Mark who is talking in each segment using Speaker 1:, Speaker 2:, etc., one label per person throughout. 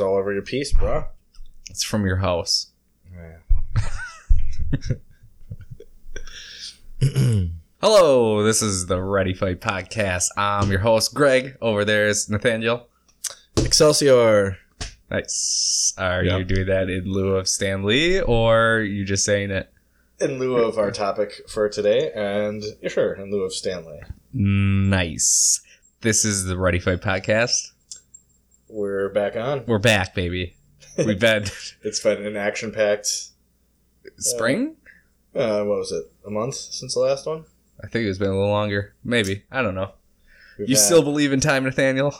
Speaker 1: over your piece, bro.
Speaker 2: It's from your house. Hello, this is the Ready Fight Podcast. I'm your host, Greg. Over there is Nathaniel.
Speaker 1: Excelsior.
Speaker 2: Nice. Are you
Speaker 1: Yep.
Speaker 2: doing that in lieu of Stan Lee or are you just saying it?
Speaker 1: In lieu of our topic for today, and yeah, sure, in lieu of Stanley,
Speaker 2: Nice. This is the Ready Fight Podcast.
Speaker 1: we're back on.
Speaker 2: We're back, baby. We've been
Speaker 1: It's been an action-packed.
Speaker 2: spring?
Speaker 1: Uh, what was it? A month since the last one.
Speaker 2: I think it's been a little longer. Maybe. I don't know.
Speaker 1: We've
Speaker 2: You
Speaker 1: had-
Speaker 2: still believe in time, Nathaniel?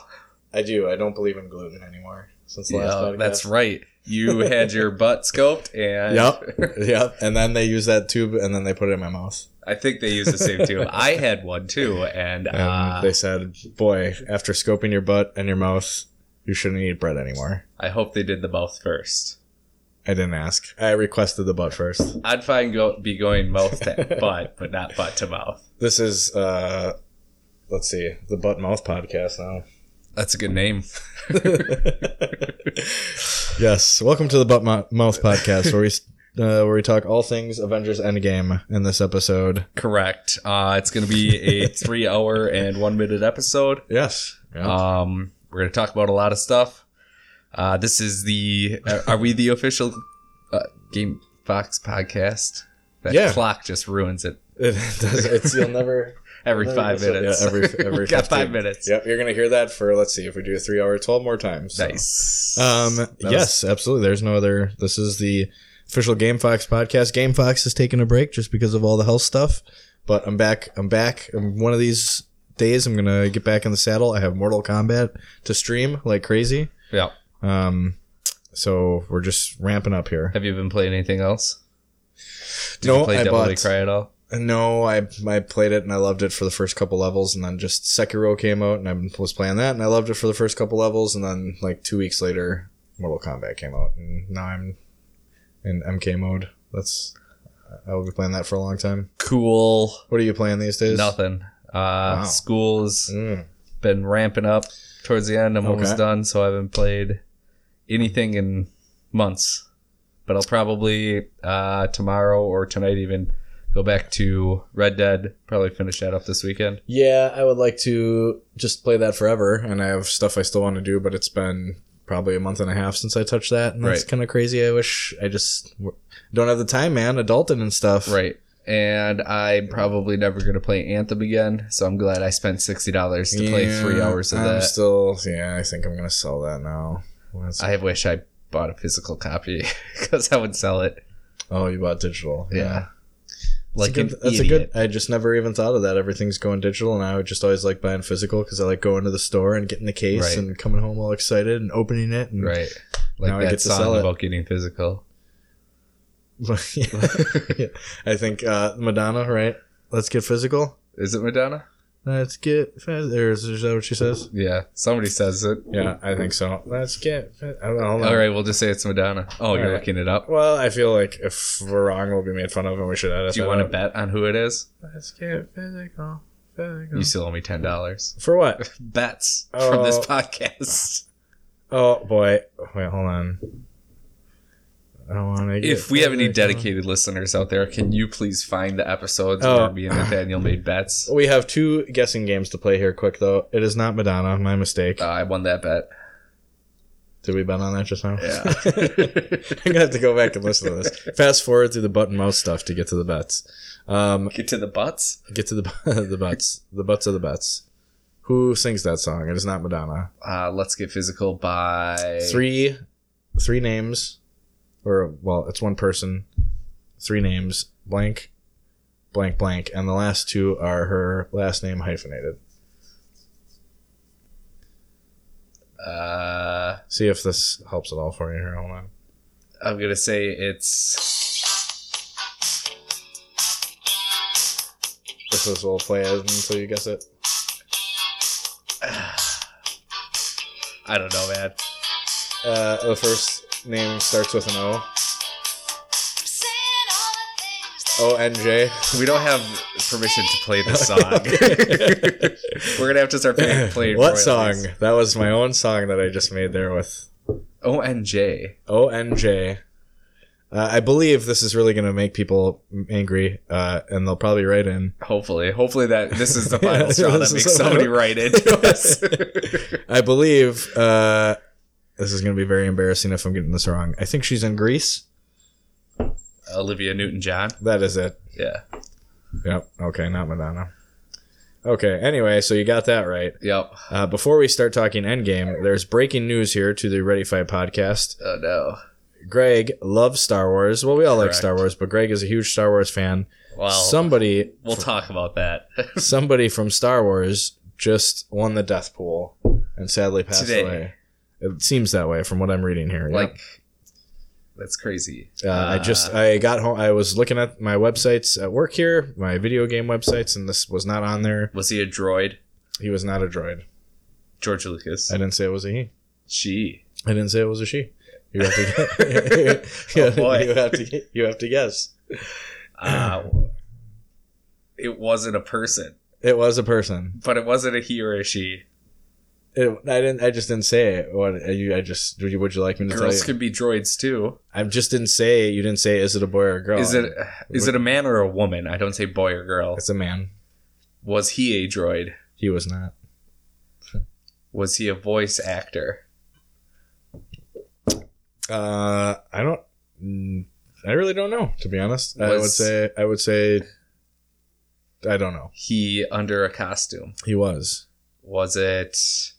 Speaker 1: I do. I don't believe in gluten anymore since the last
Speaker 2: Yeah,
Speaker 1: podcast.
Speaker 2: that's right. You had your butt scoped and
Speaker 1: Yep. Yep. And then they use that tube, and then they put it in my mouth.
Speaker 2: I think they use the same tube. I had one too, and
Speaker 1: And
Speaker 2: uh,
Speaker 1: they said, "Boy, after scoping your butt and your mouth, you shouldn't eat bread anymore."
Speaker 2: I hope they did the mouth first.
Speaker 1: I didn't ask. I requested the butt first.
Speaker 2: I'd fine go be going mouth to butt, but not butt to mouth.
Speaker 1: This is, uh, let's see, the butt mouth podcast now.
Speaker 2: That's a good name.
Speaker 1: yes, welcome to the butt Mo- mouth podcast, where we uh, where we talk all things Avengers Endgame. In this episode,
Speaker 2: Correct. Uh, it's going to be a three hour and one minute episode.
Speaker 1: yes,
Speaker 2: Um, we're going to talk about a lot of stuff. Uh, this is the. uh, Are, are we the official uh, Game Fox podcast? That
Speaker 1: Yeah.
Speaker 2: clock just ruins it
Speaker 1: it does. It's you'll never
Speaker 2: every
Speaker 1: Never
Speaker 2: five
Speaker 1: gets it.
Speaker 2: minutes.
Speaker 1: Yeah, every-
Speaker 2: We
Speaker 1: every
Speaker 2: got
Speaker 1: 15.
Speaker 2: five minutes.
Speaker 1: Yep, you're gonna hear that for let's see if we do a three hour twelve more times. so.
Speaker 2: Nice.
Speaker 1: Um.
Speaker 2: That was-
Speaker 1: yes, absolutely. There's no other. This is the official Game Fox podcast. Game Fox is taking a break just because of all the health stuff, but I'm back. I'm back. And one of these days, I'm gonna get back in the saddle. I have Mortal Kombat to stream like crazy.
Speaker 2: yeah.
Speaker 1: Um. So we're just ramping up here.
Speaker 2: Have you been playing anything else? Did
Speaker 1: No,
Speaker 2: you play
Speaker 1: I
Speaker 2: Devil May
Speaker 1: bought-
Speaker 2: Cry at all?
Speaker 1: No, I I played it and I loved it for the first couple levels, and then just Sekiro came out, and I was playing that, and I loved it for the first couple levels, and then like two weeks later, Mortal Kombat came out, and now I'm in MK mode. That's I will be playing that for a long time.
Speaker 2: Cool.
Speaker 1: What are you playing these days?
Speaker 2: Nothing. Uh,
Speaker 1: Wow.
Speaker 2: School's
Speaker 1: Mm.
Speaker 2: been ramping up towards the end. I'm almost
Speaker 1: Okay.
Speaker 2: done, so I haven't played anything in months. But I'll probably uh, tomorrow or tonight even go back to Red Dead. Probably finish that up this weekend.
Speaker 1: Yeah, I would like to just play that forever, and I have stuff I still want to do, but it's been probably a month and a half since I touched that, and that's
Speaker 2: Right.
Speaker 1: kind of crazy. I wish I just w- don't have the time, man. Adulting and stuff.
Speaker 2: Right. And I'm probably never going to play Anthem again, so I'm glad I spent sixty dollars to play three hours of
Speaker 1: I'm
Speaker 2: that.
Speaker 1: Still, yeah, I think I'm gonna sell that now. That's-
Speaker 2: I wish I bought a physical copy because I would sell it.
Speaker 1: oh, you bought digital.
Speaker 2: Yeah.
Speaker 1: That's
Speaker 2: Like
Speaker 1: a good,
Speaker 2: an
Speaker 1: that's
Speaker 2: idiot.
Speaker 1: a good. I just never even thought of that. Everything's going digital, and I would just always like buying physical because I like going to the store and getting the case
Speaker 2: Right.
Speaker 1: and coming home all excited and opening it. And
Speaker 2: Right. Like
Speaker 1: Mm. Now I
Speaker 2: that
Speaker 1: get to
Speaker 2: song
Speaker 1: sell it.
Speaker 2: about getting physical.
Speaker 1: Yeah. I think uh, Madonna. Right. Let's get physical.
Speaker 2: Is it Madonna?
Speaker 1: Let's get. phys- Or is is that what she says?
Speaker 2: Yeah. Somebody says it.
Speaker 1: Yeah, I think so. Let's get. phys- I don't know.
Speaker 2: All right, we'll just say it's Madonna. Oh,
Speaker 1: All
Speaker 2: you're
Speaker 1: right.
Speaker 2: looking it up.
Speaker 1: Well, I feel like if we're wrong, we'll be made fun of, and we should edit.
Speaker 2: Do you
Speaker 1: that
Speaker 2: want to
Speaker 1: out.
Speaker 2: bet on who it is?
Speaker 1: Let's get physical. Physical.
Speaker 2: You still owe me ten dollars.
Speaker 1: For what?
Speaker 2: Bets from this
Speaker 1: Oh.
Speaker 2: podcast.
Speaker 1: Oh boy. Wait, hold on. I don't want to.
Speaker 2: If we have any dedicated listeners out there, can you please find the episodes
Speaker 1: Oh.
Speaker 2: where me and Nathaniel made bets?
Speaker 1: we have two guessing games to play here. Quick though, it is not Madonna. My mistake.
Speaker 2: Uh, I won that bet.
Speaker 1: Did we bet on that just now?
Speaker 2: Yeah.
Speaker 1: I'm gonna have to go back and listen to this. Fast forward through the button mouse stuff to get to the bets. Um,
Speaker 2: Get to the butts.
Speaker 1: get to the the butts, the butts of the bets. Who sings that song? It is not Madonna.
Speaker 2: Uh, let's get physical by
Speaker 1: three three names or well it's one person three names blank blank blank and the last two are her last name hyphenated
Speaker 2: Uh,
Speaker 1: see if this helps at all for you here hold on
Speaker 2: I'm gonna say it's
Speaker 1: this is we'll play it until you guess it
Speaker 2: I don't know, man.
Speaker 1: uh, the first name starts with an o o-n-j
Speaker 2: We don't have permission to play this song. We're gonna have to start paying, playing.
Speaker 1: what
Speaker 2: royalties.
Speaker 1: song that was my own song that i just made there with
Speaker 2: ONJ.
Speaker 1: ONJ. Uh, I believe this is really going to make people angry, uh, and they'll probably write in.
Speaker 2: Hopefully, hopefully that this is the final
Speaker 1: Yeah,
Speaker 2: straw
Speaker 1: this
Speaker 2: that
Speaker 1: is
Speaker 2: makes
Speaker 1: the
Speaker 2: somebody
Speaker 1: final-
Speaker 2: write it. to us.
Speaker 1: I believe uh, this is going to be very embarrassing if I'm getting this wrong. I think she's in Greece.
Speaker 2: Olivia Newton-John.
Speaker 1: That is it.
Speaker 2: Yeah.
Speaker 1: Yep. Okay, not Madonna. Okay, anyway, so you got that right.
Speaker 2: Yep.
Speaker 1: Uh, before we start talking Endgame, there's breaking news here to the Ready Fight podcast.
Speaker 2: Oh no.
Speaker 1: Greg loves Star Wars. Well, we all like
Speaker 2: Correct.
Speaker 1: Star Wars, but Greg is a huge Star Wars fan.
Speaker 2: Well,
Speaker 1: Somebody
Speaker 2: we'll talk about that
Speaker 1: somebody from Star Wars just won the death pool and sadly passed
Speaker 2: Today.
Speaker 1: away. It seems that way from what I'm reading here. yeah.
Speaker 2: like. That's crazy.
Speaker 1: uh, I just I got home. I was looking at my websites at work here, my video game websites, and this was not on there.
Speaker 2: was he a droid?
Speaker 1: He was not a droid.
Speaker 2: George Lucas.
Speaker 1: I didn't say it was a he.
Speaker 2: she.
Speaker 1: I didn't say it was a she. You have to. you,
Speaker 2: Oh, boy.
Speaker 1: you have to. You have to guess.
Speaker 2: Uh, it wasn't a person,
Speaker 1: It was a person.
Speaker 2: but it wasn't a he or a she.
Speaker 1: It, I didn't. I just didn't say it. What you? I just. Would you, would you like me to tell you?
Speaker 2: Girls could be droids too.
Speaker 1: I just didn't say. You didn't say. Is it a boy or a girl?
Speaker 2: Is it is it a man or a woman? I don't say boy or girl.
Speaker 1: It's a man.
Speaker 2: Was he a droid?
Speaker 1: He was not.
Speaker 2: Was he a voice actor?
Speaker 1: Uh, I don't. mm, I really don't know. To be honest, I
Speaker 2: Was-
Speaker 1: would say. I would say. I don't know.
Speaker 2: He under a costume.
Speaker 1: He was.
Speaker 2: Was it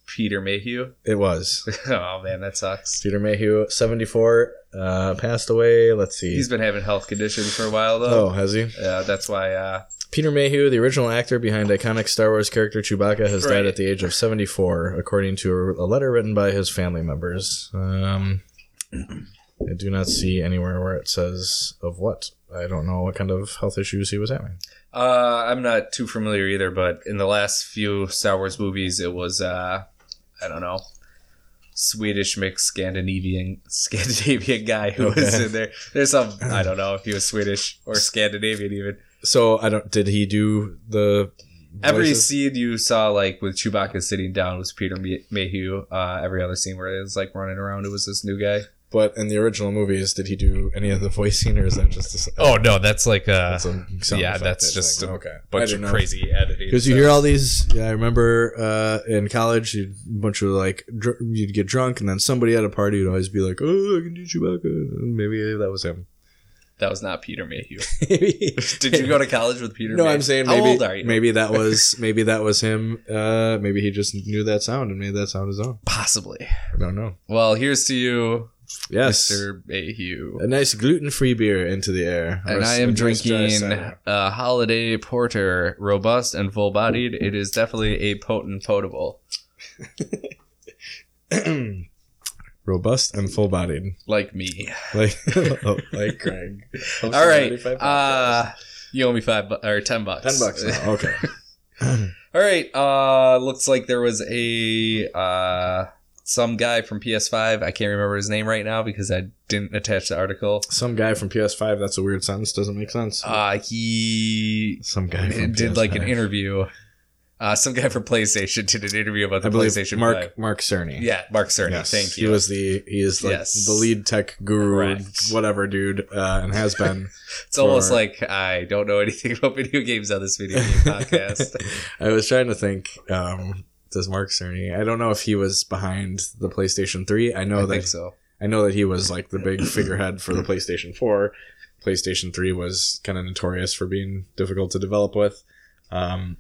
Speaker 2: Peter Mayhew?
Speaker 1: It was
Speaker 2: oh man, that sucks.
Speaker 1: Peter Mayhew, seventy four, uh, passed away. Let's see.
Speaker 2: He's been having health conditions for a while
Speaker 1: oh,
Speaker 2: though.
Speaker 1: has he?
Speaker 2: Yeah, that's why. Uh,
Speaker 1: Peter Mayhew, the original actor behind iconic Star Wars character Chewbacca, has
Speaker 2: Right.
Speaker 1: died at the age of 74, according to a letter written by his family members. Um, I do not see anywhere where it says of what. I don't know what kind of health issues he was having.
Speaker 2: uh, I'm not too familiar either, but in the last few Star Wars movies, it was uh, I don't know. Swedish mixed Scandinavian Scandinavian guy who was
Speaker 1: Okay.
Speaker 2: in there. There's some I don't know if he was Swedish or Scandinavian even.
Speaker 1: So I don't. Did he do the
Speaker 2: Every
Speaker 1: voices?
Speaker 2: scene you saw, like with Chewbacca sitting down, was Peter May- Mayhew. Uh, every other scene where it was like running around, it was this new guy.
Speaker 1: But in the original movies, did he do any of the voicing, or is that just? A,
Speaker 2: Oh no, that's like uh,
Speaker 1: that's a sound
Speaker 2: yeah,
Speaker 1: effect,
Speaker 2: that's
Speaker 1: I
Speaker 2: just
Speaker 1: think.
Speaker 2: a
Speaker 1: okay. I
Speaker 2: bunch
Speaker 1: didn't
Speaker 2: of
Speaker 1: know.
Speaker 2: crazy editing.
Speaker 1: Because you
Speaker 2: stuff.
Speaker 1: hear all these. Yeah, I remember uh, in college, you'd, a bunch of like dr- you'd get drunk, and then somebody at a party would always be like, "Oh, I can do Chewbacca." And uh, maybe that was him.
Speaker 2: that was not Peter Mayhew.
Speaker 1: maybe.
Speaker 2: Did you go to college with Peter?
Speaker 1: No,
Speaker 2: Mayhew?
Speaker 1: I'm saying
Speaker 2: how
Speaker 1: maybe.
Speaker 2: old are you?
Speaker 1: Maybe that was maybe that was him. Uh, maybe he just knew that sound and made that sound his own.
Speaker 2: Possibly.
Speaker 1: I don't know.
Speaker 2: Well, here's to you,
Speaker 1: Yes,
Speaker 2: Mr. Mayhew.
Speaker 1: a nice gluten-free beer into the air. Or
Speaker 2: And
Speaker 1: a-
Speaker 2: I
Speaker 1: a
Speaker 2: am
Speaker 1: nice dry
Speaker 2: drinking
Speaker 1: cider.
Speaker 2: a holiday porter, robust and full-bodied. It is definitely a potent potable,
Speaker 1: robust and full-bodied,
Speaker 2: like me.
Speaker 1: like like Craig.
Speaker 2: All right. Uh, you owe me five bu- or ten bucks.
Speaker 1: ten bucks. Now. Okay.
Speaker 2: All right. Uh, looks like there was a uh, some guy from PS5. I can't remember his name right now because I didn't attach the article.
Speaker 1: Some guy from PS5. That's a weird sentence. Doesn't make sense.
Speaker 2: Uh, he
Speaker 1: Some guy from
Speaker 2: did like an
Speaker 1: PS5.
Speaker 2: interview. Uh, some guy from PlayStation did an interview about the
Speaker 1: I believe
Speaker 2: PlayStation
Speaker 1: Mark
Speaker 2: 5.
Speaker 1: Mark Cerny.
Speaker 2: Yeah, Mark Cerny.
Speaker 1: Yes.
Speaker 2: Thank you.
Speaker 1: He was the he is like
Speaker 2: Yes.
Speaker 1: the lead tech guru,
Speaker 2: Correct.
Speaker 1: whatever dude, uh, and has been.
Speaker 2: it's almost
Speaker 1: for-
Speaker 2: like I don't know anything about video games on this video game podcast.
Speaker 1: I was trying to think. Um, does Mark Cerny? I don't know if he was behind the PlayStation 3. I know
Speaker 2: I
Speaker 1: that
Speaker 2: think so.
Speaker 1: I know that he was like the big figurehead for the PlayStation 4. PlayStation 3 was kind of notorious for being difficult to develop with. Um,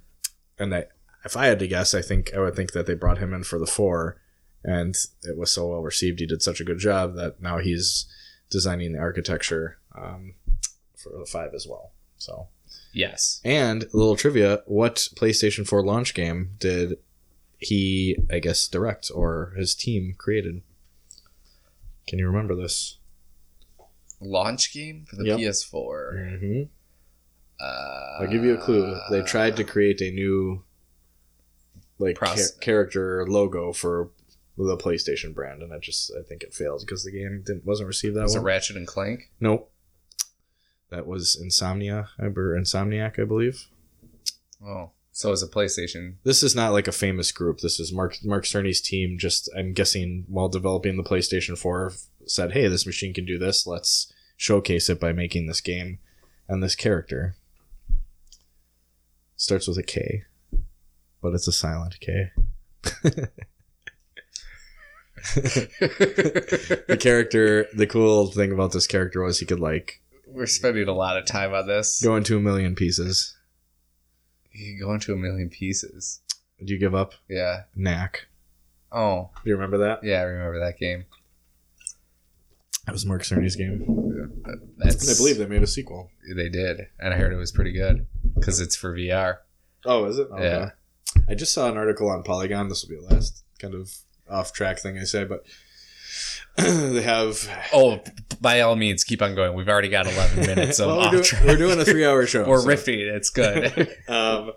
Speaker 1: and I, if I had to guess, I think I would think that they brought him in for the 4 and it was so well received. He did such a good job that now he's designing the architecture um, for the 5 as well. So,
Speaker 2: Yes.
Speaker 1: and a little trivia, what PlayStation 4 launch game did he, I guess, direct or his team created? Can you remember this?
Speaker 2: Launch game for the
Speaker 1: Yep.
Speaker 2: PS4.
Speaker 1: Mm-hmm.
Speaker 2: Uh,
Speaker 1: I'll give you a clue. They tried to create a new, like, cha-
Speaker 2: Process.
Speaker 1: character logo for the PlayStation brand, and it just, I think it failed because the game didn't wasn't received that
Speaker 2: Was it
Speaker 1: well.
Speaker 2: Ratchet and Clank?
Speaker 1: nope. That was Insomnia, or Insomniac, I believe.
Speaker 2: Oh, So is a PlayStation.
Speaker 1: This is not like a famous group. This is Mark Mark Cerny's team. Just I'm guessing while developing the PlayStation 4, said, "Hey, this machine can do this. Let's showcase it by making this game and this character." Starts with a K, but it's a silent K. The character, the cool thing about this character was he could like
Speaker 2: We're spending a lot of time on this.
Speaker 1: go into a million pieces.
Speaker 2: You can go into a million pieces.
Speaker 1: Do you give up?
Speaker 2: Yeah.
Speaker 1: Knack.
Speaker 2: Oh,
Speaker 1: Do you remember that?
Speaker 2: yeah. I remember that game.
Speaker 1: That was Mark Cerny's game.
Speaker 2: That's,
Speaker 1: I believe they made a sequel.
Speaker 2: they did, and I heard it was pretty good because it's for VR.
Speaker 1: Oh, is it? Okay.
Speaker 2: Yeah.
Speaker 1: I just saw an article on Polygon. This will be the last kind of off track thing I say, but they have.
Speaker 2: Oh, by all means, keep on going. We've already got 11 minutes of
Speaker 1: Well,
Speaker 2: off
Speaker 1: we're, doing,
Speaker 2: track.
Speaker 1: we're doing a three hour show.
Speaker 2: We're
Speaker 1: so,
Speaker 2: riffing. It's good.
Speaker 1: Um,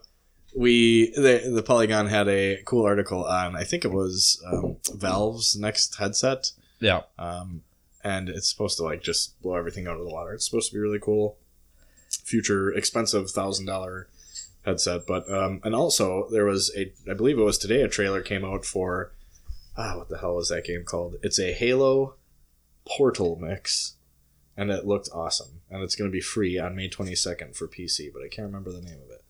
Speaker 1: we the, the Polygon had a cool article on I think it was um, Valve's next headset,
Speaker 2: yeah.
Speaker 1: um, and it's supposed to like just blow everything out of the water. It's supposed to be really cool, future expensive thousand dollar headset. But um, and also there was a I believe it was today a trailer came out for ah what the hell was that game called? It's a Halo Portal mix, and it looked awesome. And it's going to be free on May twenty second for PC, but I can't remember the name of it.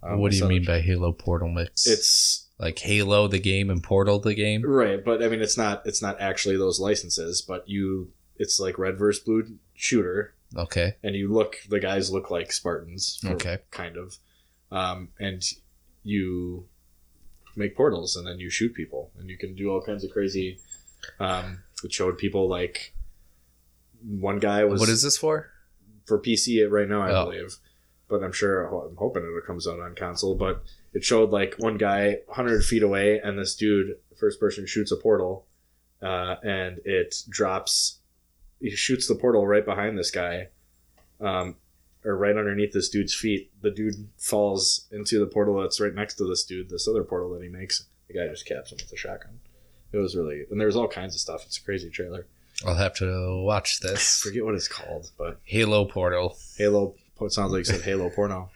Speaker 1: Um,
Speaker 2: what do you
Speaker 1: so
Speaker 2: mean by Halo Portal mix?
Speaker 1: It's
Speaker 2: like Halo the game and Portal the game.
Speaker 1: Right, but I mean, it's not it's not actually those licenses, but you it's like red versus blue shooter,
Speaker 2: Okay.
Speaker 1: and you look the guys look like Spartans, for-
Speaker 2: Okay.
Speaker 1: kind of, um, and you make portals and then you shoot people, and you can do all kinds of crazy. Um, it showed people like one guy was
Speaker 2: What is this for?
Speaker 1: for PC right now, I
Speaker 2: Oh.
Speaker 1: believe. But I'm sure I'm hoping it comes out on console. But it showed like one guy 100 feet away, and this dude, first person, shoots a portal, uh, and it drops. He shoots the portal right behind this guy, um, or right underneath this dude's feet. The dude falls into the portal that's right next to this dude. This other portal that he makes. The guy just caps him with a shotgun. It was really, and there's all kinds of stuff. It's a crazy trailer.
Speaker 2: I'll have to watch this.
Speaker 1: forget what it's called, but
Speaker 2: Halo Portal.
Speaker 1: Halo. It sounds like you said Halo porno.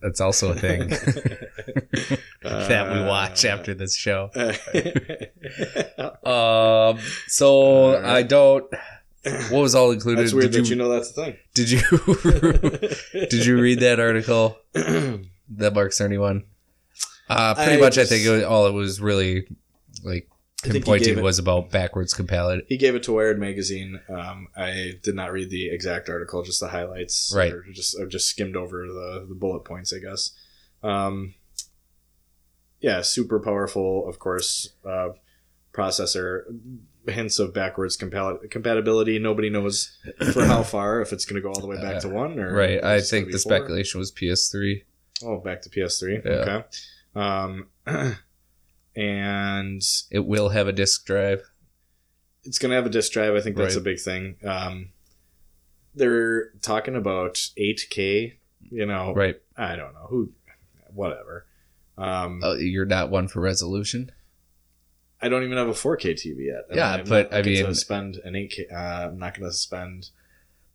Speaker 2: That's also a thing that
Speaker 1: Uh,
Speaker 2: we watch after this show.
Speaker 1: That's
Speaker 2: Um, so
Speaker 1: Alright.
Speaker 2: I don't. What was all included?
Speaker 1: weird
Speaker 2: did
Speaker 1: that you know uh, that's a
Speaker 2: Did you
Speaker 1: thing.
Speaker 2: did you read that article?
Speaker 1: you?
Speaker 2: That Mark Cerny one. Uh, pretty
Speaker 1: I
Speaker 2: much,
Speaker 1: just-
Speaker 2: I think it was, all it was really like
Speaker 1: I think he gave
Speaker 2: pinpointing
Speaker 1: it-
Speaker 2: was about backwards compatibility.
Speaker 1: he gave it to Wired magazine. Um, I did not read the exact article, just the highlights.
Speaker 2: Right.
Speaker 1: Or just I just skimmed over the, the bullet points, I guess. Um, yeah, super powerful, of course. Uh, processor hints of backwards compa- compatibility. Nobody knows for how far if it's going to go all the way back to one or
Speaker 2: Uh, Right. I
Speaker 1: it's gonna
Speaker 2: think
Speaker 1: be
Speaker 2: the
Speaker 1: four.
Speaker 2: speculation was PS3.
Speaker 1: Oh, back to PS3. Okay.
Speaker 2: Yeah.
Speaker 1: Um, and
Speaker 2: It will have a disc drive.
Speaker 1: it's going to have a disk drive. I think that's
Speaker 2: Right.
Speaker 1: a big thing. Um, they're talking about 8K. You know,
Speaker 2: Oh, Right.
Speaker 1: I don't know who, whatever. Um,
Speaker 2: Uh, you're not one for resolution.
Speaker 1: I don't even have a 4K TV yet. and
Speaker 2: Yeah,
Speaker 1: I'm
Speaker 2: but
Speaker 1: not
Speaker 2: I
Speaker 1: looking to
Speaker 2: mean-
Speaker 1: spend an 8K. Uh, I'm not going to spend.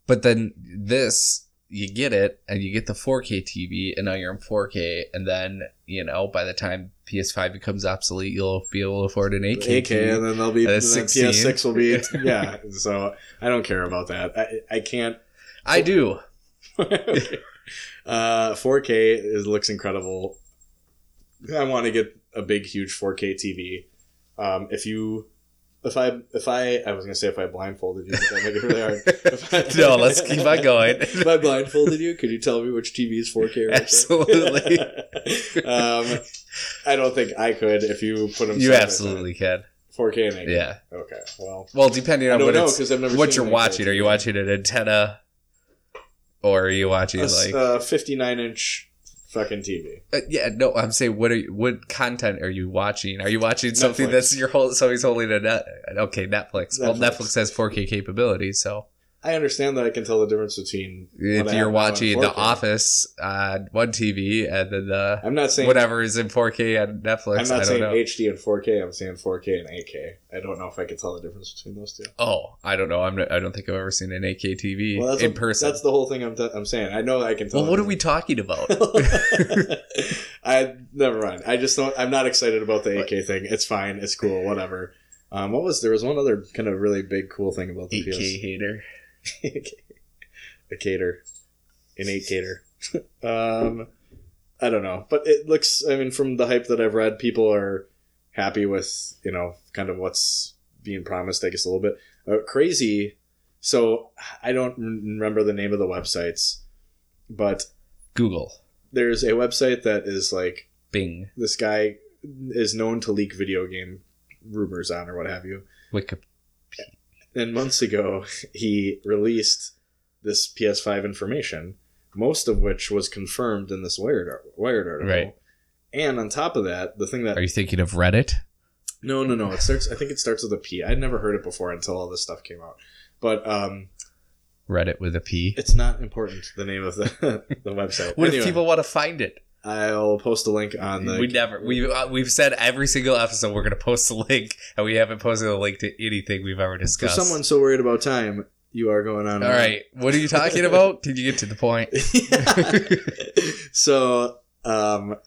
Speaker 2: But then this, you get it, and you get the 4K TV, and now you're in 4K. And then, you know, by the time PS5 becomes obsolete, you'll be able to afford an 8K.
Speaker 1: 8K,
Speaker 2: TV.
Speaker 1: and then they'll be
Speaker 2: and
Speaker 1: then
Speaker 2: it's 16.
Speaker 1: PS6 will be yeah. So I don't care about that. I I can't
Speaker 2: I do.
Speaker 1: uh, 4K is, looks incredible. I want to get a big, huge 4K TV. Um, if you, if I, if I, I was gonna say if I blindfolded you, but that might be really hard. If I-
Speaker 2: No, let's keep on going.
Speaker 1: if I blindfolded you, could you tell me which TV is 4K? Right
Speaker 2: Absolutely.
Speaker 1: there? um, I don't think I could if you put them.
Speaker 2: You
Speaker 1: side by
Speaker 2: absolutely can.
Speaker 1: side. 4K and 8K.
Speaker 2: Yeah.
Speaker 1: Okay. Well,
Speaker 2: Well, depending
Speaker 1: I
Speaker 2: on
Speaker 1: don't
Speaker 2: what,
Speaker 1: know
Speaker 2: it's-
Speaker 1: because I've never
Speaker 2: what
Speaker 1: seen
Speaker 2: you're
Speaker 1: it.
Speaker 2: watching. Are you watching an antenna? Or are you watching
Speaker 1: A s-
Speaker 2: like
Speaker 1: uh, 59 inch fucking TV.
Speaker 2: Uh, yeah, no, I'm saying what are you, what content are you watching? Are you watching something
Speaker 1: Netflix.
Speaker 2: that's your whole? So he's holding a net. Okay, Netflix. Well,
Speaker 1: Netflix.
Speaker 2: Netflix has 4K capability, so
Speaker 1: I understand that I can tell the difference between what
Speaker 2: If
Speaker 1: I have
Speaker 2: you're
Speaker 1: on
Speaker 2: watching The
Speaker 1: 4K.
Speaker 2: Office on one TV and then the
Speaker 1: I'm not saying
Speaker 2: whatever is in 4K on Netflix,
Speaker 1: I'm
Speaker 2: I
Speaker 1: not
Speaker 2: don't
Speaker 1: saying
Speaker 2: know.
Speaker 1: HD and 4K. I'm saying 4K and 8K. I don't know if I can tell the difference between those two.
Speaker 2: oh, I don't know. I'm not, I don't think I've ever seen an 8K TV
Speaker 1: Well, that's
Speaker 2: in
Speaker 1: what-
Speaker 2: person.
Speaker 1: That's the whole thing I'm, t- I'm saying. I know I can tell.
Speaker 2: Well, what are we talking about?
Speaker 1: I never mind. I just don't. I'm not excited about the 8K thing. It's fine. It's cool. Whatever. Um, what was there was one other kind of really big cool thing about the
Speaker 2: 8K
Speaker 1: PS.
Speaker 2: hater.
Speaker 1: a cater, an eight cater. um, I don't know, but it looks. I mean, from the hype that I've read, people are happy with you know kind of what's being promised. I guess a little bit uh, crazy. So I don't rem- remember the name of the websites, but
Speaker 2: Google,
Speaker 1: there's a website that is like
Speaker 2: Bing,
Speaker 1: this guy is known to leak video game rumors on or what have you.
Speaker 2: Wikipedia.
Speaker 1: And months ago, he released this PS5 information, most of which was confirmed in this Wired ar- Wired article.
Speaker 2: Right.
Speaker 1: And on top of that, the thing that
Speaker 2: Are you thinking of Reddit?
Speaker 1: no no no it starts I think it starts with a P. I'd never heard it before until all this stuff came out. But um,
Speaker 2: Reddit with a P.
Speaker 1: it's not important the name of the the website.
Speaker 2: What
Speaker 1: Anyway,
Speaker 2: if people want to find it?
Speaker 1: I'll post a link on the
Speaker 2: we never we've uh, we've said every single episode we're gonna post a link, and we haven't posted a link to anything we've ever
Speaker 1: for
Speaker 2: discussed.
Speaker 1: someone so worried about time. You are going on.
Speaker 2: All right, what are you talking about? Can you get to the point?
Speaker 1: so um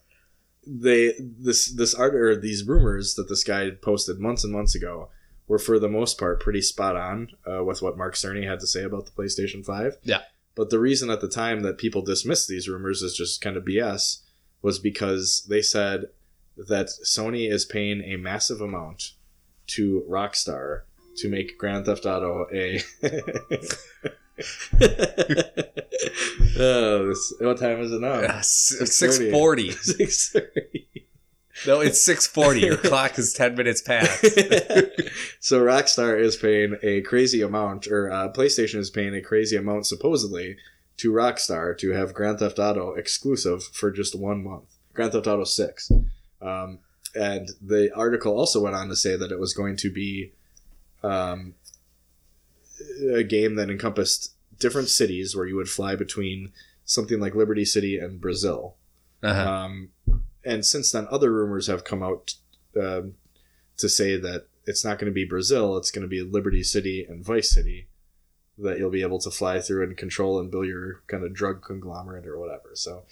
Speaker 1: they this this art or these rumors that this guy had posted months and months ago were for the most part pretty spot on uh, with what Mark Cerny had to say about the PlayStation 5.
Speaker 2: Yeah.
Speaker 1: But the reason at the time that people dismissed these rumors as just kind of BS was because they said that Sony is paying a massive amount to Rockstar to make Grand Theft Auto a. oh, this, what time is it now?
Speaker 2: Six forty.
Speaker 1: Six thirty.
Speaker 2: No, it's six forty. Your clock is ten minutes past.
Speaker 1: so Rockstar is paying a crazy amount, or uh, PlayStation is paying a crazy amount, supposedly, to Rockstar to have Grand Theft Auto exclusive for just one month. Grand Theft Auto Six, um, and the article also went on to say that it was going to be um, a game that encompassed different cities where you would fly between something like Liberty City and Brazil.
Speaker 2: Uh-huh.
Speaker 1: Um, and since then, other rumors have come out um, to say that it's not going to be Brazil, it's going to be Liberty City and Vice City that you'll be able to fly through and control and build your kind of drug conglomerate or whatever. So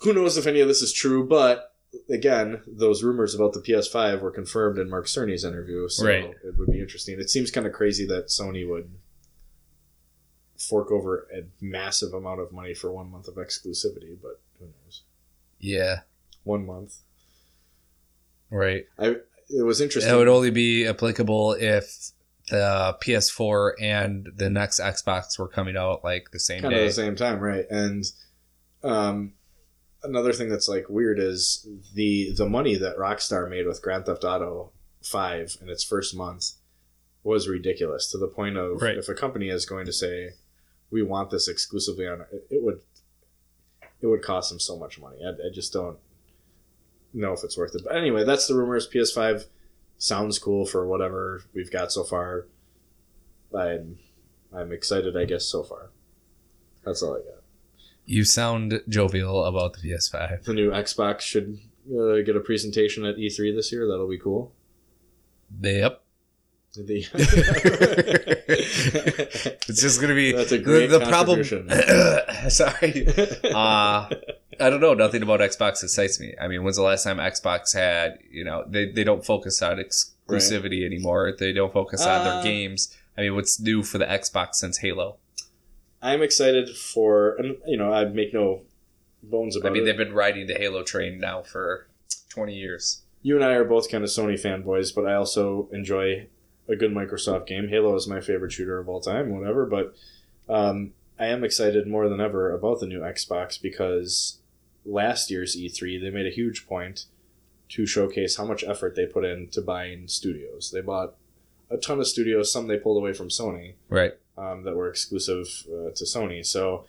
Speaker 1: who knows if any of this is true, but again, those rumors about the PS5 were confirmed in Mark Cerny's interview, so
Speaker 2: Right.
Speaker 1: it would be interesting. It seems kind of crazy that Sony would fork over a massive amount of money for one month of exclusivity, but who knows
Speaker 2: Yeah,
Speaker 1: one month.
Speaker 2: right.
Speaker 1: It was interesting.
Speaker 2: It would only be applicable if the PS4 and the next Xbox were coming out like the same
Speaker 1: kind of
Speaker 2: day.
Speaker 1: the same time, right? And um, another thing that's like weird is the the money that Rockstar made with Grand Theft Auto Five in its first month was ridiculous to the point of
Speaker 2: Right.
Speaker 1: if a company is going to say we want this exclusively on it, it would it would cost them so much money. I, I just don't know if it's worth it. But anyway, that's the rumors. PS5 sounds cool for whatever we've got so far. I'm I'm excited, I guess, so far. That's all I got.
Speaker 2: You sound jovial about the PS5.
Speaker 1: The new Xbox should uh, get a presentation at E3 this year. That'll be cool.
Speaker 2: Yep.
Speaker 1: The-
Speaker 2: It's just gonna be
Speaker 1: That's a great
Speaker 2: the, the problem.
Speaker 1: contribution.
Speaker 2: Sorry, uh, I don't know. Nothing about Xbox excites me. I mean, when's the last time Xbox had? You know, they, they don't focus on exclusivity anymore. They don't focus on
Speaker 1: Uh,
Speaker 2: their games. I mean, what's new for the Xbox since Halo?
Speaker 1: I'm excited for, and you know, I make no bones
Speaker 2: I
Speaker 1: about
Speaker 2: mean,
Speaker 1: it.
Speaker 2: they've been riding the Halo train now for twenty years.
Speaker 1: you and I are both kind of Sony fanboys, but I also enjoy a good Microsoft game. Halo is my favorite shooter of all time, whatever. But um, I am excited more than ever about the new Xbox because last year's E3 they made a huge point to showcase how much effort they put into buying studios. They bought a ton of studios, some they pulled away from Sony
Speaker 2: Right.
Speaker 1: um, that were exclusive uh, to Sony. So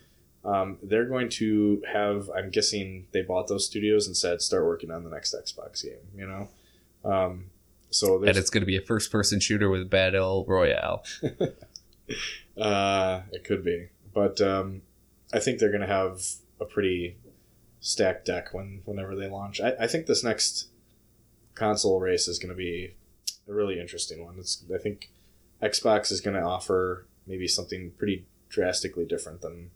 Speaker 1: um, they're going to have, I'm guessing they bought those studios and said, start working on the next Xbox game, you know? Um, so
Speaker 2: And
Speaker 1: there's,
Speaker 2: it's going to be a first-person shooter with battle royale.
Speaker 1: Uh, it could be, but um, I think they're gonna have a pretty stacked deck when whenever they launch. I, I think this next console race is gonna be a really interesting one. It's I think Xbox is gonna offer maybe something pretty drastically different than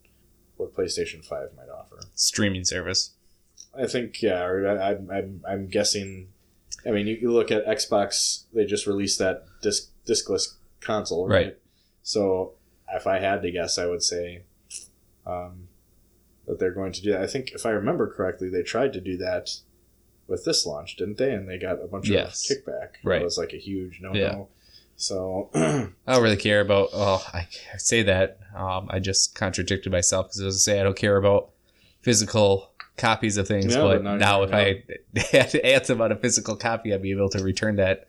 Speaker 1: what PlayStation Five might offer.
Speaker 2: Streaming service.
Speaker 1: I think yeah. Or I, I'm I'm I'm guessing. I mean, you, you look at Xbox. They just released that disc discless console, right?
Speaker 2: Right.
Speaker 1: So if I had to guess, I would say um, that they're going to do that. I think if I remember correctly, they tried to do that with this launch, didn't they? And they got a bunch
Speaker 2: Yes.
Speaker 1: of kickback.
Speaker 2: Right.
Speaker 1: It was like a huge no no.
Speaker 2: Yeah.
Speaker 1: So
Speaker 2: I don't really care about. Oh, I say that. Um, I just contradicted myself because I was gonna say I don't care about physical copies of things.
Speaker 1: Yeah, but
Speaker 2: but
Speaker 1: now
Speaker 2: now,
Speaker 1: you
Speaker 2: if I had to answer about a physical copy, I'd be able to return that.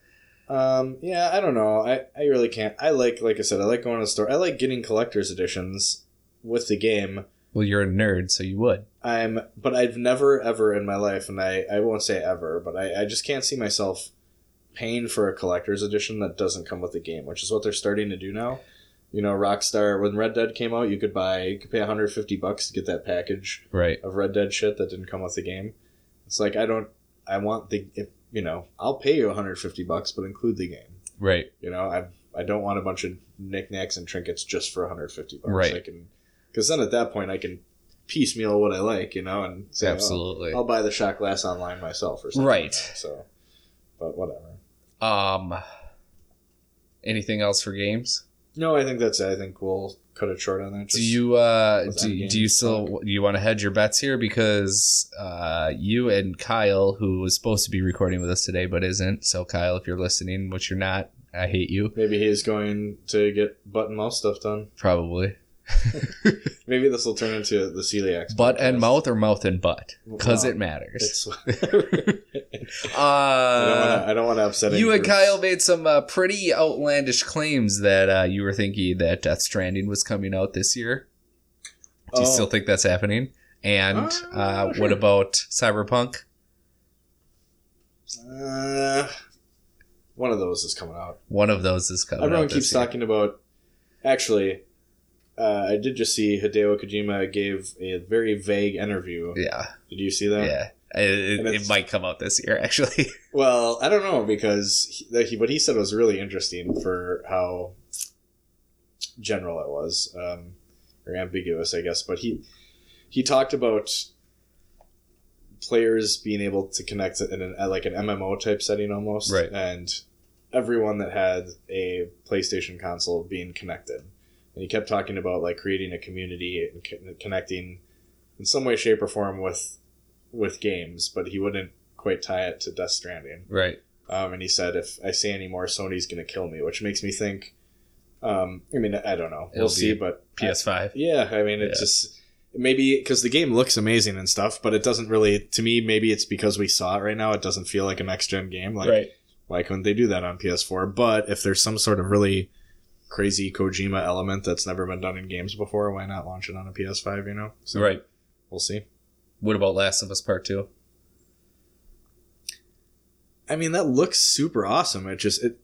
Speaker 1: Um, yeah, I don't know. I, I really can't. I like, like I said, I like going to the store. I like getting collector's editions with the game.
Speaker 2: Well, you're a nerd, so you would.
Speaker 1: I'm, but I've never ever in my life, and I, I won't say ever, but I, I just can't see myself paying for a collector's edition that doesn't come with the game, which is what they're starting to do now. You know, Rockstar when Red Dead came out, you could buy, you could pay 150 bucks to get that package
Speaker 2: Right.
Speaker 1: of Red Dead shit that didn't come with the game. It's like I don't, I want the, if, you know, I'll pay you 150 bucks, but include the game.
Speaker 2: Right.
Speaker 1: You know, I I don't want a bunch of knickknacks and trinkets just for 150 bucks.
Speaker 2: Right.
Speaker 1: I can, because then at that point I can piecemeal what I like, you know, and say, oh,
Speaker 2: Absolutely.
Speaker 1: I'll buy the shot glass online myself or something.
Speaker 2: Right.
Speaker 1: like that, so, but whatever.
Speaker 2: Um. Anything else for games?
Speaker 1: No, I think that's it. I think we'll cut it short on that.
Speaker 2: do you uh
Speaker 1: with
Speaker 2: do,
Speaker 1: Endgame
Speaker 2: do you still do you want to hedge your bets here because uh you and Kyle who was supposed to be recording with us today but isn't so Kyle if you're listening which you're not I hate you
Speaker 1: Maybe he's going to get butt and mouth stuff done.
Speaker 2: probably
Speaker 1: Maybe this will turn into the celiac.
Speaker 2: butt
Speaker 1: podcast.
Speaker 2: and mouth or mouth and butt because
Speaker 1: Wow.
Speaker 2: it matters
Speaker 1: It's, I don't wanna-
Speaker 2: uh
Speaker 1: I don't want to upset
Speaker 2: you
Speaker 1: any
Speaker 2: and
Speaker 1: groups.
Speaker 2: Kyle made some uh, pretty outlandish claims that uh, you were thinking that Death Stranding was coming out this year. Do you
Speaker 1: Oh.
Speaker 2: still think that's happening? And
Speaker 1: Uh,
Speaker 2: uh,
Speaker 1: sure.
Speaker 2: what about Cyberpunk?
Speaker 1: Uh, one of those is coming out.
Speaker 2: One of those is coming.
Speaker 1: Everyone
Speaker 2: out this
Speaker 1: keeps
Speaker 2: year.
Speaker 1: talking about. Actually, uh, I did just see Hideo Kojima gave a very vague interview.
Speaker 2: Yeah,
Speaker 1: Did you see that?
Speaker 2: yeah. It,
Speaker 1: And
Speaker 2: it, it
Speaker 1: it's-
Speaker 2: might come out this year, actually.
Speaker 1: Well, I don't know because he, that he, what he said was really interesting for how general it was, um, or ambiguous, I guess. But he he talked about players being able to connect in an, at like an MMO type setting almost,
Speaker 2: Right.
Speaker 1: and everyone that had a PlayStation console being connected. And he kept talking about like creating a community and co- connecting in some way, shape, or form with with games, but he wouldn't quite tie it to Death Stranding.
Speaker 2: right.
Speaker 1: Um, and he said, if I say any more, Sony's going to kill me, which makes me think. Um, I mean, I don't know.
Speaker 2: It'll
Speaker 1: We'll see,
Speaker 2: be
Speaker 1: but
Speaker 2: PS5.
Speaker 1: yeah, I mean, it
Speaker 2: Yeah.
Speaker 1: just maybe because the game looks amazing and stuff, but it doesn't really. To me, maybe it's because we saw it right now. It doesn't feel like a next gen game. Like, why couldn't they do that on PS4? But if there's some sort of really crazy Kojima element that's never been done in games before, why not launch it on a PS5? You know, so
Speaker 2: Right.
Speaker 1: we'll see.
Speaker 2: What about Last of Us Part Two?
Speaker 1: I mean, that looks super awesome. It just it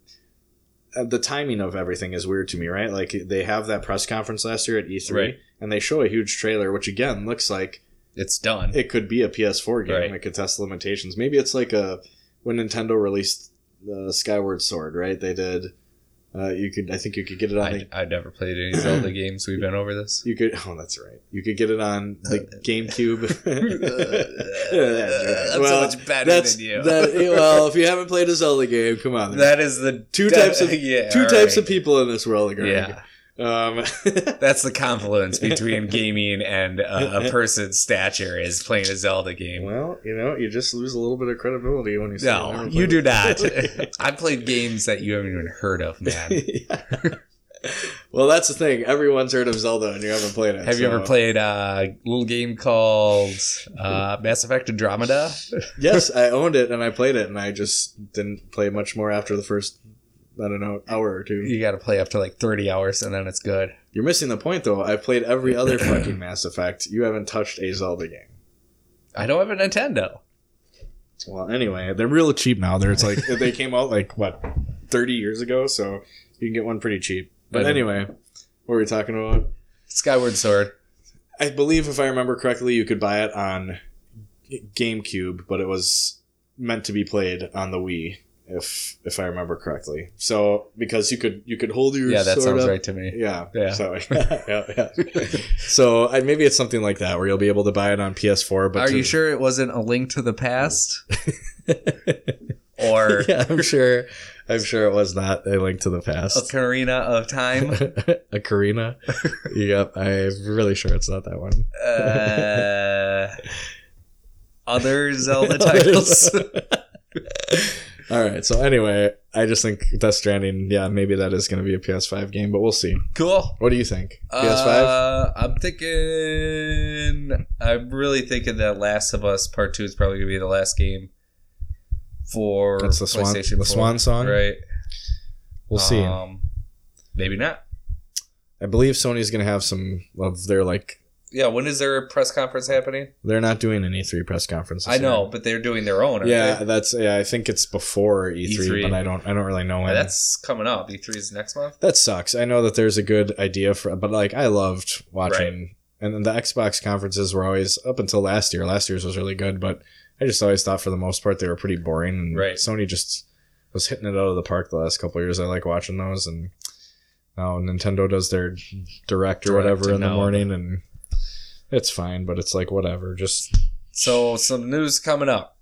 Speaker 1: uh, the timing of everything is weird to me, right? Like they have that press conference last year at E3,
Speaker 2: Right.
Speaker 1: and they show a huge trailer, which again looks like
Speaker 2: It's done.
Speaker 1: it could be a PS4 game.
Speaker 2: Right.
Speaker 1: It could test the limitations. Maybe it's like a when Nintendo released the Skyward Sword, right? They did. Uh, you could, I think, you could get it on.
Speaker 2: I,
Speaker 1: the,
Speaker 2: I never played any Zelda games. We've been over this.
Speaker 1: you could. Oh, that's right. You could get it on the GameCube.
Speaker 2: Uh,
Speaker 1: That's right.
Speaker 2: I'm
Speaker 1: Well,
Speaker 2: so much better
Speaker 1: that's
Speaker 2: than you.
Speaker 1: that. Well, if you haven't played a Zelda game, come on.
Speaker 2: that is the
Speaker 1: Two
Speaker 2: that-
Speaker 1: types of-
Speaker 2: yeah,
Speaker 1: Two
Speaker 2: all
Speaker 1: types of
Speaker 2: right.
Speaker 1: people in this world, Greg.
Speaker 2: Yeah,
Speaker 1: Um,
Speaker 2: that's the confluence between gaming and uh, a person's stature is playing a Zelda game.
Speaker 1: well, you know, you just lose a little bit of credibility when you say I
Speaker 2: No,
Speaker 1: never
Speaker 2: you do
Speaker 1: played
Speaker 2: not.
Speaker 1: it.
Speaker 2: I played games that you haven't even heard of, man.
Speaker 1: well, that's the thing. Everyone's heard of Zelda, and you haven't played it.
Speaker 2: Have you
Speaker 1: so-
Speaker 2: ever played a little game called uh, Mass Effect Andromeda?
Speaker 1: yes, I owned it and I played it, and I just didn't play much more after the first, I don't know, hour or two.
Speaker 2: You got to play up to like 30 hours and then it's good.
Speaker 1: You're missing the point, though. I played every other fucking Mass Effect. You haven't touched a Zelda game.
Speaker 2: I don't have a Nintendo.
Speaker 1: Well, anyway, they're real cheap now. They're it's like they came out like what thirty years ago, so you can get one pretty cheap. But
Speaker 2: Right.
Speaker 1: anyway, What were we talking about?
Speaker 2: Skyward Sword.
Speaker 1: I believe, if I remember correctly, you could buy it on GameCube, but it was meant to be played on the Wii, if if I remember correctly. So because you could you could hold your
Speaker 2: Yeah, that
Speaker 1: sword uh,
Speaker 2: sounds
Speaker 1: up-
Speaker 2: right to me.
Speaker 1: Yeah,
Speaker 2: Yeah.
Speaker 1: So, yeah, yeah. so I, maybe it's something like that where you'll be able to buy it on PS4. But
Speaker 2: Are
Speaker 1: to-
Speaker 2: you sure it wasn't a link to the past? or
Speaker 1: yeah, I'm sure. I'm sure it was not a link to the
Speaker 2: a
Speaker 1: past.
Speaker 2: Karina of Time?
Speaker 1: a Karina. yep, I'm really sure it's not that one.
Speaker 2: Uh, other Zelda titles.
Speaker 1: All right. So anyway, I just think Death Stranding. Yeah, maybe that is going to be a PS5 game, but we'll see.
Speaker 2: cool.
Speaker 1: What do you think? PS5.
Speaker 2: Uh, I'm thinking. I'm really thinking that Last of Us Part Two is probably gonna be the last game for
Speaker 1: That's the swan.
Speaker 2: PlayStation
Speaker 1: The
Speaker 2: 4,
Speaker 1: swan song.
Speaker 2: right?
Speaker 1: We'll see.
Speaker 2: Um, maybe not.
Speaker 1: I believe Sony's going to have some of their like.
Speaker 2: Yeah. When is their press conference happening?
Speaker 1: They're not doing an E3 press conference. this
Speaker 2: I know,
Speaker 1: year.
Speaker 2: but they're doing their own. aren't
Speaker 1: Yeah,
Speaker 2: they?
Speaker 1: that's yeah. I think it's before E3,
Speaker 2: E3.
Speaker 1: but I don't. I don't really know when.
Speaker 2: E that's coming up. E3 is next month.
Speaker 1: that sucks. I know that there's a good idea for, but like I loved watching, and then the Xbox conferences were always up until last year. Last year's was really good, but I just always thought for the most part they were pretty boring. And
Speaker 2: Right.
Speaker 1: Sony just was hitting it out of the park the last couple of years. I like watching those, and now Nintendo does their direct or
Speaker 2: Direct
Speaker 1: whatever in the
Speaker 2: now.
Speaker 1: morning, and it's fine. But it's like whatever. Just
Speaker 2: So some news coming up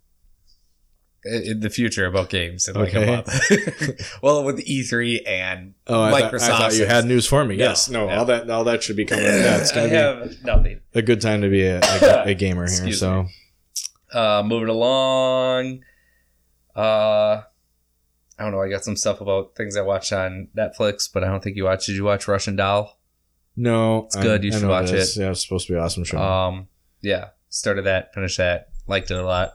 Speaker 2: i- in the future about games in like
Speaker 1: Okay.
Speaker 2: a month. well, with E3 and
Speaker 1: oh, I, thought, I
Speaker 2: Microsoft
Speaker 1: thought you
Speaker 2: is-
Speaker 1: had news for me.
Speaker 2: No,
Speaker 1: yes, no,
Speaker 2: no.
Speaker 1: all that all that should be coming. Yeah, it's
Speaker 2: I
Speaker 1: gonna be
Speaker 2: have nothing.
Speaker 1: a good time to be a, a, a gamer here.
Speaker 2: Excuse
Speaker 1: So.
Speaker 2: Uh, moving along. Uh, I don't know. I got some stuff about things I watched on Netflix, but I don't think you watched. Did you watch Russian Doll?
Speaker 1: No, it's
Speaker 2: good. You should watch
Speaker 1: Yeah, it's supposed to be an awesome show.
Speaker 2: Um, yeah. Started that, finished that, liked it a lot.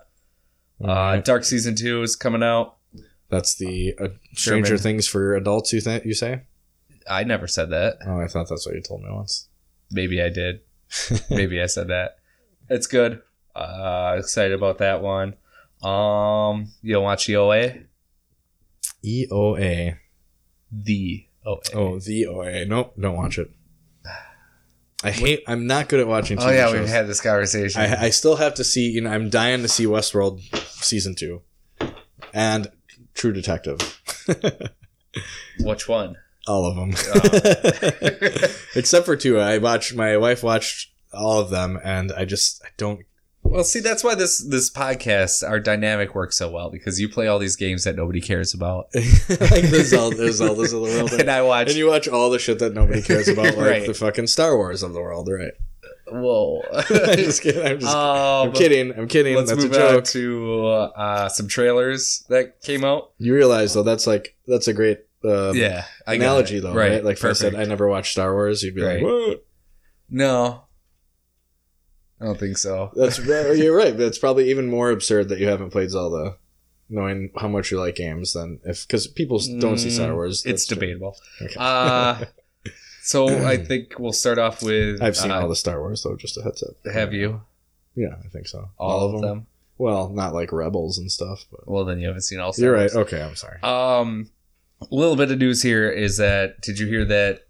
Speaker 2: Uh,
Speaker 1: Alright.
Speaker 2: Dark Season 2 is coming out.
Speaker 1: that's the uh, Stranger
Speaker 2: German.
Speaker 1: Things for adults. You think you say?
Speaker 2: I never said that.
Speaker 1: Oh, I thought that's what you told me once.
Speaker 2: Maybe I did. Maybe I said that. It's good. Uh, excited about that one. Um, you'll watch the OA?
Speaker 1: E O A.
Speaker 2: The OA.
Speaker 1: Oh, the O A. Nope, don't watch it. I hate. I'm not good at watching. TV
Speaker 2: Oh, yeah, we've
Speaker 1: shows.
Speaker 2: had this conversation.
Speaker 1: I, I still have to see. You know, I'm dying to see Westworld season two, and True Detective.
Speaker 2: Which one?
Speaker 1: all of them
Speaker 2: Oh.
Speaker 1: except for two i watched my wife watched all of them and i just i don't
Speaker 2: Well, see, that's why this this podcast, our dynamic works so well because you play all these games that nobody cares about,
Speaker 1: like the Zelda, the Zeldas of the world.
Speaker 2: and I watch.
Speaker 1: And you watch all the shit that nobody cares about, like
Speaker 2: Right.
Speaker 1: the fucking Star Wars of the world, right?
Speaker 2: whoa.
Speaker 1: I'm just kidding. I'm, just,
Speaker 2: Um,
Speaker 1: I'm kidding. I'm kidding.
Speaker 2: Let's
Speaker 1: That's a
Speaker 2: move on
Speaker 1: joke.
Speaker 2: to uh, some trailers that came out.
Speaker 1: You realize though, that's like that's a great uh,
Speaker 2: yeah, I got
Speaker 1: analogy
Speaker 2: it.
Speaker 1: though, right? Like if I said, I
Speaker 2: perfect.
Speaker 1: never watched Star Wars. You'd be
Speaker 2: Right.
Speaker 1: like, "What?"
Speaker 2: No. I don't think so.
Speaker 1: That's you're right. But it's probably even more absurd that you haven't played Zelda, knowing how much you like games. Than if because people don't see
Speaker 2: Mm,
Speaker 1: Star Wars.
Speaker 2: It's
Speaker 1: That's true.
Speaker 2: debatable.
Speaker 1: Okay.
Speaker 2: Uh, so I think we'll start off with
Speaker 1: I've seen
Speaker 2: uh,
Speaker 1: all the Star Wars though. Just a heads up.
Speaker 2: Have you?
Speaker 1: Yeah, I think so.
Speaker 2: All, of them?
Speaker 1: Well, not like Rebels and stuff, but
Speaker 2: Well, then you haven't seen all. Star
Speaker 1: you're right.
Speaker 2: Wars.
Speaker 1: Okay, I'm sorry.
Speaker 2: Um, a little bit of news here is that did you hear that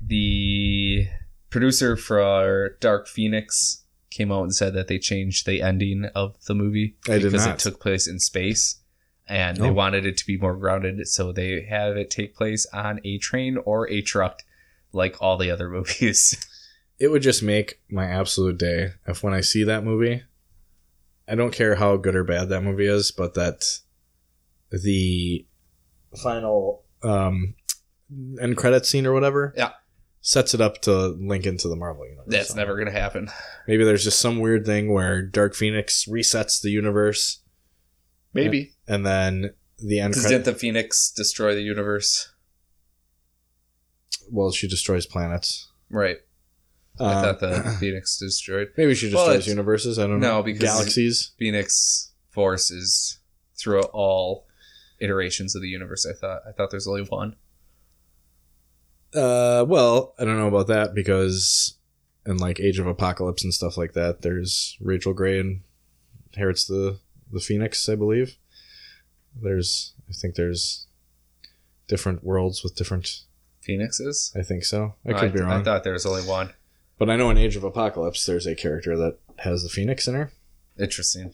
Speaker 2: the producer for Dark Phoenix came out and said that they changed the ending of the movie
Speaker 1: I did
Speaker 2: because
Speaker 1: not.
Speaker 2: it took place in space and they
Speaker 1: Oh.
Speaker 2: wanted it to be more grounded, so they have it take place on a train or a truck, like all the other movies.
Speaker 1: It would just make my absolute day if when I see that movie, I don't care how good or bad that movie is, but that the final um, end credit scene or whatever,
Speaker 2: Yeah.
Speaker 1: sets it up to link into the Marvel universe.
Speaker 2: That's
Speaker 1: So
Speaker 2: never gonna happen.
Speaker 1: Maybe there's just some weird thing where Dark Phoenix resets the universe,
Speaker 2: Maybe
Speaker 1: and then the end
Speaker 2: because
Speaker 1: credit.
Speaker 2: didn't the Phoenix destroy the universe?
Speaker 1: well, she destroys planets.
Speaker 2: Right. I
Speaker 1: Um,
Speaker 2: thought the Phoenix destroyed.
Speaker 1: Maybe she
Speaker 2: Well,
Speaker 1: destroys
Speaker 2: it's-
Speaker 1: universes. I don't know.
Speaker 2: No, because-
Speaker 1: galaxies.
Speaker 2: Phoenix Force is throughout all iterations of the universe. I thought I thought there's only one.
Speaker 1: Uh, well, I don't know about that because in like Age of Apocalypse and stuff like that, there's Rachel Gray and inherits the the Phoenix, I believe. There's, I think there's different worlds with different
Speaker 2: Phoenixes?
Speaker 1: I think so. I
Speaker 2: Oh,
Speaker 1: could be
Speaker 2: th-
Speaker 1: wrong.
Speaker 2: I thought there was only one.
Speaker 1: but I know in Age of Apocalypse, there's a character that has the Phoenix in her.
Speaker 2: Interesting.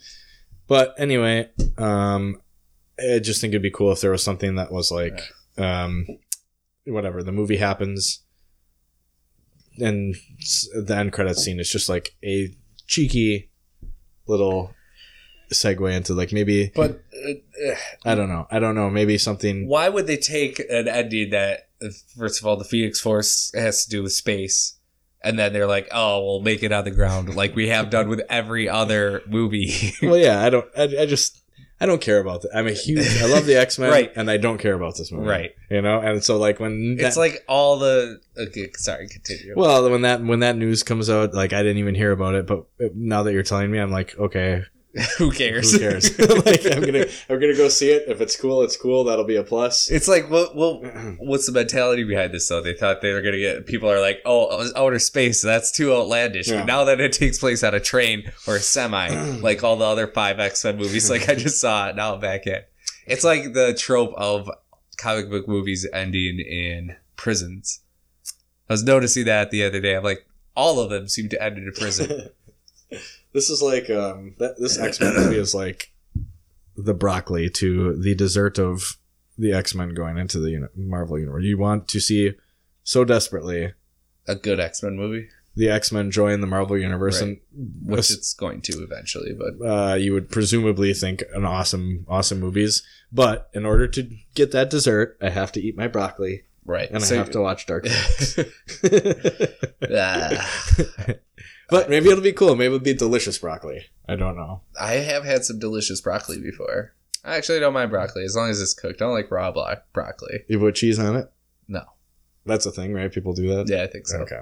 Speaker 1: But anyway, um, I just think it'd be cool if there was something that was like, um, whatever. The movie happens, and s- the end credit scene is just like a cheeky little segue into like maybe
Speaker 2: But uh, uh,
Speaker 1: I don't know, I don't know, maybe something.
Speaker 2: why would they take an ending that, uh, first of all, the Phoenix Force has to do with space, and then they're like, oh, we'll make it on the ground, like we have done with every other movie.
Speaker 1: Well, yeah, I don't. I, I just. I don't care about that. I'm a huge. I love the X Men,
Speaker 2: Right.
Speaker 1: and I don't care about this movie,
Speaker 2: right.
Speaker 1: You know, and so like when
Speaker 2: It's
Speaker 1: that-
Speaker 2: like all the. Okay, sorry, continue.
Speaker 1: Well, when that when that news comes out, like I didn't even hear about it, but now that you're telling me, I'm like, okay,
Speaker 2: who cares?
Speaker 1: who cares? like I'm gonna I'm gonna go see it. If it's cool, it's cool. That'll be a plus.
Speaker 2: It's like, well, well, what's the mentality behind this though? They thought they were gonna get people are like, oh, outer space, that's too outlandish.
Speaker 1: Yeah.
Speaker 2: But now that it takes place on a train or a semi, like all the other five X Men movies, like I just saw it now I'm back in. It's like the trope of comic book movies ending in prisons. I was noticing that the other day. I'm like, all of them seem to end in a prison.
Speaker 1: this is like um that this X Men movie is like the broccoli to the dessert of the X Men going into the uni- Marvel universe. You want to see so desperately
Speaker 2: a good X Men movie,
Speaker 1: the X Men join the Marvel universe,
Speaker 2: Right.
Speaker 1: and
Speaker 2: which it's going to eventually, but
Speaker 1: uh, you would presumably think an awesome, awesome movies. But in order to get that dessert, I have to eat my broccoli
Speaker 2: right.
Speaker 1: and
Speaker 2: So-
Speaker 1: I have to watch Dark Phoenix.
Speaker 2: Ah.
Speaker 1: but maybe it'll be cool. Maybe it'll be delicious broccoli. I don't know.
Speaker 2: I have had some delicious broccoli before. I actually don't mind broccoli as long as it's cooked. I don't like raw bro- broccoli.
Speaker 1: You put cheese on it?
Speaker 2: No.
Speaker 1: That's a thing, right? People do that.
Speaker 2: Yeah, I think so.
Speaker 1: Okay.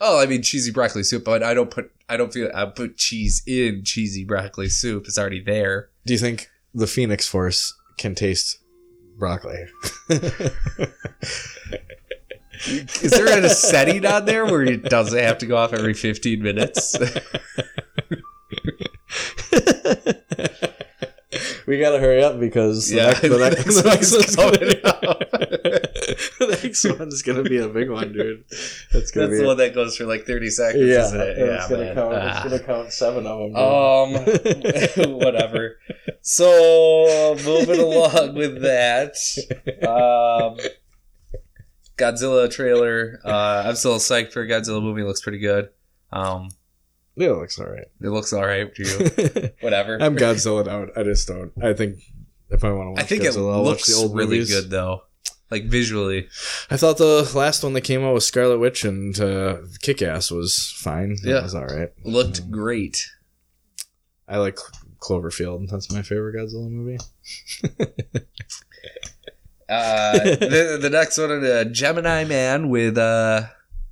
Speaker 2: Oh, I mean cheesy broccoli soup, but I don't put I don't feel I put cheese in cheesy broccoli soup. It's already there.
Speaker 1: Do you think the Phoenix Force can taste broccoli?
Speaker 2: Is there a setting on there where it doesn't have to go off every 15 minutes?
Speaker 1: we gotta hurry up because the
Speaker 2: Yeah,
Speaker 1: next, the
Speaker 2: the
Speaker 1: next, the
Speaker 2: next
Speaker 1: next one's
Speaker 2: one's
Speaker 1: coming
Speaker 2: coming
Speaker 1: up. the next one's gonna be a big one, dude. That's gonna
Speaker 2: That's
Speaker 1: be
Speaker 2: the one that goes for like 30 seconds,
Speaker 1: yeah,
Speaker 2: isn't it?
Speaker 1: and it's, gonna
Speaker 2: man.
Speaker 1: count,
Speaker 2: Ah.
Speaker 1: it's gonna count seven of them.
Speaker 2: Um, whatever. So moving along with that, um, Godzilla trailer. Uh, I'm still psyched for a Godzilla movie. It looks pretty good. Um,
Speaker 1: yeah, it looks all right.
Speaker 2: it looks all right to you. Whatever.
Speaker 1: I'm Godzilla out. I just don't. I think if I want to watch,
Speaker 2: I think it
Speaker 1: Godzilla, I'll watch
Speaker 2: looks
Speaker 1: the old
Speaker 2: really
Speaker 1: movies.
Speaker 2: good though. Like visually,
Speaker 1: I thought the last one that came out with Scarlet Witch and uh, Kick Ass was fine. Yeah,
Speaker 2: Yeah.
Speaker 1: it was all right.
Speaker 2: looked
Speaker 1: Um,
Speaker 2: great.
Speaker 1: I like Cl- Cloverfield. That's my favorite Godzilla movie.
Speaker 2: Uh, the, the next one, uh, Gemini Man with uh,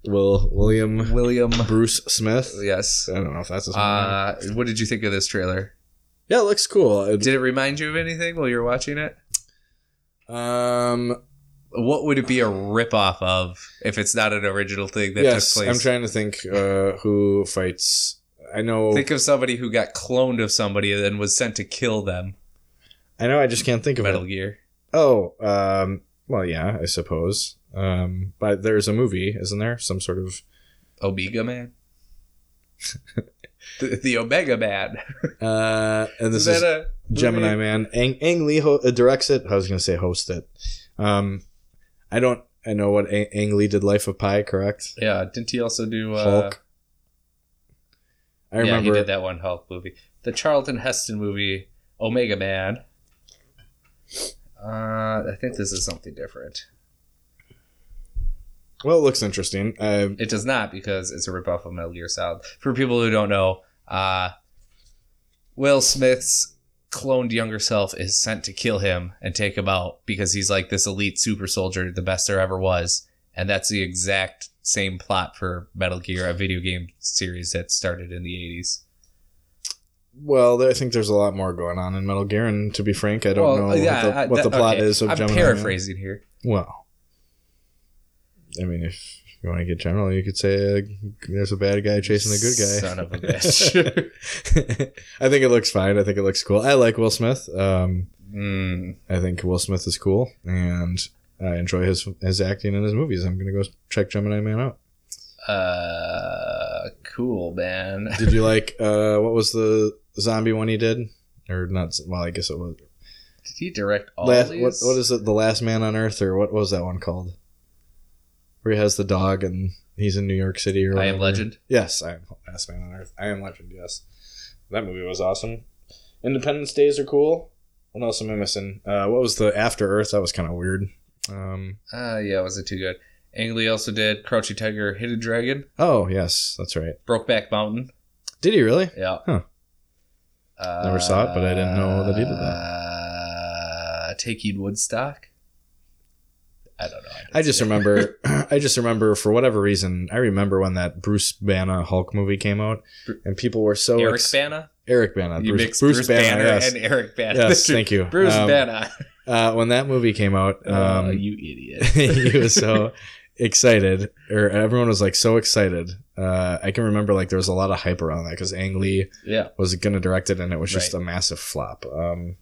Speaker 1: Will William
Speaker 2: William.
Speaker 1: Bruce Smith.
Speaker 2: Yes.
Speaker 1: I don't know if that's his name.
Speaker 2: Uh, what did you think of this trailer?
Speaker 1: Yeah, it looks cool. It-
Speaker 2: Did it remind you of anything while you were watching it?
Speaker 1: um,
Speaker 2: What would it be a ripoff of if it's not an original thing that
Speaker 1: yes,
Speaker 2: took
Speaker 1: I'm
Speaker 2: place?
Speaker 1: trying to think uh, who fights. I know.
Speaker 2: Think of somebody who got cloned of somebody and then was sent to kill them.
Speaker 1: I know. I just can't think of
Speaker 2: Metal
Speaker 1: it.
Speaker 2: Gear.
Speaker 1: Oh, um, well, yeah, I suppose. Um, but there's a movie, isn't there? Some sort of.
Speaker 2: Omega Man. the, the Omega Man.
Speaker 1: Uh, and this
Speaker 2: Is
Speaker 1: is
Speaker 2: that a movie?
Speaker 1: Gemini Man. Ang, Ang Lee ho- uh, directs it. I was going to say host it. Um, I don't. I know what Ang, Ang Lee did. Life of Pi, correct?
Speaker 2: Yeah, didn't he also do uh,
Speaker 1: Hulk. I
Speaker 2: yeah,
Speaker 1: remember.
Speaker 2: he did that one Hulk movie. The Charlton Heston movie, Omega Man. Uh, I think this is something different.
Speaker 1: Well, it looks interesting. Uh,
Speaker 2: It does not because it's a ripoff of Metal Gear Solid. For people who don't know, uh, Will Smith's cloned younger self is sent to kill him and take him out because he's like this elite super soldier, the best there ever was. And that's the exact same plot for Metal Gear, a video game series that started in the 80s.
Speaker 1: well, there- I think there's a lot more going on in Metal Gear, and to be frank, I don't
Speaker 2: Well,
Speaker 1: know
Speaker 2: yeah,
Speaker 1: what the,
Speaker 2: I-
Speaker 1: what the
Speaker 2: that-
Speaker 1: plot
Speaker 2: okay.
Speaker 1: is of
Speaker 2: I'm
Speaker 1: Gemini. Man.
Speaker 2: paraphrasing here.
Speaker 1: Well, I mean, if you want to get general, you could say uh, there's a bad guy chasing a good guy.
Speaker 2: Son of a bitch.
Speaker 1: I think it looks fine. I think it looks cool. I like Will Smith. Um,
Speaker 2: Mm,
Speaker 1: I think Will Smith is cool, and I enjoy his his acting in his movies. I'm gonna go check Gemini Man out.
Speaker 2: Uh, cool, man.
Speaker 1: Did you like uh what was the zombie one he did? Or not? Well, I guess it was.
Speaker 2: Did he direct all
Speaker 1: Last,
Speaker 2: these?
Speaker 1: what, what is it? The Last Man on Earth, or what was that one called? Where he has the dog and he's in New York City, or
Speaker 2: I
Speaker 1: whatever.
Speaker 2: Am Legend.
Speaker 1: Yes, I am Last Man on Earth. I am Legend. Yes, that movie was awesome. Independence Days are cool. What else am I missing? Uh, what was the After Earth? That was kind of weird. Um,
Speaker 2: Uh, yeah, wasn't too good. Ang Lee also did Crouching Tiger, Hidden Dragon,
Speaker 1: oh yes, that's right.
Speaker 2: Brokeback Mountain.
Speaker 1: Did he really?
Speaker 2: Yeah.
Speaker 1: Huh.
Speaker 2: Uh,
Speaker 1: Never saw it, but I didn't know that he did that.
Speaker 2: Uh, Taking Woodstock. I don't know. didn't
Speaker 1: I just
Speaker 2: see it.
Speaker 1: remember. I just remember for whatever reason. I remember when that Bruce Banner Hulk movie came out,
Speaker 2: Bru-
Speaker 1: and people were so
Speaker 2: Eric
Speaker 1: ex-
Speaker 2: Bana.
Speaker 1: Eric Banner.
Speaker 2: You
Speaker 1: Uh, Bruce,
Speaker 2: mix
Speaker 1: Bruce,
Speaker 2: Bruce,
Speaker 1: Banner.
Speaker 2: Banner,
Speaker 1: yes.
Speaker 2: and Eric Bana.
Speaker 1: Yes, thank you,
Speaker 2: Bruce
Speaker 1: Um,
Speaker 2: Banner.
Speaker 1: Uh, when that movie came out,
Speaker 2: Oh,
Speaker 1: um,
Speaker 2: you idiot.
Speaker 1: he was so excited, or everyone was like so excited. Uh, I can remember like there was a lot of hype around that because Ang Lee
Speaker 2: yeah.
Speaker 1: was going to direct it, and it was just
Speaker 2: Right.
Speaker 1: a massive flop. Um,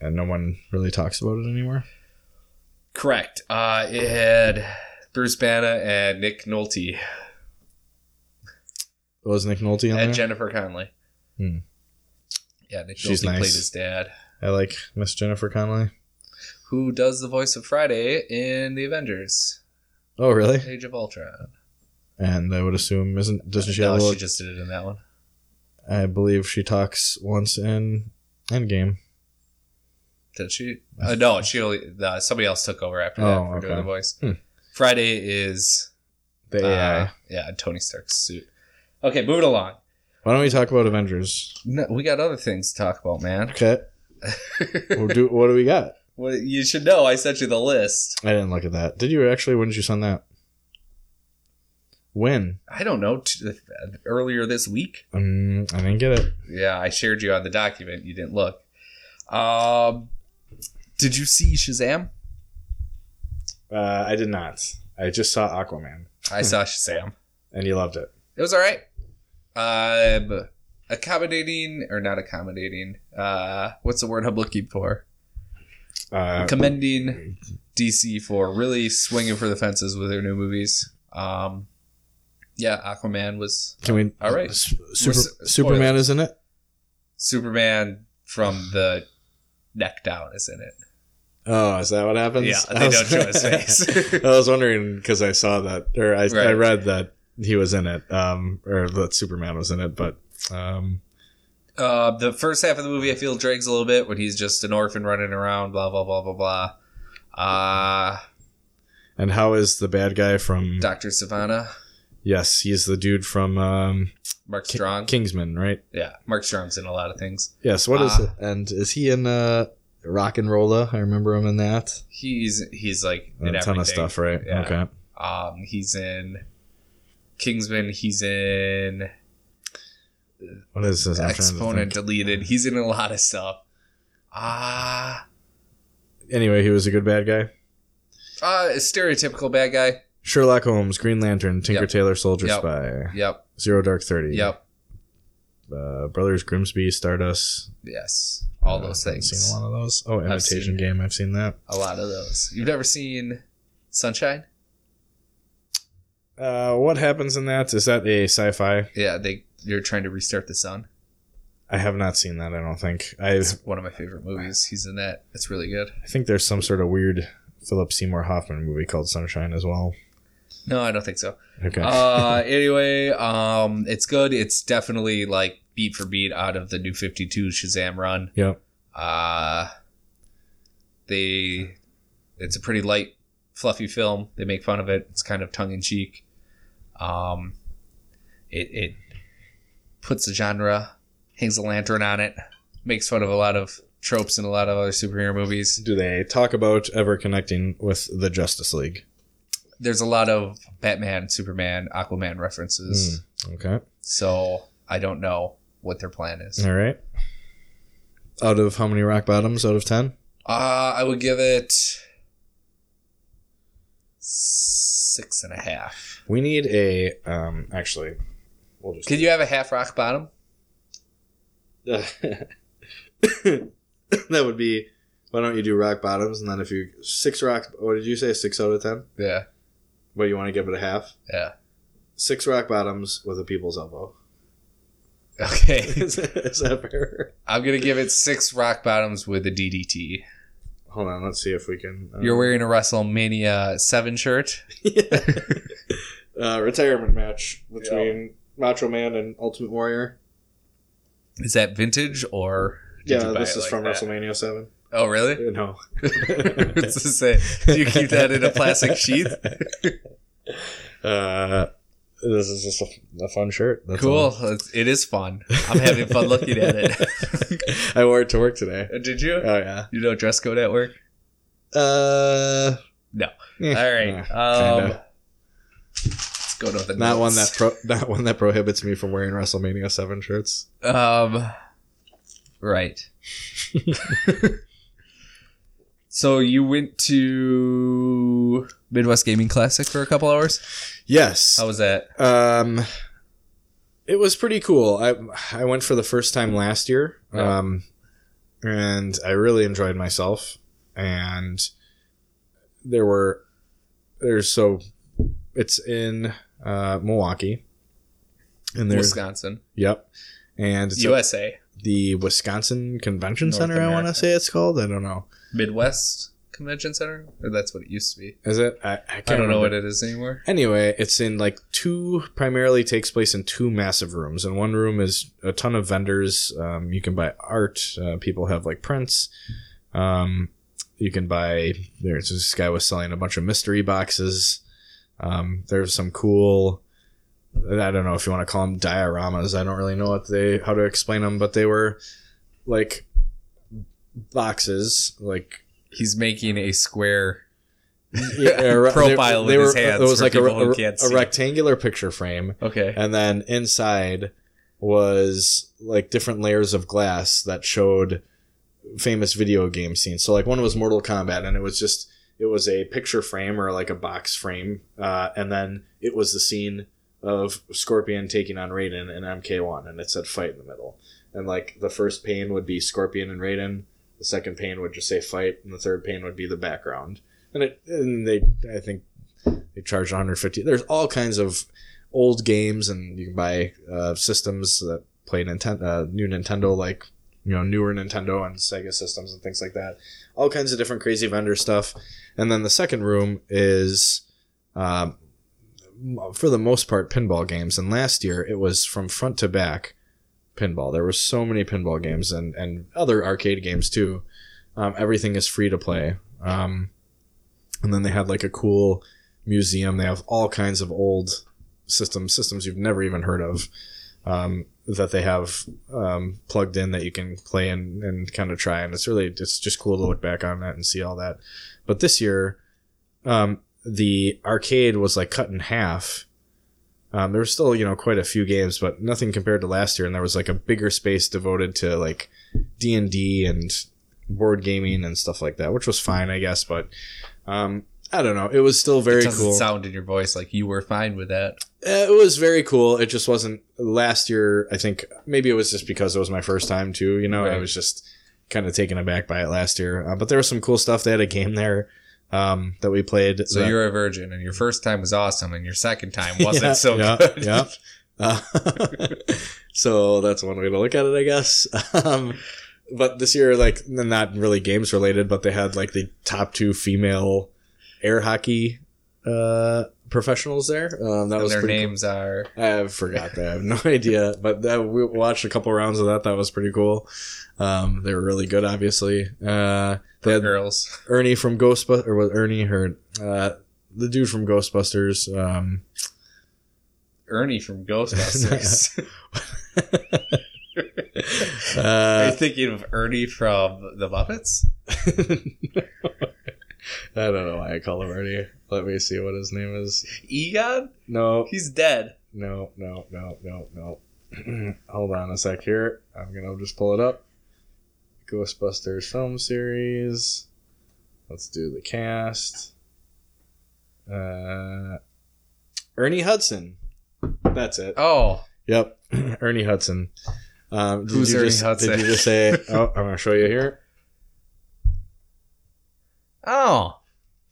Speaker 1: and no one really talks about it anymore.
Speaker 2: Correct. Uh, it had Bruce Banner and Nick Nolte
Speaker 1: Was Nick Nolte on there?
Speaker 2: and Jennifer Connelly.
Speaker 1: Hmm.
Speaker 2: Yeah, Nick
Speaker 1: She's
Speaker 2: Nolte
Speaker 1: nice.
Speaker 2: played his dad,
Speaker 1: I like Miss Jennifer Connelly.
Speaker 2: who does the voice of Friday in the Avengers:
Speaker 1: Oh, really?
Speaker 2: Age of Ultron.
Speaker 1: And I would assume isn't doesn't she have
Speaker 2: Uh, No,
Speaker 1: a
Speaker 2: she
Speaker 1: little-
Speaker 2: just did it in that one.
Speaker 1: I believe she talks once in Endgame.
Speaker 2: Did she? Uh, no, she only uh, somebody else took over after that
Speaker 1: Oh,
Speaker 2: for doing
Speaker 1: okay.
Speaker 2: the voice.
Speaker 1: Hmm.
Speaker 2: Friday is
Speaker 1: They,
Speaker 2: uh,
Speaker 1: uh,
Speaker 2: yeah Tony Stark's suit. Okay, moving along.
Speaker 1: why don't we talk about Avengers?
Speaker 2: No, we got other things to talk about, man.
Speaker 1: Okay. Well, do what do we got?
Speaker 2: well, you should know. I sent you the list.
Speaker 1: I didn't look at that. Did you actually? When did you send that? When?
Speaker 2: I don't know. T- earlier this week.
Speaker 1: Um, I didn't get it.
Speaker 2: Yeah, I shared you on the document. You didn't look. Um, did you see Shazam?
Speaker 1: Uh, I did not. I just saw Aquaman,
Speaker 2: I saw Shazam.
Speaker 1: and you loved it.
Speaker 2: It was all right. Um, accommodating or not accommodating? Uh, what's the word I'm looking for?
Speaker 1: Uh,
Speaker 2: Commending DC for really swinging for the fences with their new movies. Um, yeah, Aquaman was
Speaker 1: can we?
Speaker 2: All right.
Speaker 1: S- Super,
Speaker 2: s- spoilers.
Speaker 1: Superman is in it.
Speaker 2: Superman from the neck down, is in it?
Speaker 1: Oh, is that what happens?
Speaker 2: Yeah,
Speaker 1: I
Speaker 2: they
Speaker 1: was-
Speaker 2: don't show his face.
Speaker 1: I was wondering because I saw that, or I, I
Speaker 2: Right.
Speaker 1: read that he was in it, um, or that Superman was in it, but um,
Speaker 2: Uh, the first half of the movie I feel drags a little bit when he's just an orphan running around, blah blah blah blah blah. Uh,
Speaker 1: and how is the bad guy from?
Speaker 2: Doctor Savannah,
Speaker 1: yes, he's the dude from um,
Speaker 2: Mark
Speaker 1: Ki-
Speaker 2: Strong,
Speaker 1: Kingsman, right?
Speaker 2: yeah, Mark Strong's in a lot of things.
Speaker 1: Yes. What is
Speaker 2: Ah.
Speaker 1: it? And is he in uh, Rock and Rolla? I remember him in that.
Speaker 2: He's he's like
Speaker 1: A
Speaker 2: in
Speaker 1: ton
Speaker 2: everything.
Speaker 1: of stuff, right?
Speaker 2: Yeah.
Speaker 1: Okay.
Speaker 2: Um, he's in Kingsman. He's in
Speaker 1: What is this? I'm trying to
Speaker 2: Exponent
Speaker 1: think.
Speaker 2: Deleted. He's in a lot of stuff. Ah,
Speaker 1: Anyway, he was a good bad guy.
Speaker 2: uh, stereotypical bad guy.
Speaker 1: Sherlock Holmes, Green Lantern, Tinker
Speaker 2: Yep.
Speaker 1: Tailor Soldier
Speaker 2: Yep.
Speaker 1: Spy,
Speaker 2: Yep,
Speaker 1: Zero Dark Thirty,
Speaker 2: yep,
Speaker 1: uh, Brothers Grimsby, Stardust.
Speaker 2: yes, all
Speaker 1: Uh,
Speaker 2: those
Speaker 1: I haven't
Speaker 2: things.
Speaker 1: Seen a lot of those. Oh,
Speaker 2: seen
Speaker 1: Imitation
Speaker 2: it.
Speaker 1: Game. I've seen that.
Speaker 2: a lot of those. You've never seen Sunshine?
Speaker 1: Uh, what happens in that? Is that a sci-fi?
Speaker 2: Yeah, they you're trying to restart the sun.
Speaker 1: I have not seen that. I don't think. I
Speaker 2: It's one of my favorite movies. He's in that. It's really good.
Speaker 1: I think there's some sort of weird Philip Seymour Hoffman movie called Sunshine as well.
Speaker 2: No, I don't think so.
Speaker 1: Okay.
Speaker 2: Uh, anyway, um, it's good. It's definitely like beat for beat out of the new 52 Shazam run.
Speaker 1: yep.
Speaker 2: Uh, they, it's a pretty light, fluffy film. They make fun of it. It's kind of tongue in cheek. Um, it, it puts a genre, hangs a lantern on it, makes fun of a lot of tropes in a lot of other superhero movies.
Speaker 1: do they talk about ever connecting with the Justice League?
Speaker 2: there's a lot of Batman, Superman, Aquaman references.
Speaker 1: Okay.
Speaker 2: So I don't know what their plan is.
Speaker 1: All right. Out of how many rock bottoms out of 10?
Speaker 2: Uh, I would give it six and a half.
Speaker 1: We need a um actually we'll just
Speaker 2: Could you have a half rock bottom?
Speaker 1: that would be Why don't you do rock bottoms and then if you six rock? What did you say? Six out of ten.
Speaker 2: Yeah.
Speaker 1: What you want to give it a half?
Speaker 2: Yeah.
Speaker 1: Six rock bottoms with a people's elbow.
Speaker 2: Okay.
Speaker 1: is, is that fair?
Speaker 2: I'm gonna give it six rock bottoms with a DDT.
Speaker 1: Hold on, let's see if we can. uh,
Speaker 2: You're wearing a WrestleMania seven shirt.
Speaker 1: uh, retirement match between Macho Man and Ultimate Warrior.
Speaker 2: Is that vintage or? did
Speaker 1: yeah,
Speaker 2: you buy
Speaker 1: this
Speaker 2: it
Speaker 1: is
Speaker 2: like
Speaker 1: from
Speaker 2: that?
Speaker 1: WrestleMania Seven.
Speaker 2: Oh, really?
Speaker 1: No,
Speaker 2: It's the same. Do you keep that in a plastic sheath?
Speaker 1: Uh, this is just a, a fun shirt. That's
Speaker 2: cool.
Speaker 1: all.
Speaker 2: It's- It is fun. I'm having fun looking at it. Uh,
Speaker 1: I wore it to work today.
Speaker 2: Did you?
Speaker 1: Oh yeah.
Speaker 2: you know dress code at work?
Speaker 1: Uh,
Speaker 2: No.
Speaker 1: eh,
Speaker 2: All right.
Speaker 1: nah,
Speaker 2: um,
Speaker 1: kinda.
Speaker 2: let's go to the
Speaker 1: not one that
Speaker 2: notes.
Speaker 1: pro- not one that prohibits me from wearing WrestleMania Seven shirts.
Speaker 2: Um, right. so you went to Midwest Gaming Classic for a couple hours.
Speaker 1: Yes.
Speaker 2: How was that?
Speaker 1: Um, it was pretty cool. I I went for the first time last year,
Speaker 2: Yeah.
Speaker 1: um, and I really enjoyed myself. And there were there's so it's in uh, Milwaukee, and there's
Speaker 2: Wisconsin,
Speaker 1: yep, and it's at
Speaker 2: USA,
Speaker 1: the Wisconsin Convention
Speaker 2: North
Speaker 1: Center. I want to
Speaker 2: America.
Speaker 1: say it's called. I don't know.
Speaker 2: Midwest Convention Center, or that's what it used to be.
Speaker 1: Is it? I, I can't
Speaker 2: I don't know
Speaker 1: remember.
Speaker 2: what it is anymore.
Speaker 1: Anyway, it's in like two primarily takes place in two massive rooms, and one room is a ton of vendors. Um, you can buy art. Uh, people have like prints. Um, you can buy. There's this guy was selling a bunch of mystery boxes. Um, there's some cool. I don't know if you want to call them dioramas. I don't really know what they how to explain them, but they were like boxes, like
Speaker 2: He's making a square.
Speaker 1: yeah, a re-
Speaker 2: Profile with his hands
Speaker 1: uh, It was
Speaker 2: for
Speaker 1: like a,
Speaker 2: people who
Speaker 1: re- a,
Speaker 2: can't
Speaker 1: a
Speaker 2: see.
Speaker 1: rectangular picture frame,
Speaker 2: Okay.
Speaker 1: and then inside was like different layers of glass that showed famous video game scenes. So like one was Mortal Kombat, and it was just it was a picture frame or like a box frame, uh, and then it was the scene of Scorpion taking on Raiden in MK1, and it said fight in the middle. And like the first pane would be Scorpion and Raiden, the second pane would just say fight, and the third pane would be the background. And it and they I think they charged 150. There's all kinds of old games, and you can buy uh, systems that play Nintendo, uh, new Nintendo, like you know newer Nintendo and Sega systems and things like that. All kinds of different crazy vendor stuff. And then the second room is, um, for the most part, pinball games. And last year it was from front to back pinball. There were so many pinball games and, and other arcade games too. Um, everything is free to play. Um, and then they had like a cool museum. They have all kinds of old systems, systems you've never even heard of, um, that they have um, plugged in that you can play and, and kind of try. And it's really, it's just cool to look back on that and see all that. But this year, um, the arcade was like cut in half. Um, there were still, you know, quite a few games, but nothing compared to last year. And there was like a bigger space devoted to like D and D and board gaming and stuff like that, which was fine, I guess. But um, I don't know. It was still
Speaker 2: It
Speaker 1: very
Speaker 2: doesn't
Speaker 1: cool.
Speaker 2: sound in your voice like you were fine with that.
Speaker 1: Uh, it was very cool. It just wasn't last year. I think maybe it was just because it was my first time too. You know, I
Speaker 2: Right.
Speaker 1: was just kind of taken aback by it last year. Uh, but there was some cool stuff. They had a game there um, that we played.
Speaker 2: So
Speaker 1: that-
Speaker 2: you're a virgin, and your first time was awesome, and your second time wasn't
Speaker 1: Yeah,
Speaker 2: so
Speaker 1: yeah,
Speaker 2: good.
Speaker 1: yeah. Uh, so that's one way to look at it, I guess. Um, but this year, like, n- not really games related, but they had like the top two female air hockey uh, professionals there. Um, that
Speaker 2: and
Speaker 1: was
Speaker 2: their
Speaker 1: pretty cool.
Speaker 2: names are
Speaker 1: I forgot that. I have no idea. But that, we watched a couple rounds of that. That was pretty cool. Um, they were really good, obviously. Uh, they had
Speaker 2: girls.
Speaker 1: Ernie from Ghostbusters, or was Ernie her? Uh, the dude from Ghostbusters. Um,
Speaker 2: Ernie from Ghostbusters. Are
Speaker 1: uh,
Speaker 2: you thinking of Ernie from The Muppets?
Speaker 1: I don't know why I call him Ernie. Let me see what his name is.
Speaker 2: Egon?
Speaker 1: No,
Speaker 2: He's dead.
Speaker 1: no, no, no, no, no. Hold on a sec here. I'm gonna just pull it up. Ghostbusters film series. Let's do the cast. Uh, Ernie Hudson. That's it.
Speaker 2: Oh,
Speaker 1: Yep, Ernie Hudson. Um, did
Speaker 2: Who's
Speaker 1: you
Speaker 2: Ernie
Speaker 1: just,
Speaker 2: Hudson?
Speaker 1: Did you just say? Oh, I'm gonna show you here.
Speaker 2: Oh,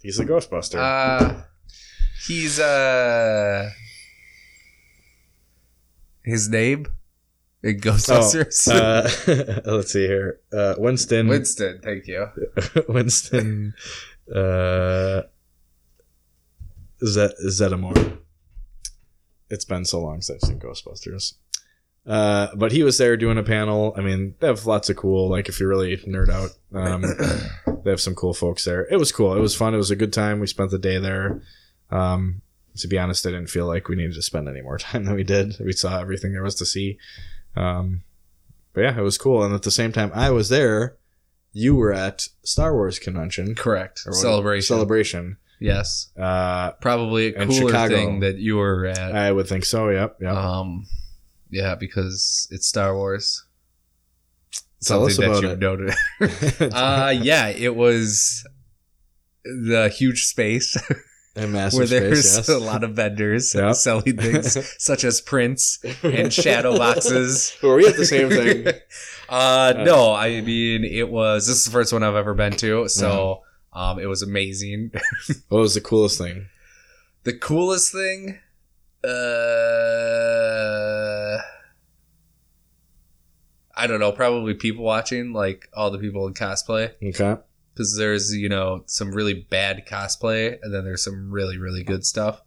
Speaker 1: He's a Ghostbuster.
Speaker 2: uh, he's uh, his name in Ghostbusters.
Speaker 1: Oh, Uh, let's see here. Uh, Winston.
Speaker 2: Winston, thank you.
Speaker 1: Winston. Uh, Z- Zetamore. It's been so long since I've seen Ghostbusters. Uh, but he was there doing a panel. I mean, they have lots of cool, like, if you really nerd out, um, they have some cool folks there. It was cool. It was fun. It was a good time. We spent the day there. Um, to be honest, I didn't feel like we needed to spend any more time than we did. We saw everything there was to see. Um, but yeah, it was cool. And at the same time, I was there. You were at Star Wars convention
Speaker 2: Correct.
Speaker 1: or what-
Speaker 2: Celebration.
Speaker 1: celebration.
Speaker 2: yes.
Speaker 1: Uh,
Speaker 2: Probably a
Speaker 1: In
Speaker 2: cooler
Speaker 1: Chicago.
Speaker 2: thing that you were at.
Speaker 1: I would think so. Yep. Yep.
Speaker 2: Um, yeah, because it's Star Wars.
Speaker 1: Tell us about
Speaker 2: you've
Speaker 1: it.
Speaker 2: noted. uh, yeah, it was the huge space
Speaker 1: and massive
Speaker 2: where there's
Speaker 1: space, yes.
Speaker 2: a lot of vendors
Speaker 1: Yep.
Speaker 2: selling things such as prints and shadow boxes.
Speaker 1: Were we at the same thing?
Speaker 2: uh, no, I mean it was. This is the first one I've ever been to, so um, it was amazing.
Speaker 1: What was the coolest thing?
Speaker 2: The coolest thing, uh, I don't know, probably people watching, like all the people in cosplay,
Speaker 1: Okay.
Speaker 2: because there's you know some really bad cosplay, and then there's some really really good stuff.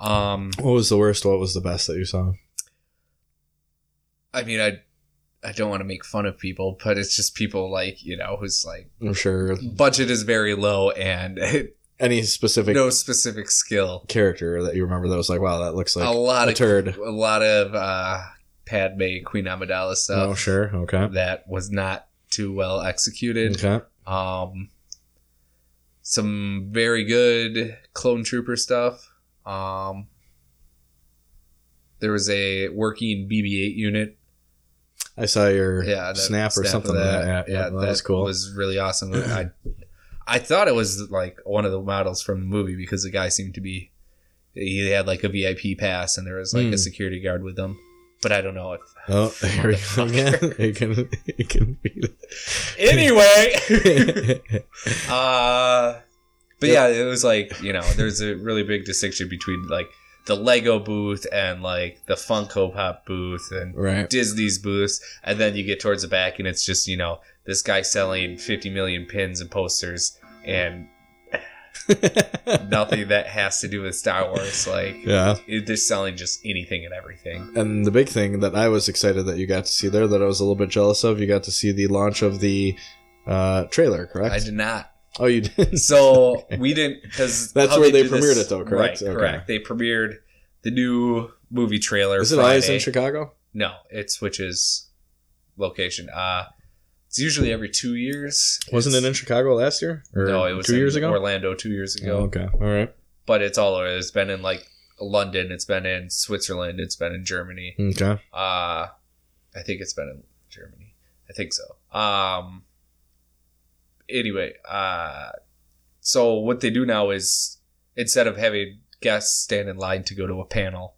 Speaker 2: Um,
Speaker 1: What was the worst? What was the best that you saw?
Speaker 2: I mean, I I don't want to make fun of people, but it's just people like you know who's like
Speaker 1: I'm sure
Speaker 2: budget is very low and
Speaker 1: any specific
Speaker 2: no specific skill.
Speaker 1: character that you remember that was like, wow, that looks like
Speaker 2: a lot
Speaker 1: a
Speaker 2: of
Speaker 1: turd.
Speaker 2: a lot of uh, Padme Queen Amidala stuff.
Speaker 1: Oh, sure. Okay.
Speaker 2: that was not too well executed.
Speaker 1: Okay.
Speaker 2: Um, some very good clone trooper stuff. Um, there was a working BB-8 unit.
Speaker 1: I saw your
Speaker 2: Yeah, that-
Speaker 1: snap or
Speaker 2: of
Speaker 1: something. like that. Yeah, yeah, that, was cool.
Speaker 2: Was really awesome. I I thought it was like one of the models from the movie because the guy seemed to be he had like a VIP pass and there was like
Speaker 1: Hmm.
Speaker 2: a security guard with him. But I don't know if
Speaker 1: oh, here we go again. It can, it can be.
Speaker 2: anyway. Uh, but yeah, it was like you know, there's a really big distinction between like the Lego booth and like the Funko Pop booth and
Speaker 1: right.
Speaker 2: Disney's booth, and then you get towards the back and it's just you know this guy selling 50 million pins and posters and nothing that has to do with Star Wars. Like
Speaker 1: yeah.
Speaker 2: it, they're selling just anything and everything.
Speaker 1: And the big thing that I was excited that you got to see there, that I was a little bit jealous of, you got to see the launch of the uh, trailer, correct?
Speaker 2: I did not
Speaker 1: Oh, you did.
Speaker 2: So we didn't because
Speaker 1: That's where they premiered it, though, correct?
Speaker 2: Right,
Speaker 1: Okay.
Speaker 2: correct. They premiered the new movie trailer.
Speaker 1: Is it
Speaker 2: Friday.
Speaker 1: always in Chicago?
Speaker 2: No, it switches location. Uh it's usually every two years.
Speaker 1: Wasn't it
Speaker 2: It's-
Speaker 1: in Chicago last year? Or
Speaker 2: no, it was
Speaker 1: two
Speaker 2: in
Speaker 1: years ago.
Speaker 2: Orlando two years
Speaker 1: Oh,
Speaker 2: ago.
Speaker 1: okay, all right.
Speaker 2: But it's all over. It's been in like London. It's been in Switzerland. It's been in Germany.
Speaker 1: Okay,
Speaker 2: Uh, I think it's been in Germany. I think so. Um, anyway, uh, so what they do now is instead of having guests stand in line to go to a panel,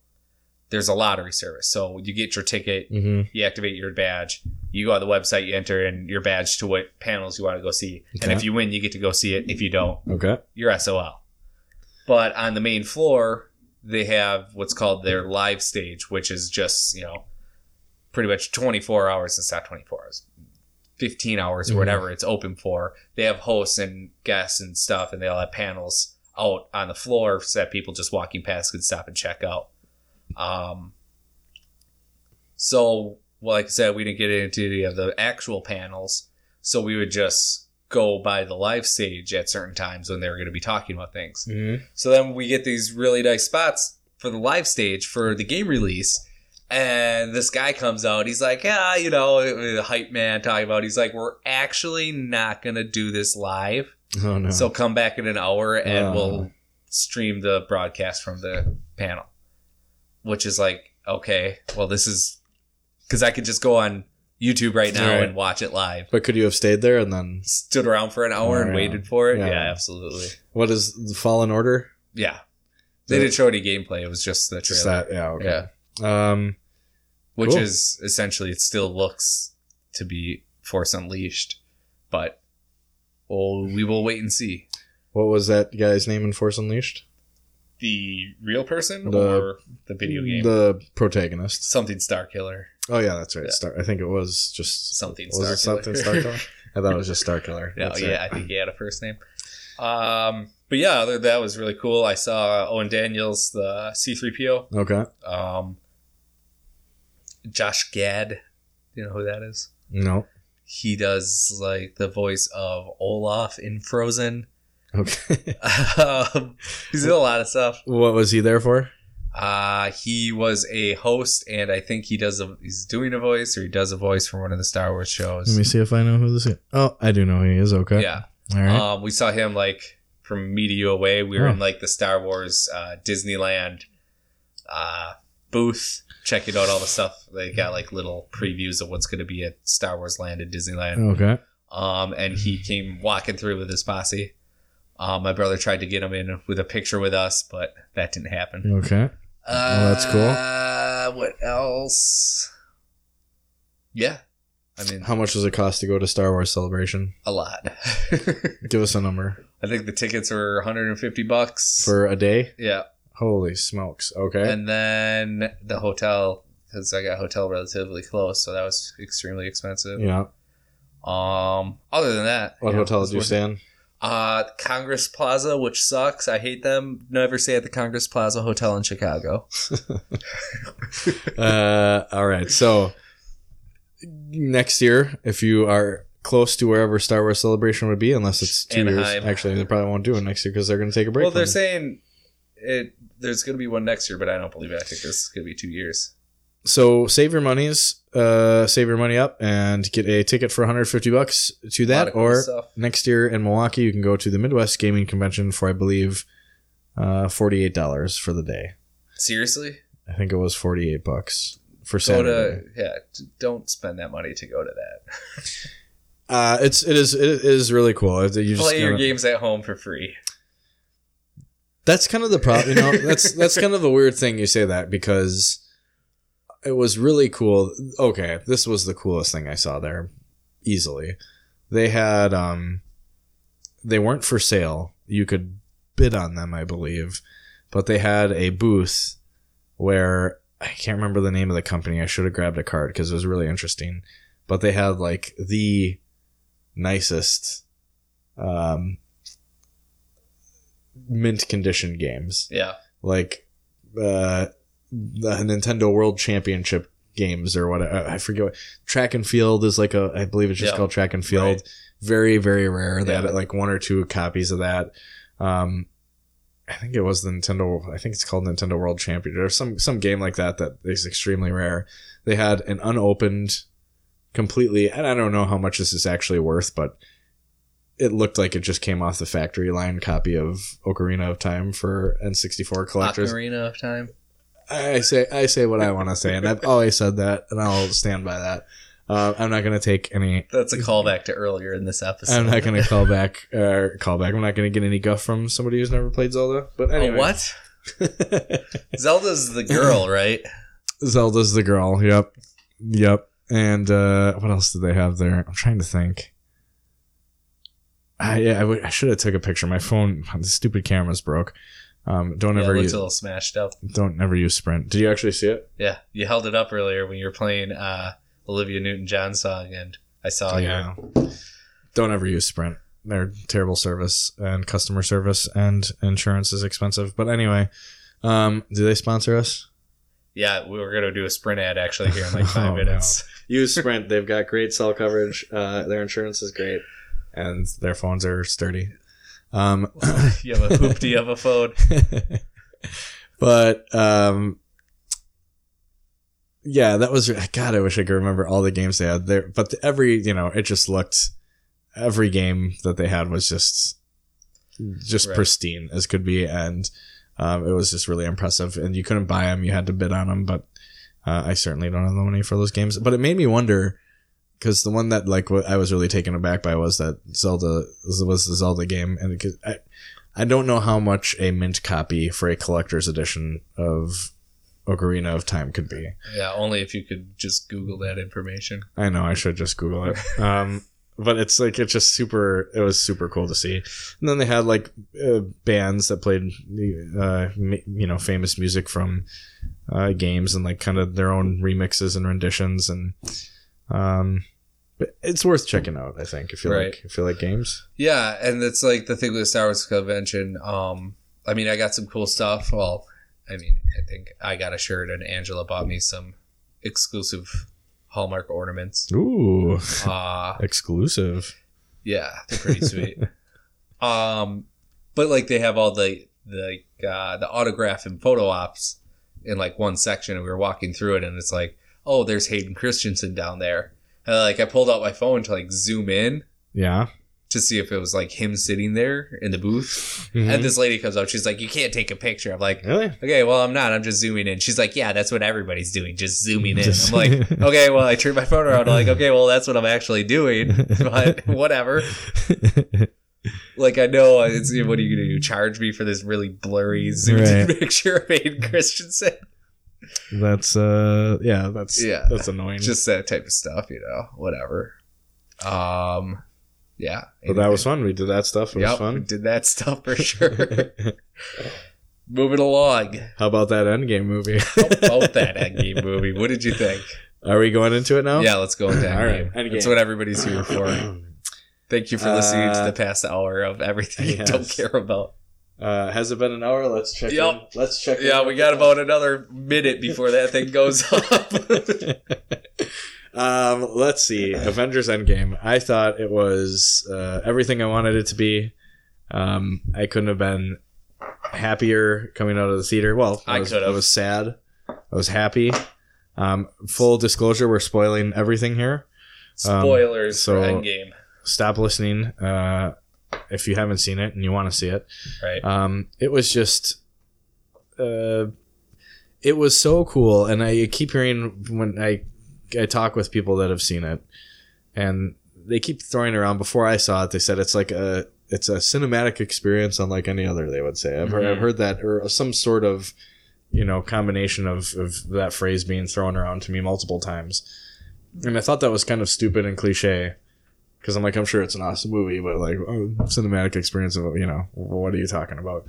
Speaker 2: there's a lottery service. So you get your ticket,
Speaker 1: mm-hmm.
Speaker 2: you activate your badge, you go on the website, you enter in your badge to what panels you want to go see. And
Speaker 1: Okay.
Speaker 2: if you win, you get to go see it. If you don't,
Speaker 1: okay,
Speaker 2: your SOL. But on the main floor, they have what's called their live stage, which is just, you know, pretty much 24 hours. It's not 24 hours, 15 hours or
Speaker 1: Mhm.
Speaker 2: whatever it's open for. They have hosts and guests and stuff, and they'll have panels out on the floor so that people just walking past could stop and check out. Um, so, well, like I said, we didn't get into any of the actual panels. So we would just go by the live stage at certain times when they were going to be talking about things.
Speaker 1: mm-hmm.
Speaker 2: So then we get these really nice spots for the live stage for the game release. And this guy comes out. He's like, yeah, you know, the hype man talking about. He's like, we're actually not going to do this live.
Speaker 1: oh no.
Speaker 2: So come back in an hour and
Speaker 1: Uh.
Speaker 2: we'll stream the broadcast from the panel. Which is like, okay, well, this is because I could just go on YouTube right now
Speaker 1: Right.
Speaker 2: and watch it live
Speaker 1: but could you have stayed there and then
Speaker 2: stood around for an hour
Speaker 1: Oh,
Speaker 2: and
Speaker 1: yeah.
Speaker 2: waited for it.
Speaker 1: Yeah.
Speaker 2: Yeah. absolutely.
Speaker 1: what is the Fallen Order?
Speaker 2: Yeah. They
Speaker 1: Yeah.
Speaker 2: didn't show any gameplay. It was just the trailer,
Speaker 1: Just that, yeah, okay. Yeah. Um,
Speaker 2: which
Speaker 1: Cool.
Speaker 2: is essentially it still looks to be Force Unleashed, but Well, we will wait and see.
Speaker 1: What was that guy's name in Force Unleashed?
Speaker 2: The real person
Speaker 1: The-
Speaker 2: or the video game?
Speaker 1: The protagonist.
Speaker 2: something Star Killer.
Speaker 1: Oh yeah, that's right.
Speaker 2: Yeah.
Speaker 1: Star. I think it was just
Speaker 2: Something
Speaker 1: Was it
Speaker 2: Star
Speaker 1: something
Speaker 2: Killer.
Speaker 1: Star Killer? I thought it was just Star Killer.
Speaker 2: No,
Speaker 1: That's
Speaker 2: yeah,
Speaker 1: right.
Speaker 2: I think he had a first name. Um, but yeah, other, that was really cool. I saw Owen Daniels, the C3PO.
Speaker 1: Okay.
Speaker 2: Um, Josh Gad, you know who that is?
Speaker 1: No.
Speaker 2: He does like the voice of Olaf in Frozen.
Speaker 1: Okay.
Speaker 2: um, he's in a lot of stuff.
Speaker 1: what was he there for?
Speaker 2: Uh, he was a host, and I think he does a he's doing a voice or he does a voice for one of the Star Wars
Speaker 1: Let me
Speaker 2: shows.
Speaker 1: see if I know who this is. Oh, I do know who he is. Okay.
Speaker 2: Yeah.
Speaker 1: All right.
Speaker 2: Um, we saw him like from Media Away. We were in like the Star Wars uh, Disneyland uh, booth, checking out all the stuff. They got like little previews of what's going to be at Star Wars Land at Disneyland.
Speaker 1: okay.
Speaker 2: Um, and he came walking through with his posse. Um, my brother tried to get him in with a picture with us, but that didn't happen.
Speaker 1: Okay. Mm. Well, that's cool.
Speaker 2: Uh, what else? Yeah, I mean,
Speaker 1: How much does it cost to go to Star Wars Celebration?
Speaker 2: a lot.
Speaker 1: Give us a number
Speaker 2: I think the tickets were 150 bucks
Speaker 1: for a day.
Speaker 2: yeah,
Speaker 1: Holy smokes. Okay.
Speaker 2: and then the hotel because I got hotel relatively close, so that was extremely expensive.
Speaker 1: yeah.
Speaker 2: Um, other than that,
Speaker 1: What
Speaker 2: uh, yeah,
Speaker 1: hotel did
Speaker 2: it
Speaker 1: you
Speaker 2: was
Speaker 1: stay in?
Speaker 2: Uh, Congress Plaza, which sucks. I hate them. Never stay at the Congress Plaza Hotel in Chicago.
Speaker 1: uh, all right. So next year, if you are close to wherever Star Wars Celebration would be, unless it's two years,
Speaker 2: Anaheim.
Speaker 1: actually, they probably won't do it next year because they're going to take a break.
Speaker 2: well, they're
Speaker 1: from it.
Speaker 2: saying it. There's going to be one next year, but I don't believe it. I think this is going to be two years.
Speaker 1: so save your monies, uh, save your money up, and get a ticket for 150 bucks to
Speaker 2: A lot of
Speaker 1: that.
Speaker 2: cool
Speaker 1: Or
Speaker 2: stuff.
Speaker 1: next year in Milwaukee, you can go to the Midwest Gaming Convention for, I believe, uh, 48 dollars for the day.
Speaker 2: seriously,
Speaker 1: I think it was 48 bucks for
Speaker 2: go
Speaker 1: Saturday.
Speaker 2: to yeah. d- Don't spend that money to go to that.
Speaker 1: Uh, it's it is it is really cool. You just
Speaker 2: Play your
Speaker 1: gotta-
Speaker 2: games at home for free.
Speaker 1: That's kind of the problem. You know, that's that's kind of a weird thing you say that because it was really cool. Okay, this was the coolest thing I saw there, easily. They had um, they weren't for sale. You could bid on them, I believe, but they had a booth where I can't remember the name of the company. I should have grabbed a card because it was really interesting. But they had like the nicest um, mint condition games
Speaker 2: Yeah,
Speaker 1: like uh, the Nintendo World Championship games or what I I forget. What, track and field is like a I believe it's just
Speaker 2: Yeah.
Speaker 1: called track and field.
Speaker 2: Right.
Speaker 1: Very very rare. They
Speaker 2: Yeah.
Speaker 1: had like one or two copies of that. Um, I think it was the Nintendo. I think it's called Nintendo World Championship or some some game like that that is extremely rare. They had an unopened, completely. And I don't know how much this is actually worth, but it looked like it just came off the factory line copy of Ocarina of Time for N64 collectors.
Speaker 2: Ocarina of Time.
Speaker 1: I say I say what I want to say, and I've always said that, and I'll stand by that. Uh, I'm not going to take any.
Speaker 2: That's a callback to earlier in this episode.
Speaker 1: I'm not going to call back. Uh, call back. I'm not going to get any guff from somebody who's never played Zelda. But
Speaker 2: Oh,
Speaker 1: anyway,
Speaker 2: what?
Speaker 1: what?
Speaker 2: Zelda's the girl, right?
Speaker 1: Zelda's the girl. Yep, yep. And uh, what else did they have there? I'm trying to think. I, yeah, I would- I should have took a picture. My phone, the stupid camera's broke. Um, don't
Speaker 2: Yeah, it
Speaker 1: ever
Speaker 2: looks
Speaker 1: use,
Speaker 2: a little smashed up.
Speaker 1: don't ever use Sprint. Did you actually see it?
Speaker 2: Yeah, you held it up earlier when you were playing uh, Olivia Newton-John song, and I
Speaker 1: Oh,
Speaker 2: saw your
Speaker 1: Don't ever use Sprint. They're terrible service and customer service and insurance is expensive. But anyway, um, do they sponsor us?
Speaker 2: yeah. We were gonna do a sprint ad actually here in like five
Speaker 1: Oh, no.
Speaker 2: minutes.
Speaker 1: Use Sprint. They've got great cell coverage. Uh, their insurance is great, and their phones are sturdy. Um,
Speaker 2: you have a hoopty of a phone.
Speaker 1: but um, yeah, that was God. I wish I could remember all the games they had there. But every you know, it just looked every game that they had was just just
Speaker 2: Right.
Speaker 1: pristine as could be, and um, it was just really impressive. And you couldn't buy them; you had to bid on them. But uh, I certainly don't have the money for those games. But it made me wonder. Because the one that like what I was really taken aback by was that Zelda was the Zelda game, and because I, I don't know how much a mint copy for a collector's edition of Ocarina of Time could be.
Speaker 2: Yeah, only if you could just Google that information.
Speaker 1: I know I should just Google it. Um, but it's like it's just super. It was super cool to see. And then they had like uh, bands that played, uh, m- you know, famous music from uh, games and like kind of their own remixes and renditions. And um, but it's worth checking out. I think if you
Speaker 2: Right.
Speaker 1: like if you like games.
Speaker 2: Yeah, and it's like the thing with the Star Wars convention. Um, I mean, I got some cool stuff. Well, I mean, I think I got a shirt, and Angela bought me some exclusive Hallmark ornaments.
Speaker 1: Ooh,
Speaker 2: Uh,
Speaker 1: exclusive.
Speaker 2: yeah, they're pretty sweet. um, but like they have all the the uh, the autograph and photo ops in like one section, and we were walking through it, and it's like, oh, there's Hayden Christensen down there. And like I pulled out my phone to like zoom in
Speaker 1: Yeah.
Speaker 2: to see if it was like him sitting there in the booth.
Speaker 1: Mhm.
Speaker 2: And this lady comes up. She's like, "You can't take a picture." I'm like,
Speaker 1: really?
Speaker 2: "Okay, well, I'm not. I'm just zooming in." She's like, "Yeah, that's what everybody's doing, just zooming in."
Speaker 1: Just-
Speaker 2: I'm like, "Okay, well, I turned my phone around. I'm like, okay, well, that's what I'm actually doing, but whatever." Like, I know uh, it's what are you gonna do? Charge me for this really blurry zoomed in
Speaker 1: Right.
Speaker 2: picture of Aiden Christensen?
Speaker 1: That's uh yeah, that's
Speaker 2: Yeah.
Speaker 1: that's annoying.
Speaker 2: Just that type of stuff, you know? Whatever. Um, yeah.
Speaker 1: but that was fun. We did that stuff. It
Speaker 2: Yep,
Speaker 1: was fun.
Speaker 2: Did that stuff for sure. Moving along.
Speaker 1: How about that Endgame movie?
Speaker 2: About that Endgame movie. What did you think?
Speaker 1: Are we going into it now?
Speaker 2: Yeah, let's go with that
Speaker 1: Oh. All
Speaker 2: game.
Speaker 1: right, end
Speaker 2: That's
Speaker 1: game.
Speaker 2: what everybody's here for. Thank you for listening to
Speaker 1: Uh,
Speaker 2: the past hour of everything you don't
Speaker 1: yes.
Speaker 2: care about.
Speaker 1: Uh, has it been an hour? Let's check.
Speaker 2: Yep.
Speaker 1: in. Let's check.
Speaker 2: Yeah,
Speaker 1: in.
Speaker 2: we got about another minute before that thing goes up.
Speaker 1: um, let's see. Avengers Endgame. I thought it was uh, everything I wanted it to be. Um, I couldn't have been happier coming out of the theater. Well,
Speaker 2: I
Speaker 1: was-
Speaker 2: could've.
Speaker 1: I was sad. I was happy. Um, full disclosure: we're spoiling everything here.
Speaker 2: Spoilers
Speaker 1: so-
Speaker 2: for Endgame,
Speaker 1: Stop listening uh, if you haven't seen it and you want to see it.
Speaker 2: right?
Speaker 1: Um, it was just, uh, it was so cool, and I keep hearing when I I talk with people that have seen it, and they keep throwing around. Before I saw it, they said it's like a it's a cinematic experience unlike any other. They would say I've heard, I've
Speaker 2: Mhm.
Speaker 1: heard that or some sort of you know combination of of that phrase being thrown around to me multiple times, and I thought that was kind of stupid and cliche. Because I'm like, I'm sure it's an awesome movie, but like, oh, cinematic experience of, you know, what are you talking about?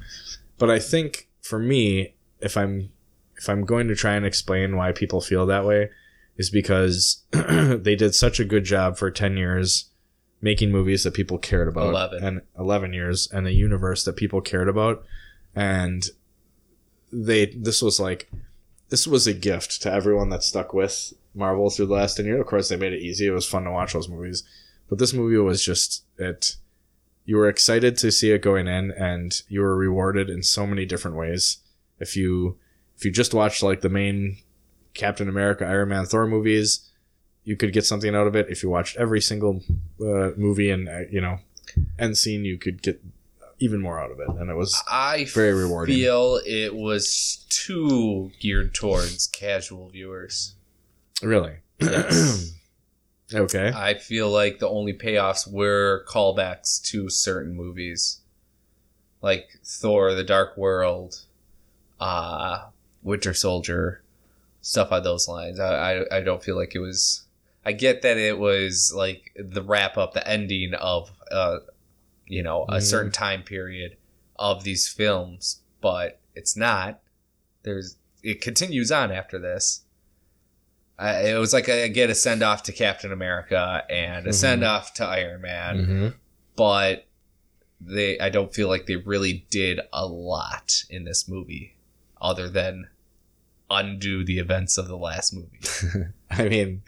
Speaker 1: But I think for me, if I'm if I'm going to try and explain why people feel that way, is because they did such a good job for ten years making movies that people cared about,
Speaker 2: 11.
Speaker 1: and eleven years, and a universe that people cared about, and they this was like this was a gift to everyone that stuck with Marvel through the last ten years. Of course, they made it easy. It was fun to watch those movies, but this movie was just it. You were excited to see it going in, and you were rewarded in so many different ways. If you if you just watched like the main Captain America, Iron Man, Thor movies, you could get something out of it. If you watched every single uh, movie and uh, you know end scene, you could get even more out of it. And it was
Speaker 2: I
Speaker 1: very rewarding.
Speaker 2: feel it was too geared towards casual viewers.
Speaker 1: really
Speaker 2: Yes.
Speaker 1: okay.
Speaker 2: I feel like the only payoffs were callbacks to certain movies, like Thor: The Dark World, uh, Winter Soldier, stuff on those lines. I, I I don't feel like it was. I get that it was like the wrap up, the ending of uh, you know, a
Speaker 1: Mhm.
Speaker 2: certain time period of these films, but it's not. There's it continues on after this. I, it was like I get a send off to Captain America and a
Speaker 1: Mhm.
Speaker 2: send off to Iron Man,
Speaker 1: Mm-hmm.
Speaker 2: but they I don't feel like they really did a lot in this movie, other than undo the events of the last movie.
Speaker 1: I mean,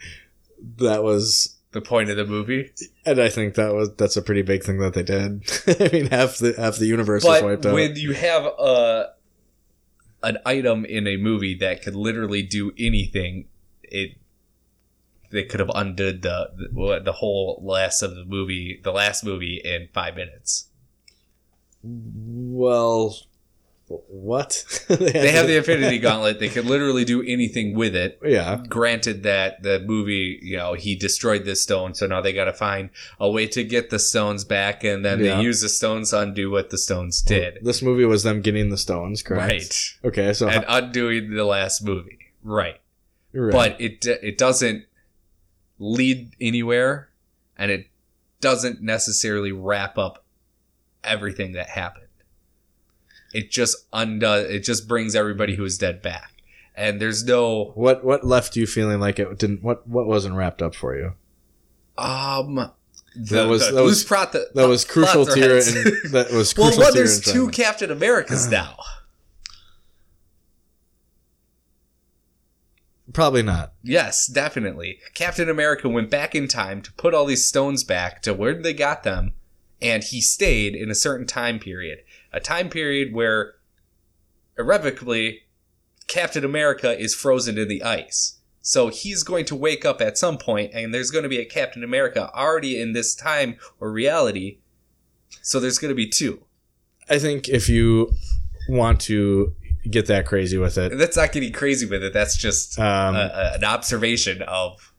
Speaker 1: that was
Speaker 2: the point of the movie,
Speaker 1: And I think that was that's a pretty big thing that they did. I mean, half the half the universe was
Speaker 2: but
Speaker 1: wiped out.
Speaker 2: when you have a an item in a movie that could literally do anything, it they could have undid the the- what- the whole last of the movie, the last movie in five minutes.
Speaker 1: well, what they,
Speaker 2: they have the Infinity Gauntlet. They could literally do anything with it.
Speaker 1: yeah,
Speaker 2: Granted that the movie, you know, he destroyed this stone, so now they got to find a way to get the stones back, and then
Speaker 1: Yeah.
Speaker 2: they use the stones to undo what the stones did.
Speaker 1: This movie was them getting the stones, correct?
Speaker 2: Right,
Speaker 1: Okay, so
Speaker 2: and undoing the last movie. Right,
Speaker 1: right.
Speaker 2: but it it doesn't lead anywhere, and it doesn't necessarily wrap up everything that happened. It just undoes. It just brings everybody who is dead back, and there's no
Speaker 1: What what left you feeling like it didn't? What what wasn't wrapped up for you?
Speaker 2: um. The,
Speaker 1: That was-
Speaker 2: the
Speaker 1: that was-
Speaker 2: loose prot that,
Speaker 1: That was crucial to your. And that was
Speaker 2: well,
Speaker 1: crucial
Speaker 2: well,
Speaker 1: to your
Speaker 2: there's two
Speaker 1: enjoyment.
Speaker 2: Captain Americas now.
Speaker 1: Probably not.
Speaker 2: Yes, definitely. Captain America went back in time to put all these stones back to where they got them, and he stayed in a certain time period. A time period where irrevocably Captain America is frozen in the ice. So he's going to wake up at some point, and there's going to be a Captain America already in this time or reality. So there's going to be two.
Speaker 1: I think if you want to get that crazy with it,
Speaker 2: And that's not getting crazy with it. That's just
Speaker 1: um,
Speaker 2: a- a- an observation of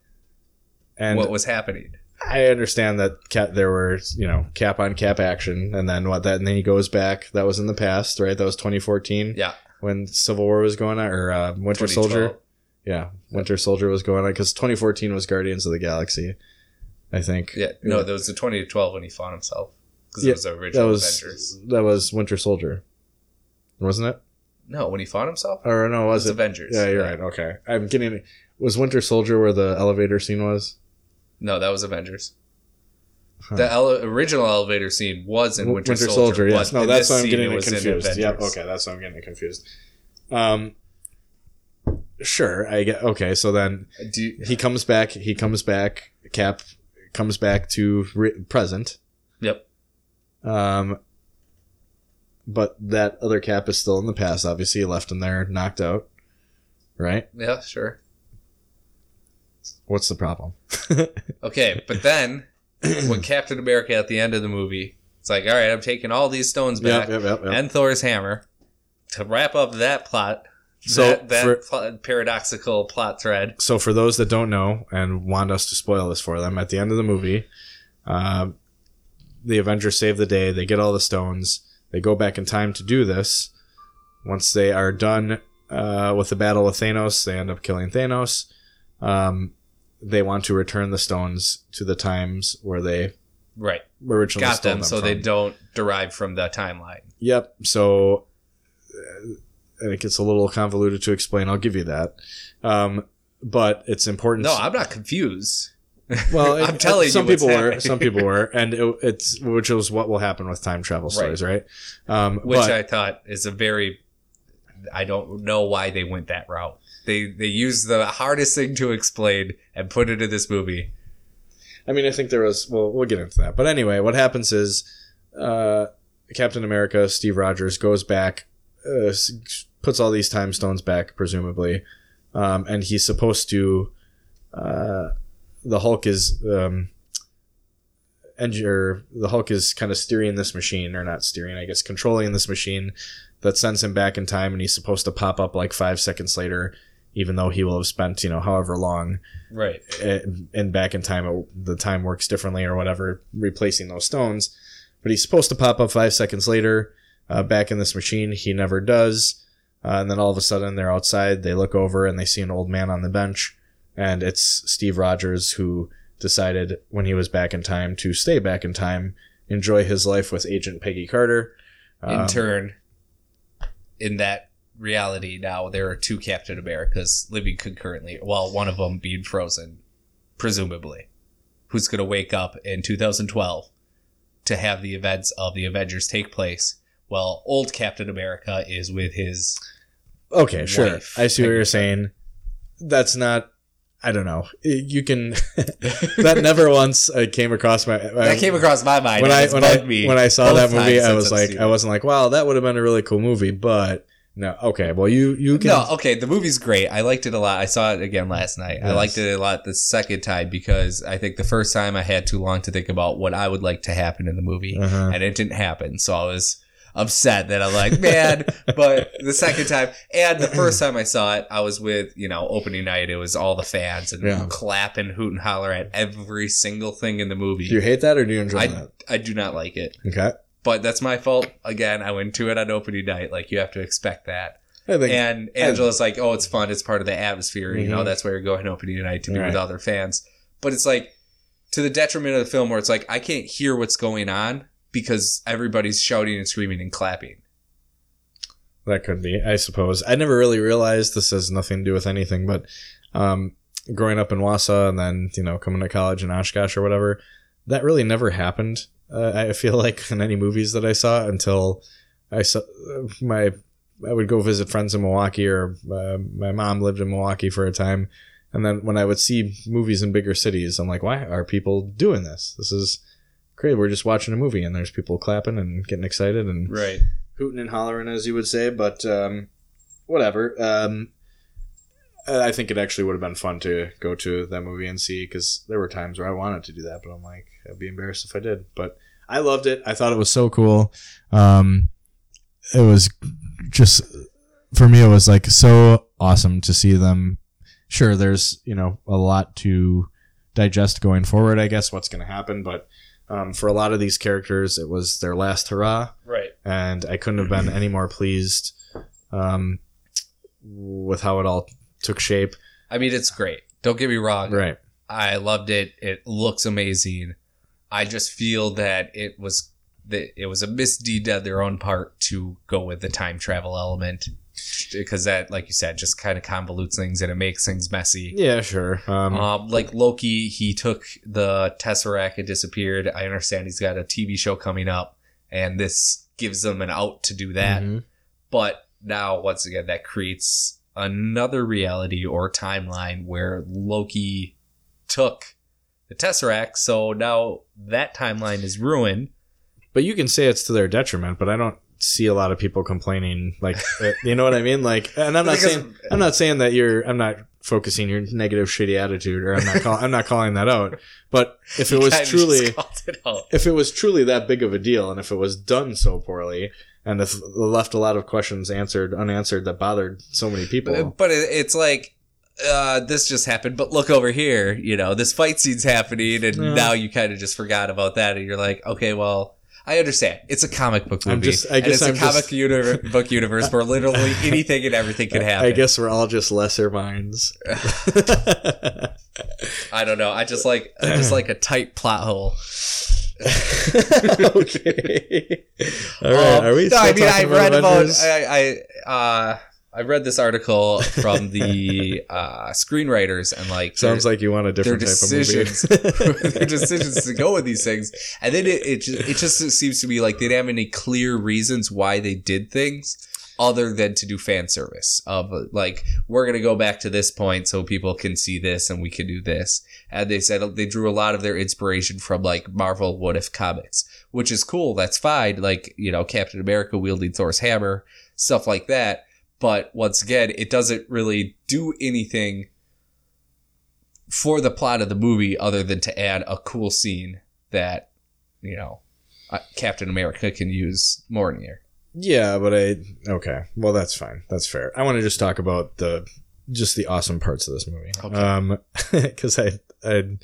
Speaker 1: and
Speaker 2: Uh, what was happening.
Speaker 1: I understand that cap, there were you know cap on cap action, and then what that, and then he goes back. That was in the past, right? That was 2014.
Speaker 2: Yeah.
Speaker 1: when Civil War was going on, or uh, Winter Soldier.
Speaker 2: 2012.
Speaker 1: Yeah, Winter Soldier was going on because 2014 was Guardians of the Galaxy, I think.
Speaker 2: Yeah, no, there was the 20 to 12 when he found himself. Because
Speaker 1: Yeah,
Speaker 2: it was the
Speaker 1: that
Speaker 2: original
Speaker 1: was
Speaker 2: Avengers.
Speaker 1: that was Winter Soldier, wasn't it?
Speaker 2: No, when he found himself?
Speaker 1: Or no, was
Speaker 2: it was
Speaker 1: it?
Speaker 2: Avengers.
Speaker 1: Yeah, you're right. Okay, I'm getting. Was Winter Soldier where the elevator scene was?
Speaker 2: No, that was Avengers.
Speaker 1: Huh.
Speaker 2: The ele- original elevator scene was in
Speaker 1: W-
Speaker 2: Winter, Soldier. but
Speaker 1: yes, no,
Speaker 2: in
Speaker 1: that's
Speaker 2: this
Speaker 1: why I'm
Speaker 2: scene,
Speaker 1: getting
Speaker 2: it
Speaker 1: it
Speaker 2: was in
Speaker 1: confused. Yeah,
Speaker 2: Avengers.
Speaker 1: okay, that's why I'm getting it confused. Um, sure, I get. Okay, so then
Speaker 2: Do you-
Speaker 1: he comes back. He comes back. Cap comes back to re- present.
Speaker 2: Yep.
Speaker 1: Um, but that other Cap is still in the past. Obviously, he left him there, knocked out. Right?
Speaker 2: yeah, sure.
Speaker 1: What's the problem?
Speaker 2: Okay, but then when Captain America at the end of the movie, it's like, all right, I'm taking all these stones back
Speaker 1: Yep, yep, yep, yep.
Speaker 2: and Thor's hammer to wrap up that plot.
Speaker 1: So,
Speaker 2: that, that
Speaker 1: for-
Speaker 2: pl- paradoxical plot thread.
Speaker 1: so for those that don't know and want us to spoil this for them, at the end of the movie, uh, the Avengers save the day. They get all the stones. They go back in time to do this. Once they are done uh, with the battle with Thanos, they end up killing Thanos. Um, they want to return the stones to the times where they
Speaker 2: Right.
Speaker 1: originally
Speaker 2: Got
Speaker 1: stole
Speaker 2: them, so they
Speaker 1: from.
Speaker 2: don't derive from the timeline.
Speaker 1: Yep. So, uh, and it gets a little convoluted to explain. I'll give you that. Um, but it's important.
Speaker 2: No, I'm not confused.
Speaker 1: Well,
Speaker 2: I'm telling
Speaker 1: some
Speaker 2: you what's
Speaker 1: people were,
Speaker 2: happening.
Speaker 1: some people were, and it, it's which is what will happen with time travel stories, right? Um,
Speaker 2: Which
Speaker 1: but
Speaker 2: I thought is a very I don't know why they went that route. They they used the hardest thing to explain and put it in this movie.
Speaker 1: I, mean, I think there was. Well, we'll get into that. But anyway, what happens is uh, Captain America, Steve Rogers, goes back, uh, s- puts all these time stones back, presumably, um, and he's supposed to. Uh, the Hulk is. Um, and your the Hulk is kind of steering this machine, or not steering, I guess, controlling this machine that sends him back in time, and he's supposed to pop up like five seconds later, even though he will have spent you know however long
Speaker 2: Right.
Speaker 1: and and back in time it- the time works differently or whatever replacing those stones but he's supposed to pop up five seconds later uh, back in this machine he never does uh, and then all of a sudden they're outside they look over and they see an old man on the bench and it's steve rogers who decided when he was back in time to stay back in time enjoy his life with agent peggy carter
Speaker 2: In
Speaker 1: Um,
Speaker 2: turn, in that reality now there are two Captain Americas living concurrently, while one of them being frozen, presumably. Who's gonna wake up in 2012 to have the events of the Avengers take place while old Captain America is with his
Speaker 1: Okay, sure.
Speaker 2: wife.
Speaker 1: I see what you're saying. That's not. I don't know. You can. that never once uh, came across my. um,
Speaker 2: that came across my mind.
Speaker 1: when
Speaker 2: and
Speaker 1: I
Speaker 2: it's
Speaker 1: when I,
Speaker 2: bugged me
Speaker 1: when I saw
Speaker 2: both
Speaker 1: that movie.
Speaker 2: times
Speaker 1: I
Speaker 2: since
Speaker 1: was
Speaker 2: I've
Speaker 1: like,
Speaker 2: seen
Speaker 1: I
Speaker 2: it.
Speaker 1: wasn't like, wow, that would have been a really cool movie, but no. Okay, well, you you can.
Speaker 2: no, okay, the movie's great. I liked it a lot. I saw it again last night. I
Speaker 1: Yes.
Speaker 2: liked it a lot the second time because I think the first time I had too long to think about what I would like to happen in the movie,
Speaker 1: Uh-huh.
Speaker 2: and it didn't happen. So I was upset that I'm like, man. but the second time, and the first time I saw it, I was with you know opening night. It was all the fans and
Speaker 1: Yeah.
Speaker 2: clap and hoot and holler at every single thing in the movie.
Speaker 1: Do you hate that or do you enjoy
Speaker 2: I
Speaker 1: that?
Speaker 2: I do not like it.
Speaker 1: Okay,
Speaker 2: but that's my fault again. I went to it on opening night. Like you have to expect that.
Speaker 1: I think.
Speaker 2: And Angela's like, "Oh, it's fun. It's part of the atmosphere. You know,
Speaker 1: Mhm.
Speaker 2: that's why you're going opening night to be
Speaker 1: Right.
Speaker 2: with other fans." But it's like to the detriment of the film where it's like I can't hear what's going on because everybody's shouting and screaming and clapping.
Speaker 1: That could be, I suppose. I never really realized this has nothing to do with anything, but um, growing up in Wausau and then, you know, coming to college in Oshkosh or whatever, that really never happened. Uh, I feel like in any movies that I saw until I saw uh, my, I would go visit friends in Milwaukee or uh, my mom lived in Milwaukee for a time. And then when I would see movies in bigger cities, I'm like, why are people doing this? This is crazy. We're just watching a movie and there's people clapping and getting excited and
Speaker 2: Right.
Speaker 1: hooting and hollering, as you would say, but um, whatever. Um, I think it actually would have been fun to go to that movie and see because there were times where I wanted to do that, but I'm like, I'd be embarrassed if I did. But I loved it. I thought it was so cool. Um, it was just for me. It was like so awesome to see them. Sure, there's you know a lot to digest going forward. I guess what's going to happen, but um, for a lot of these characters, it was their last hurrah
Speaker 2: Right.
Speaker 1: and I couldn't have been any more pleased um, with how it all took shape.
Speaker 2: I mean, it's great. Don't get me wrong.
Speaker 1: Right.
Speaker 2: I loved it. It looks amazing. I just feel that it was that it was a misdeed on their own part to go with the time travel element because that, like you said, just kind of convolutes things and it makes things messy.
Speaker 1: Yeah, sure. Um,
Speaker 2: Um, like Loki, he took the Tesseract and disappeared. I understand he's got a TV show coming up, and this gives them an out to do that.
Speaker 1: mhm.
Speaker 2: But now, once again, that creates another reality or timeline where Loki took the Tesseract. So now that timeline is ruined.
Speaker 1: But you can say it's to their detriment, but I don't see a lot of people complaining. Like, uh, you know what I mean? Like, and I'm not
Speaker 2: Because-
Speaker 1: saying I'm not saying that you're. I'm not focusing your negative, shitty attitude, or I'm not. Call, I'm not calling that out. But if it
Speaker 2: You
Speaker 1: was
Speaker 2: kinda
Speaker 1: truly,
Speaker 2: just called it out.
Speaker 1: if it was truly that big of a deal and if it was done so poorly and if left a lot of questions answered unanswered that bothered so many people
Speaker 2: But it, it's like, uh, this just happened, but look over here. You know, this fight scene's happening, and
Speaker 1: Yeah.
Speaker 2: now you kind of just forgot about that, and you're like, okay, well. I understand. It's a comic book movie.
Speaker 1: I'm just- I
Speaker 2: and
Speaker 1: guess
Speaker 2: it's
Speaker 1: I'm
Speaker 2: a
Speaker 1: just-
Speaker 2: comic univer- book universe where literally anything and everything can happen.
Speaker 1: I guess we're all just lesser minds.
Speaker 2: I don't know. I just like I just like a tight plot hole.
Speaker 1: okay. All right.
Speaker 2: Um,
Speaker 1: Are we?
Speaker 2: no,
Speaker 1: Still
Speaker 2: I mean, I
Speaker 1: talking
Speaker 2: read
Speaker 1: about.
Speaker 2: about
Speaker 1: Avengers?
Speaker 2: I I uh, I read this article from the uh, screenwriters and like
Speaker 1: Sounds like you want a different
Speaker 2: their
Speaker 1: type
Speaker 2: decisions-
Speaker 1: of movie.
Speaker 2: their decisions to go with these things, and then it it just, it just seems to be like they didn't have any clear reasons why they did things other than to do fan service of like we're gonna go back to this point so people can see this and we can do this. And they said they drew a lot of their inspiration from like Marvel What If comics, which is cool. That's fine. Like you know Captain America wielding Thor's hammer, stuff like that. But once again, it doesn't really do anything for the plot of the movie other than to add a cool scene that you know uh, Captain America can use more in here.
Speaker 1: yeah, but I. Okay. Well, that's fine. That's fair. I want to just talk about the just the awesome parts of this movie.
Speaker 2: Okay.
Speaker 1: Um, because I I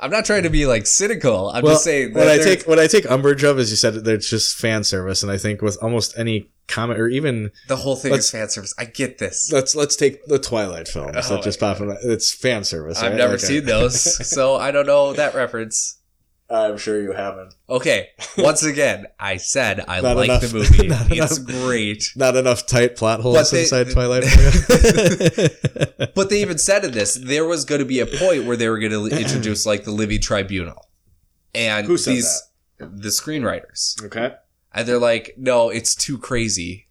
Speaker 2: I'm not trying to be like cynical. I'm
Speaker 1: Well,
Speaker 2: just saying
Speaker 1: what I
Speaker 2: there's-
Speaker 1: take what I take umbrage of is you said that it's just fan service, and I think with almost any comic or even
Speaker 2: the whole thing
Speaker 1: let's-
Speaker 2: is fan service. I get this.
Speaker 1: let's let's take the Twilight films
Speaker 2: Oh,
Speaker 1: that just pop in. It's fan service.
Speaker 2: I've
Speaker 1: right?
Speaker 2: never
Speaker 1: Okay.
Speaker 2: seen those, so I don't know that reference.
Speaker 1: I'm sure you haven't.
Speaker 2: Okay, once again, I said I
Speaker 1: Not
Speaker 2: like
Speaker 1: enough.
Speaker 2: the movie.
Speaker 1: Not
Speaker 2: it's
Speaker 1: enough.
Speaker 2: great.
Speaker 1: Not enough tight plot
Speaker 2: But
Speaker 1: holes
Speaker 2: they-
Speaker 1: inside Twilight. for you?
Speaker 2: But they even said in this there was going to be a point where they were going to introduce like the Livy Tribunal, and
Speaker 1: Who said
Speaker 2: these the screenwriters,
Speaker 1: okay.
Speaker 2: and they're like, "No, it's too crazy.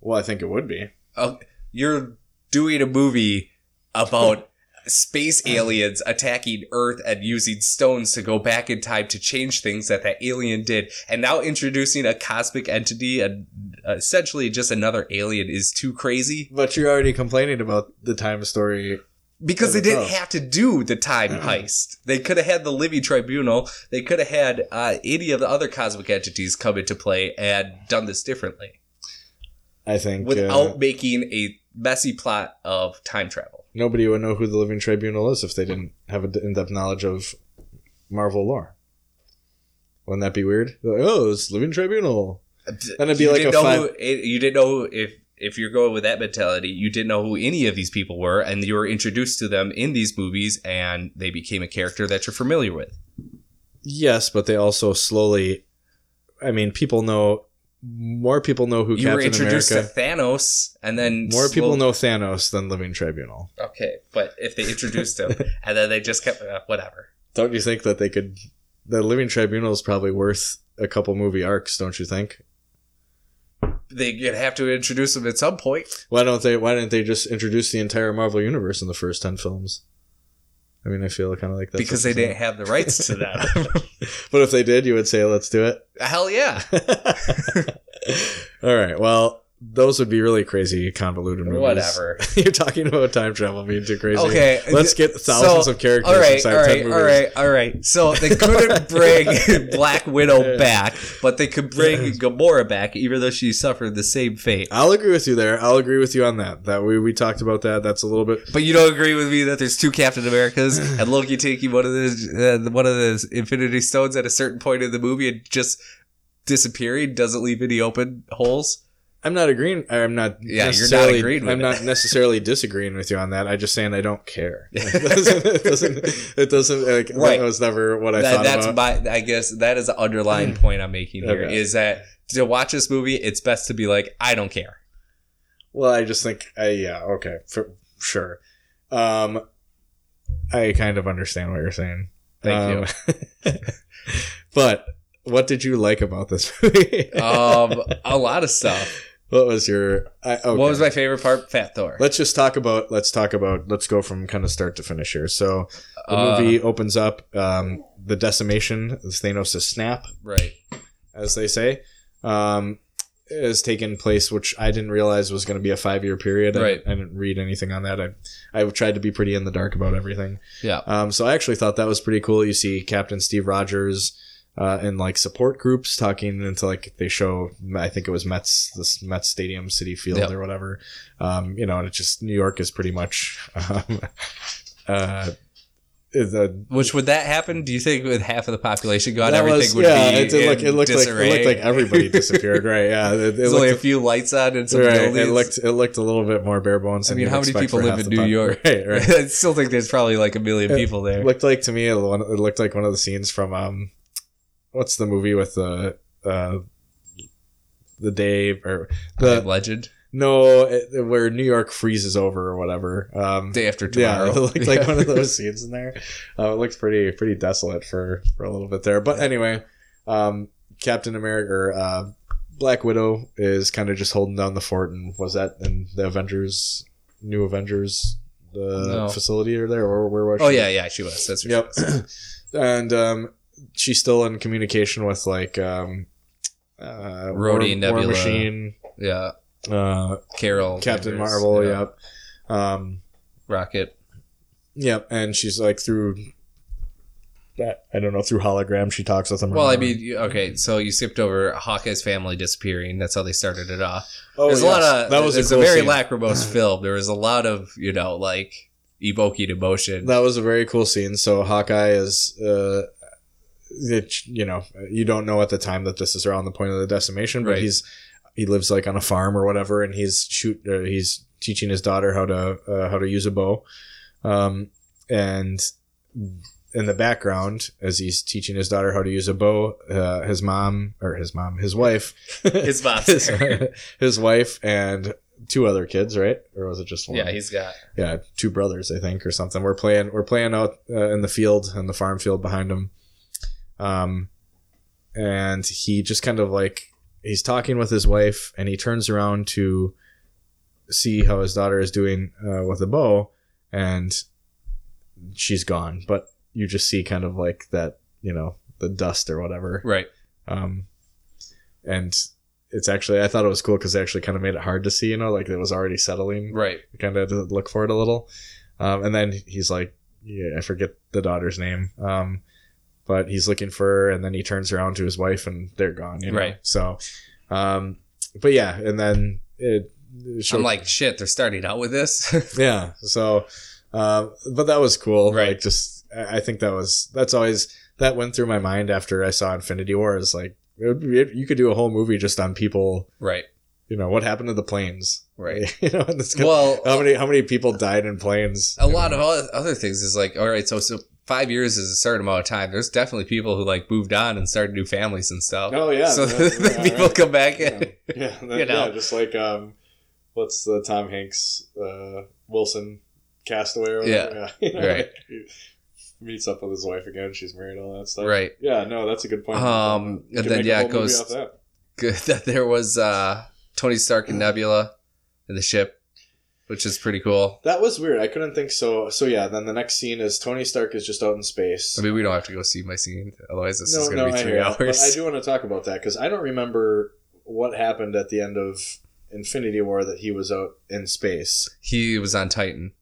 Speaker 1: Well, I think it would be.
Speaker 2: Oh, you're doing a movie about space aliens attacking Earth and using stones to go back in time to change things that that alien did, and now introducing a cosmic entity and uh, essentially just another alien is too crazy."
Speaker 1: But you're already complaining about the time story.
Speaker 2: because they
Speaker 1: Doesn't
Speaker 2: didn't
Speaker 1: know.
Speaker 2: have to do the time heist. They could have had the Livy Tribunal. They could have had uh, any of the other cosmic entities come into play and done this differently
Speaker 1: I think
Speaker 2: without
Speaker 1: uh,
Speaker 2: making a messy plot of time travel.
Speaker 1: nobody would know who the Living Tribunal is if they didn't have an in-depth knowledge of Marvel lore. Wouldn't that be weird? Like, oh, it's Living Tribunal. Then it'd be
Speaker 2: You
Speaker 1: like
Speaker 2: didn't
Speaker 1: a
Speaker 2: know who- it- you didn't know if if you're going with that mentality, you didn't know who any of these people were, and you were introduced to them in these movies, and they became a character that you're familiar with.
Speaker 1: Yes, but they also slowly. I mean, people know more people know who
Speaker 2: you were
Speaker 1: Captain
Speaker 2: introduced
Speaker 1: America.
Speaker 2: to Thanos, and then
Speaker 1: More people
Speaker 2: slowly-
Speaker 1: know Thanos than Living Tribunal.
Speaker 2: Okay, but if they introduced him, and then they just kept uh, whatever.
Speaker 1: Don't you think that they could? The Living Tribunal is probably worth a couple movie arcs, don't you think?
Speaker 2: They'd have to introduce him at some point.
Speaker 1: Why don't they? Why didn't they just introduce the entire Marvel universe in the first ten films? I mean, I feel kind of like that
Speaker 2: because they didn't have the rights to that.
Speaker 1: But if they did, you would say, "Let's do it."
Speaker 2: Hell yeah.
Speaker 1: All right. Well, those would be really crazy, convoluted movies.
Speaker 2: Whatever.
Speaker 1: You're talking about time travel being too crazy.
Speaker 2: Okay.
Speaker 1: Let's get thousands
Speaker 2: So,
Speaker 1: of characters
Speaker 2: All right,
Speaker 1: inside
Speaker 2: all
Speaker 1: ten
Speaker 2: right, all
Speaker 1: movies.
Speaker 2: right, all right. So they couldn't bring Black Widow back, but they could bring Gamora back, even though she suffered the same fate.
Speaker 1: I'll agree with you there. I'll agree with you on that. That we we talked about that. That's a little bit.
Speaker 2: But you don't agree with me that there's two Captain Americas and Loki taking one of the uh, one of the Infinity Stones at a certain point in the movie and just disappearing doesn't leave any open holes.
Speaker 1: I'm not agreeing. I'm not.
Speaker 2: Yeah, you're not
Speaker 1: necessarily-
Speaker 2: agreeing with
Speaker 1: I'm
Speaker 2: it.
Speaker 1: not necessarily disagreeing with you on that. I just saying I don't care. it doesn't. It doesn't. It doesn't like,
Speaker 2: Right.
Speaker 1: That was never what I
Speaker 2: That,
Speaker 1: thought
Speaker 2: that's
Speaker 1: about.
Speaker 2: my I guess that is the underlying point I'm making here is
Speaker 1: Okay.
Speaker 2: that to watch this movie, it's best to be like I don't care.
Speaker 1: Well, I just think, I, yeah, okay, for sure. Um, I kind of understand what you're saying.
Speaker 2: Thank
Speaker 1: you. Um, but what did you like about this movie?
Speaker 2: Um, a lot of stuff.
Speaker 1: what was your? I, okay.
Speaker 2: What was my favorite part? Fat Thor.
Speaker 1: Let's just talk about. Let's talk about. Let's go from kind of start to finish here. So the
Speaker 2: Uh,
Speaker 1: movie opens up. Um, the decimation, Thanos' snap,
Speaker 2: right.
Speaker 1: as they say, um, has taken place, which I didn't realize was going to be a five year period. I-
Speaker 2: Right.
Speaker 1: I, didn't read anything on that. I, I tried to be pretty in the dark about everything.
Speaker 2: Yeah.
Speaker 1: Um, so I actually thought that was pretty cool. You see Captain Steve Rogers uh, in like support groups talking into like they show I think it was Mets this Mets Stadium City Field
Speaker 2: Yep.
Speaker 1: or whatever. Um, you know, and it's just New York is pretty much. Um, uh, the
Speaker 2: Which would that happen? Do you think with half of the population gone,
Speaker 1: that
Speaker 2: everything
Speaker 1: was-
Speaker 2: would be
Speaker 1: it, did look-
Speaker 2: in
Speaker 1: it looked
Speaker 2: disarray?
Speaker 1: like it looked like everybody disappeared, right? Yeah, it, it
Speaker 2: There's
Speaker 1: looked
Speaker 2: only a few lights on and some
Speaker 1: right,
Speaker 2: buildings.
Speaker 1: It looked it looked a little bit more bare bones.
Speaker 2: I
Speaker 1: than
Speaker 2: mean,
Speaker 1: you'd
Speaker 2: how many
Speaker 1: expect
Speaker 2: people
Speaker 1: for
Speaker 2: live
Speaker 1: half
Speaker 2: in
Speaker 1: the
Speaker 2: New
Speaker 1: pop-
Speaker 2: York?
Speaker 1: Right, right.
Speaker 2: I still think there's probably like a million
Speaker 1: It
Speaker 2: people there.
Speaker 1: looked like to me the one- it looked like one of the scenes from um, what's the movie with the uh, the day or
Speaker 2: I am
Speaker 1: the
Speaker 2: legend.
Speaker 1: no it, where New York freezes over or whatever. Um,
Speaker 2: Day after
Speaker 1: yeah,
Speaker 2: tomorrow.
Speaker 1: it looked like one of those scenes in there. Uh, it looks pretty pretty desolate for for a little bit there. But anyway, um, Captain America or uh, Black Widow is kind of just holding down the fort, and was that in the Avengers, New Avengers, the
Speaker 2: No.
Speaker 1: facility or there or where was?
Speaker 2: Oh
Speaker 1: she?
Speaker 2: yeah, yeah, she was. That's for
Speaker 1: Yep. and um, she's still in communication with like um, uh,
Speaker 2: Rhodey, Nebula.
Speaker 1: Machine,
Speaker 2: sure. Yeah,
Speaker 1: uh,
Speaker 2: Carol,
Speaker 1: Captain
Speaker 2: Danvers,
Speaker 1: Marvel.
Speaker 2: yeah,
Speaker 1: Yep. Um,
Speaker 2: Rocket.
Speaker 1: Yep, and she's like through. That I don't know through hologram she talks with him. or
Speaker 2: Well, I
Speaker 1: whatever.
Speaker 2: mean, you- okay, so you skipped over Hawkeye's family disappearing. That's how they started it off.
Speaker 1: oh,
Speaker 2: there's a lot of that was it's a,
Speaker 1: cool
Speaker 2: very
Speaker 1: scene.
Speaker 2: lachrymose film. There was a lot of you know like evoking emotion.
Speaker 1: That was a very cool scene. So Hawkeye is, uh, it, you know, you don't know at the time that this is around the point of the decimation, but
Speaker 2: Right.
Speaker 1: he's he lives like on a farm or whatever, and he's shoot uh, he's teaching his daughter how to uh, how to use a bow, um, and in the background as he's teaching his daughter how to use a bow, uh, his mom or his mom, his wife,
Speaker 2: His mom's
Speaker 1: his,
Speaker 2: there.
Speaker 1: his wife and two other kids, right? Or was it just one?
Speaker 2: yeah, he's got
Speaker 1: yeah, two brothers, I think, or something. We're playing, we're playing out uh, in the field, in the farm field behind him. Um, and he just kind of like he's talking with his wife, and he turns around to see how his daughter is doing uh, with the bow, and she's gone. But you just see kind of like that, you know, the dust or whatever.
Speaker 2: right.
Speaker 1: Um, and it's actually I thought it was cool because they actually kind of made it hard to see, you know, like it was already settling
Speaker 2: Right.
Speaker 1: kind of to look for it a little. Um, and then he's like, yeah, I forget the daughter's name. Um, but he's looking for her, and then he turns around to his wife, and they're gone. You know?
Speaker 2: Right.
Speaker 1: So, um, but yeah, and then it. it showed-
Speaker 2: I'm like shit. They're starting out with this.
Speaker 1: yeah. So, um, but that was cool.
Speaker 2: Right.
Speaker 1: Like, just I I think that was that's always that went through my mind after I saw Infinity War. Is like it, would be- you could do a whole movie just on people
Speaker 2: right.
Speaker 1: you know what happened to the planes,
Speaker 2: Right.
Speaker 1: you know, and this guy-
Speaker 2: Well,
Speaker 1: how many how many people died in planes?
Speaker 2: a lot of oth- other things is like all right so so five years is a certain amount of time there's definitely people who like moved on and started new families and stuff
Speaker 1: Oh, yeah.
Speaker 2: so
Speaker 1: Yeah,
Speaker 2: the
Speaker 1: yeah,
Speaker 2: people
Speaker 1: right.
Speaker 2: come back
Speaker 1: yeah,
Speaker 2: in.
Speaker 1: yeah, that-
Speaker 2: You know.
Speaker 1: yeah, just like um, what's the Tom Hanks uh, Wilson Castaway? Or whatever, yeah, You know,
Speaker 2: Right.
Speaker 1: he meets up with his wife again. She's married, all that stuff.
Speaker 2: right
Speaker 1: Yeah, no, that's a good point.
Speaker 2: Um,
Speaker 1: You
Speaker 2: and
Speaker 1: can
Speaker 2: then,
Speaker 1: make a
Speaker 2: yeah,
Speaker 1: whole
Speaker 2: it
Speaker 1: movie
Speaker 2: goes-
Speaker 1: off that.
Speaker 2: good that there was uh tony stark and nebula in the ship which is pretty cool
Speaker 1: That was weird. I couldn't think so. So yeah, then the next scene is Tony Stark is just out in space.
Speaker 2: i mean we don't have to go see my scene otherwise this is
Speaker 1: no,
Speaker 2: gonna
Speaker 1: no,
Speaker 2: be
Speaker 1: I
Speaker 2: three
Speaker 1: hear ya, but I
Speaker 2: hours
Speaker 1: do want to talk about that because I don't remember what happened at the end of Infinity War that he was out in space.
Speaker 2: he was on titan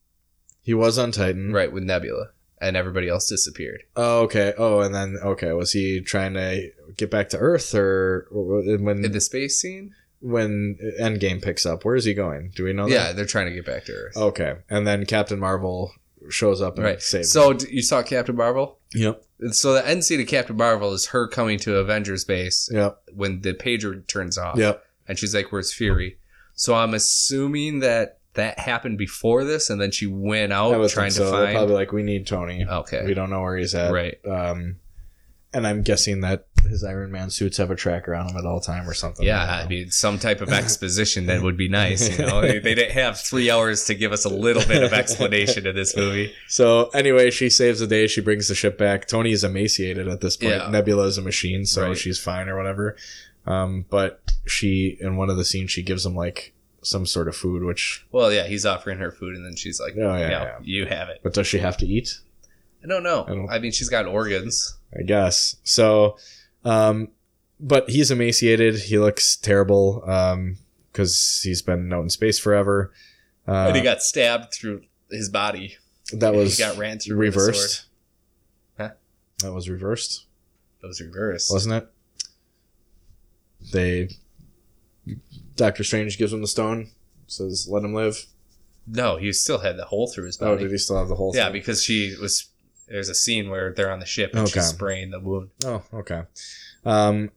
Speaker 1: He was on Titan,
Speaker 2: right with nebula and everybody else disappeared
Speaker 1: Oh, okay. Oh, and then okay, was he trying to get back to Earth, or or when
Speaker 2: in the space scene
Speaker 1: when Endgame picks up? Where is he going? Do we know?
Speaker 2: yeah
Speaker 1: That?
Speaker 2: they're trying to get back to earth
Speaker 1: Okay, and then Captain Marvel shows up and
Speaker 2: right
Speaker 1: saves.
Speaker 2: so d- you saw captain marvel
Speaker 1: him. yep,
Speaker 2: so the end scene of captain marvel is her coming to avengers base
Speaker 1: yep,
Speaker 2: when the pager turns off
Speaker 1: yep.
Speaker 2: and she's like where's fury so i'm assuming that that happened before this and then she went
Speaker 1: I
Speaker 2: out
Speaker 1: would
Speaker 2: trying
Speaker 1: think so.
Speaker 2: to
Speaker 1: They're
Speaker 2: find
Speaker 1: probably like we need Tony.
Speaker 2: Okay.
Speaker 1: We don't know where he's at.
Speaker 2: Right.
Speaker 1: Um, and I'm guessing that his Iron Man suits have a tracker on him at all time or something.
Speaker 2: Yeah,
Speaker 1: don't
Speaker 2: I
Speaker 1: know.
Speaker 2: mean, some type of exposition that would be nice. You know, they, they didn't have three hours to give us a little bit of explanation in this movie.
Speaker 1: So anyway, she saves the day. She brings the ship back. Tony is emaciated at this point.
Speaker 2: Yeah.
Speaker 1: Nebula is a machine, so
Speaker 2: Right.
Speaker 1: she's fine or whatever. Um, but she in one of the scenes she gives him like some sort of food, which
Speaker 2: Well, yeah, he's offering her food, and then she's like,
Speaker 1: oh yeah,
Speaker 2: "No,
Speaker 1: yeah.
Speaker 2: you have it."
Speaker 1: But does she have to eat?
Speaker 2: I don't know.
Speaker 1: I don't-
Speaker 2: I mean, she's got organs.
Speaker 1: I guess. So, um, but he's emaciated. He looks terrible because he's been out in space forever. Uh,
Speaker 2: and he got stabbed through his body.
Speaker 1: that was
Speaker 2: he got ran through with a sword.
Speaker 1: reversed.
Speaker 2: Huh?
Speaker 1: That was reversed,
Speaker 2: That was reversed.
Speaker 1: wasn't it? They, Doctor Strange gives him the stone, says, "Let him live."
Speaker 2: No, he still had the hole through his
Speaker 1: Oh,
Speaker 2: body.
Speaker 1: did he still have the whole?
Speaker 2: yeah,
Speaker 1: thing?
Speaker 2: because she was. There's a scene where they're on the ship and
Speaker 1: Okay.
Speaker 2: she's spraying the wound.
Speaker 1: Oh, okay. Um,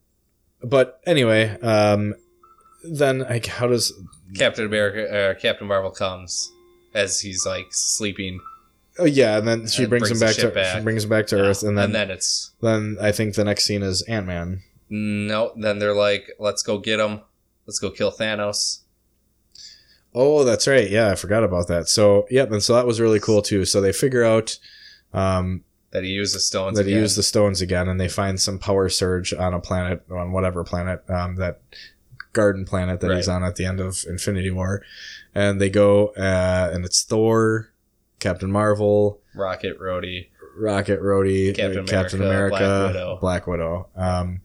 Speaker 1: but anyway, um, then like, how does
Speaker 2: Captain America, uh, Captain Marvel comes as he's like sleeping.
Speaker 1: Oh yeah, and then she
Speaker 2: And
Speaker 1: brings,
Speaker 2: brings
Speaker 1: him back
Speaker 2: the
Speaker 1: to
Speaker 2: ship back.
Speaker 1: she brings him back to
Speaker 2: Yeah.
Speaker 1: Earth, and then,
Speaker 2: and then it's
Speaker 1: then I think the next scene is Ant Man.
Speaker 2: No, then they're like, let's go get him. Let's go kill Thanos.
Speaker 1: Oh, that's right. Yeah, I forgot about that. So yep, and so that was really cool too. So they figure out um,
Speaker 2: That he used the stones.
Speaker 1: that he
Speaker 2: again.
Speaker 1: used the stones again, and they find some power surge on a planet, on whatever planet um, that garden planet that he's on at the end of Infinity War, and they go uh, and it's Thor, Captain Marvel,
Speaker 2: Rocket Rhodey.
Speaker 1: Rocket, Rhodey,
Speaker 2: Captain
Speaker 1: Captain, Captain
Speaker 2: America,
Speaker 1: America,
Speaker 2: Black Widow.
Speaker 1: Black Widow. Um,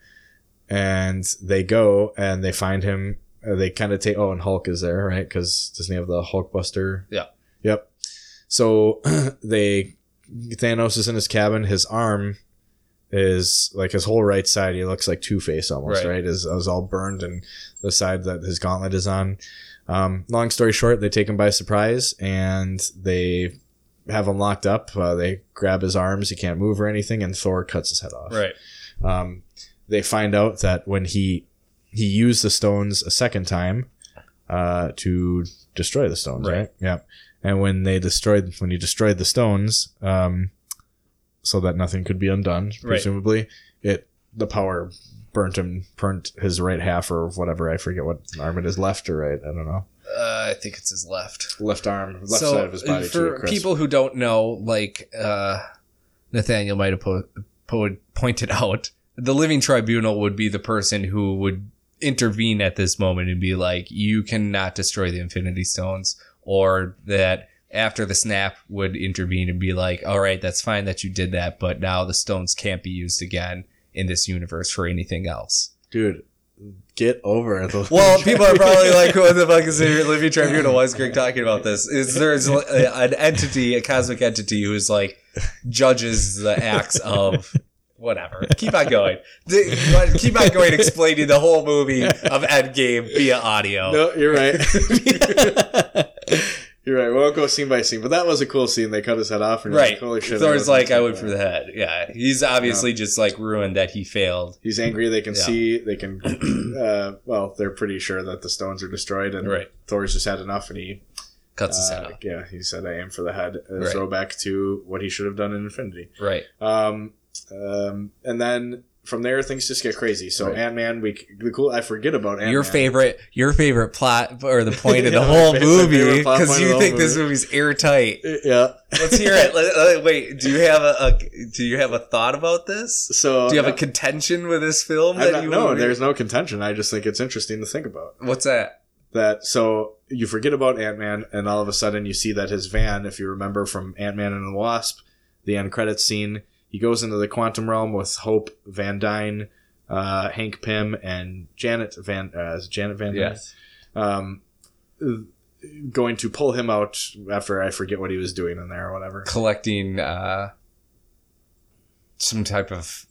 Speaker 1: and they go and they find him. Uh, they kind of take. Oh, and Hulk is there, right? Because doesn't he have the Hulkbuster?
Speaker 2: Yeah.
Speaker 1: Yep. So they Thanos is in his cabin. His arm is like his whole right side. He looks like Two Face almost,
Speaker 2: Right.
Speaker 1: right? Is is all burned and the side that his gauntlet is on. Um, long story short, they take him by surprise and they have him locked up. Uh, they grab his arms; he can't move or anything, and Thor cuts his head off.
Speaker 2: Right.
Speaker 1: Um, they find out that when he he used the stones a second time uh, to destroy the stones,
Speaker 2: Right.
Speaker 1: right? Yep. And when they destroyed when he destroyed the stones, um, so that nothing could be undone, presumably it the power burnt him burnt his right half or whatever I forget what arm it is left or right I don't know
Speaker 2: Uh, I think it's his left.
Speaker 1: left arm left
Speaker 2: So,
Speaker 1: side of his body
Speaker 2: For people who don't know, like uh, Nathaniel might have po- po- pointed out, the Living Tribunal would be the person who would intervene at this moment and be like, you cannot destroy the Infinity Stones, or that after the snap would intervene and be like, all right, that's fine that you did that, but now the stones can't be used again in this universe for anything else.
Speaker 1: dude get over it
Speaker 2: Well, people are probably like, "What the fuck is the Living Tribunal? Why is Greg talking about this?" Is there's uh, an entity, a cosmic entity, who is like judges the acts of whatever. Keep on going. D- but Keep on going, explaining the whole movie of Endgame via audio.
Speaker 1: No, you're right. You're right. We won't go scene by scene, but that was a cool scene. They cut his head off, and he's
Speaker 2: right.
Speaker 1: Like, Holy shit!
Speaker 2: Thor's
Speaker 1: wasn't
Speaker 2: like, I would for
Speaker 1: expecting
Speaker 2: the head. Yeah. He's obviously just like ruined that he failed.
Speaker 1: He's angry. They can
Speaker 2: Yeah.
Speaker 1: see. They can. Uh, well, they're pretty sure that the stones are destroyed, and
Speaker 2: Right.
Speaker 1: Thor's just had enough, and he.
Speaker 2: Cuts his head
Speaker 1: uh,
Speaker 2: off.
Speaker 1: yeah, he said, "I aim for the head." A
Speaker 2: Right.
Speaker 1: Throwback to what he should have done in Infinity.
Speaker 2: Right.
Speaker 1: Um, um, and then from there, things just get crazy. So
Speaker 2: Right.
Speaker 1: Ant Man, we c- the cool. I forget about Ant Man.
Speaker 2: Your favorite, your favorite plot or the point of the
Speaker 1: Yeah,
Speaker 2: whole
Speaker 1: my favorite
Speaker 2: movie,
Speaker 1: plot
Speaker 2: because
Speaker 1: point
Speaker 2: you
Speaker 1: of the
Speaker 2: think
Speaker 1: whole
Speaker 2: this
Speaker 1: movie.
Speaker 2: movie's airtight.
Speaker 1: Yeah.
Speaker 2: Let's hear it. Let- let- wait, do you have a, a do you have a thought about this?
Speaker 1: So
Speaker 2: Do you have a
Speaker 1: uh,
Speaker 2: contention with this film?
Speaker 1: I'm
Speaker 2: That
Speaker 1: not-
Speaker 2: you
Speaker 1: no,
Speaker 2: wanna-
Speaker 1: there's no contention. I just think it's interesting to think about.
Speaker 2: what's that?
Speaker 1: that so you forget about Ant Man, and all of a sudden you see that his van, if you remember from Ant Man and the Wasp, the end credits scene, he goes into the quantum realm with Hope Van Dyne, uh, Hank Pym, and Janet Van uh, is it Janet Van Dyne,
Speaker 2: Yes.
Speaker 1: um, going to pull him out after I forget what he was doing in there or whatever.
Speaker 2: collecting uh, some type of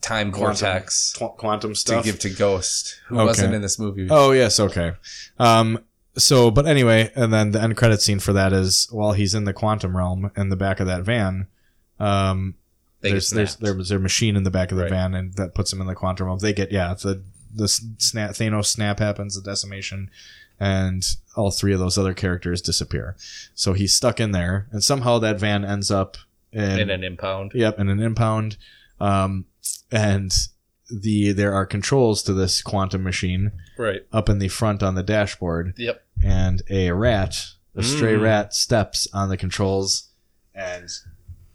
Speaker 2: time
Speaker 1: Quantum
Speaker 2: vortex
Speaker 1: Qu- quantum
Speaker 2: to
Speaker 1: stuff.
Speaker 2: give to Ghost, who
Speaker 1: Okay.
Speaker 2: wasn't in this movie.
Speaker 1: Oh yes, okay. Um, so, but anyway, and then the end credit scene for that is while he's in the quantum realm in the back of that van, um,
Speaker 2: They
Speaker 1: there's,
Speaker 2: get
Speaker 1: there's
Speaker 2: snapped.
Speaker 1: there was their machine in the back of the
Speaker 2: Right.
Speaker 1: van, and that puts them in the quantum realm. They get yeah, the the s- snap Thanos snap happens, the decimation, and all three of those other characters disappear. So he's stuck in there, and somehow that van ends up
Speaker 2: in an impound.
Speaker 1: Yep, in an impound. Um, and the there are controls to this quantum machine
Speaker 2: Right.
Speaker 1: up in the front on the dashboard.
Speaker 2: Yep.
Speaker 1: And a rat, a stray
Speaker 2: Mm.
Speaker 1: rat, steps on the controls and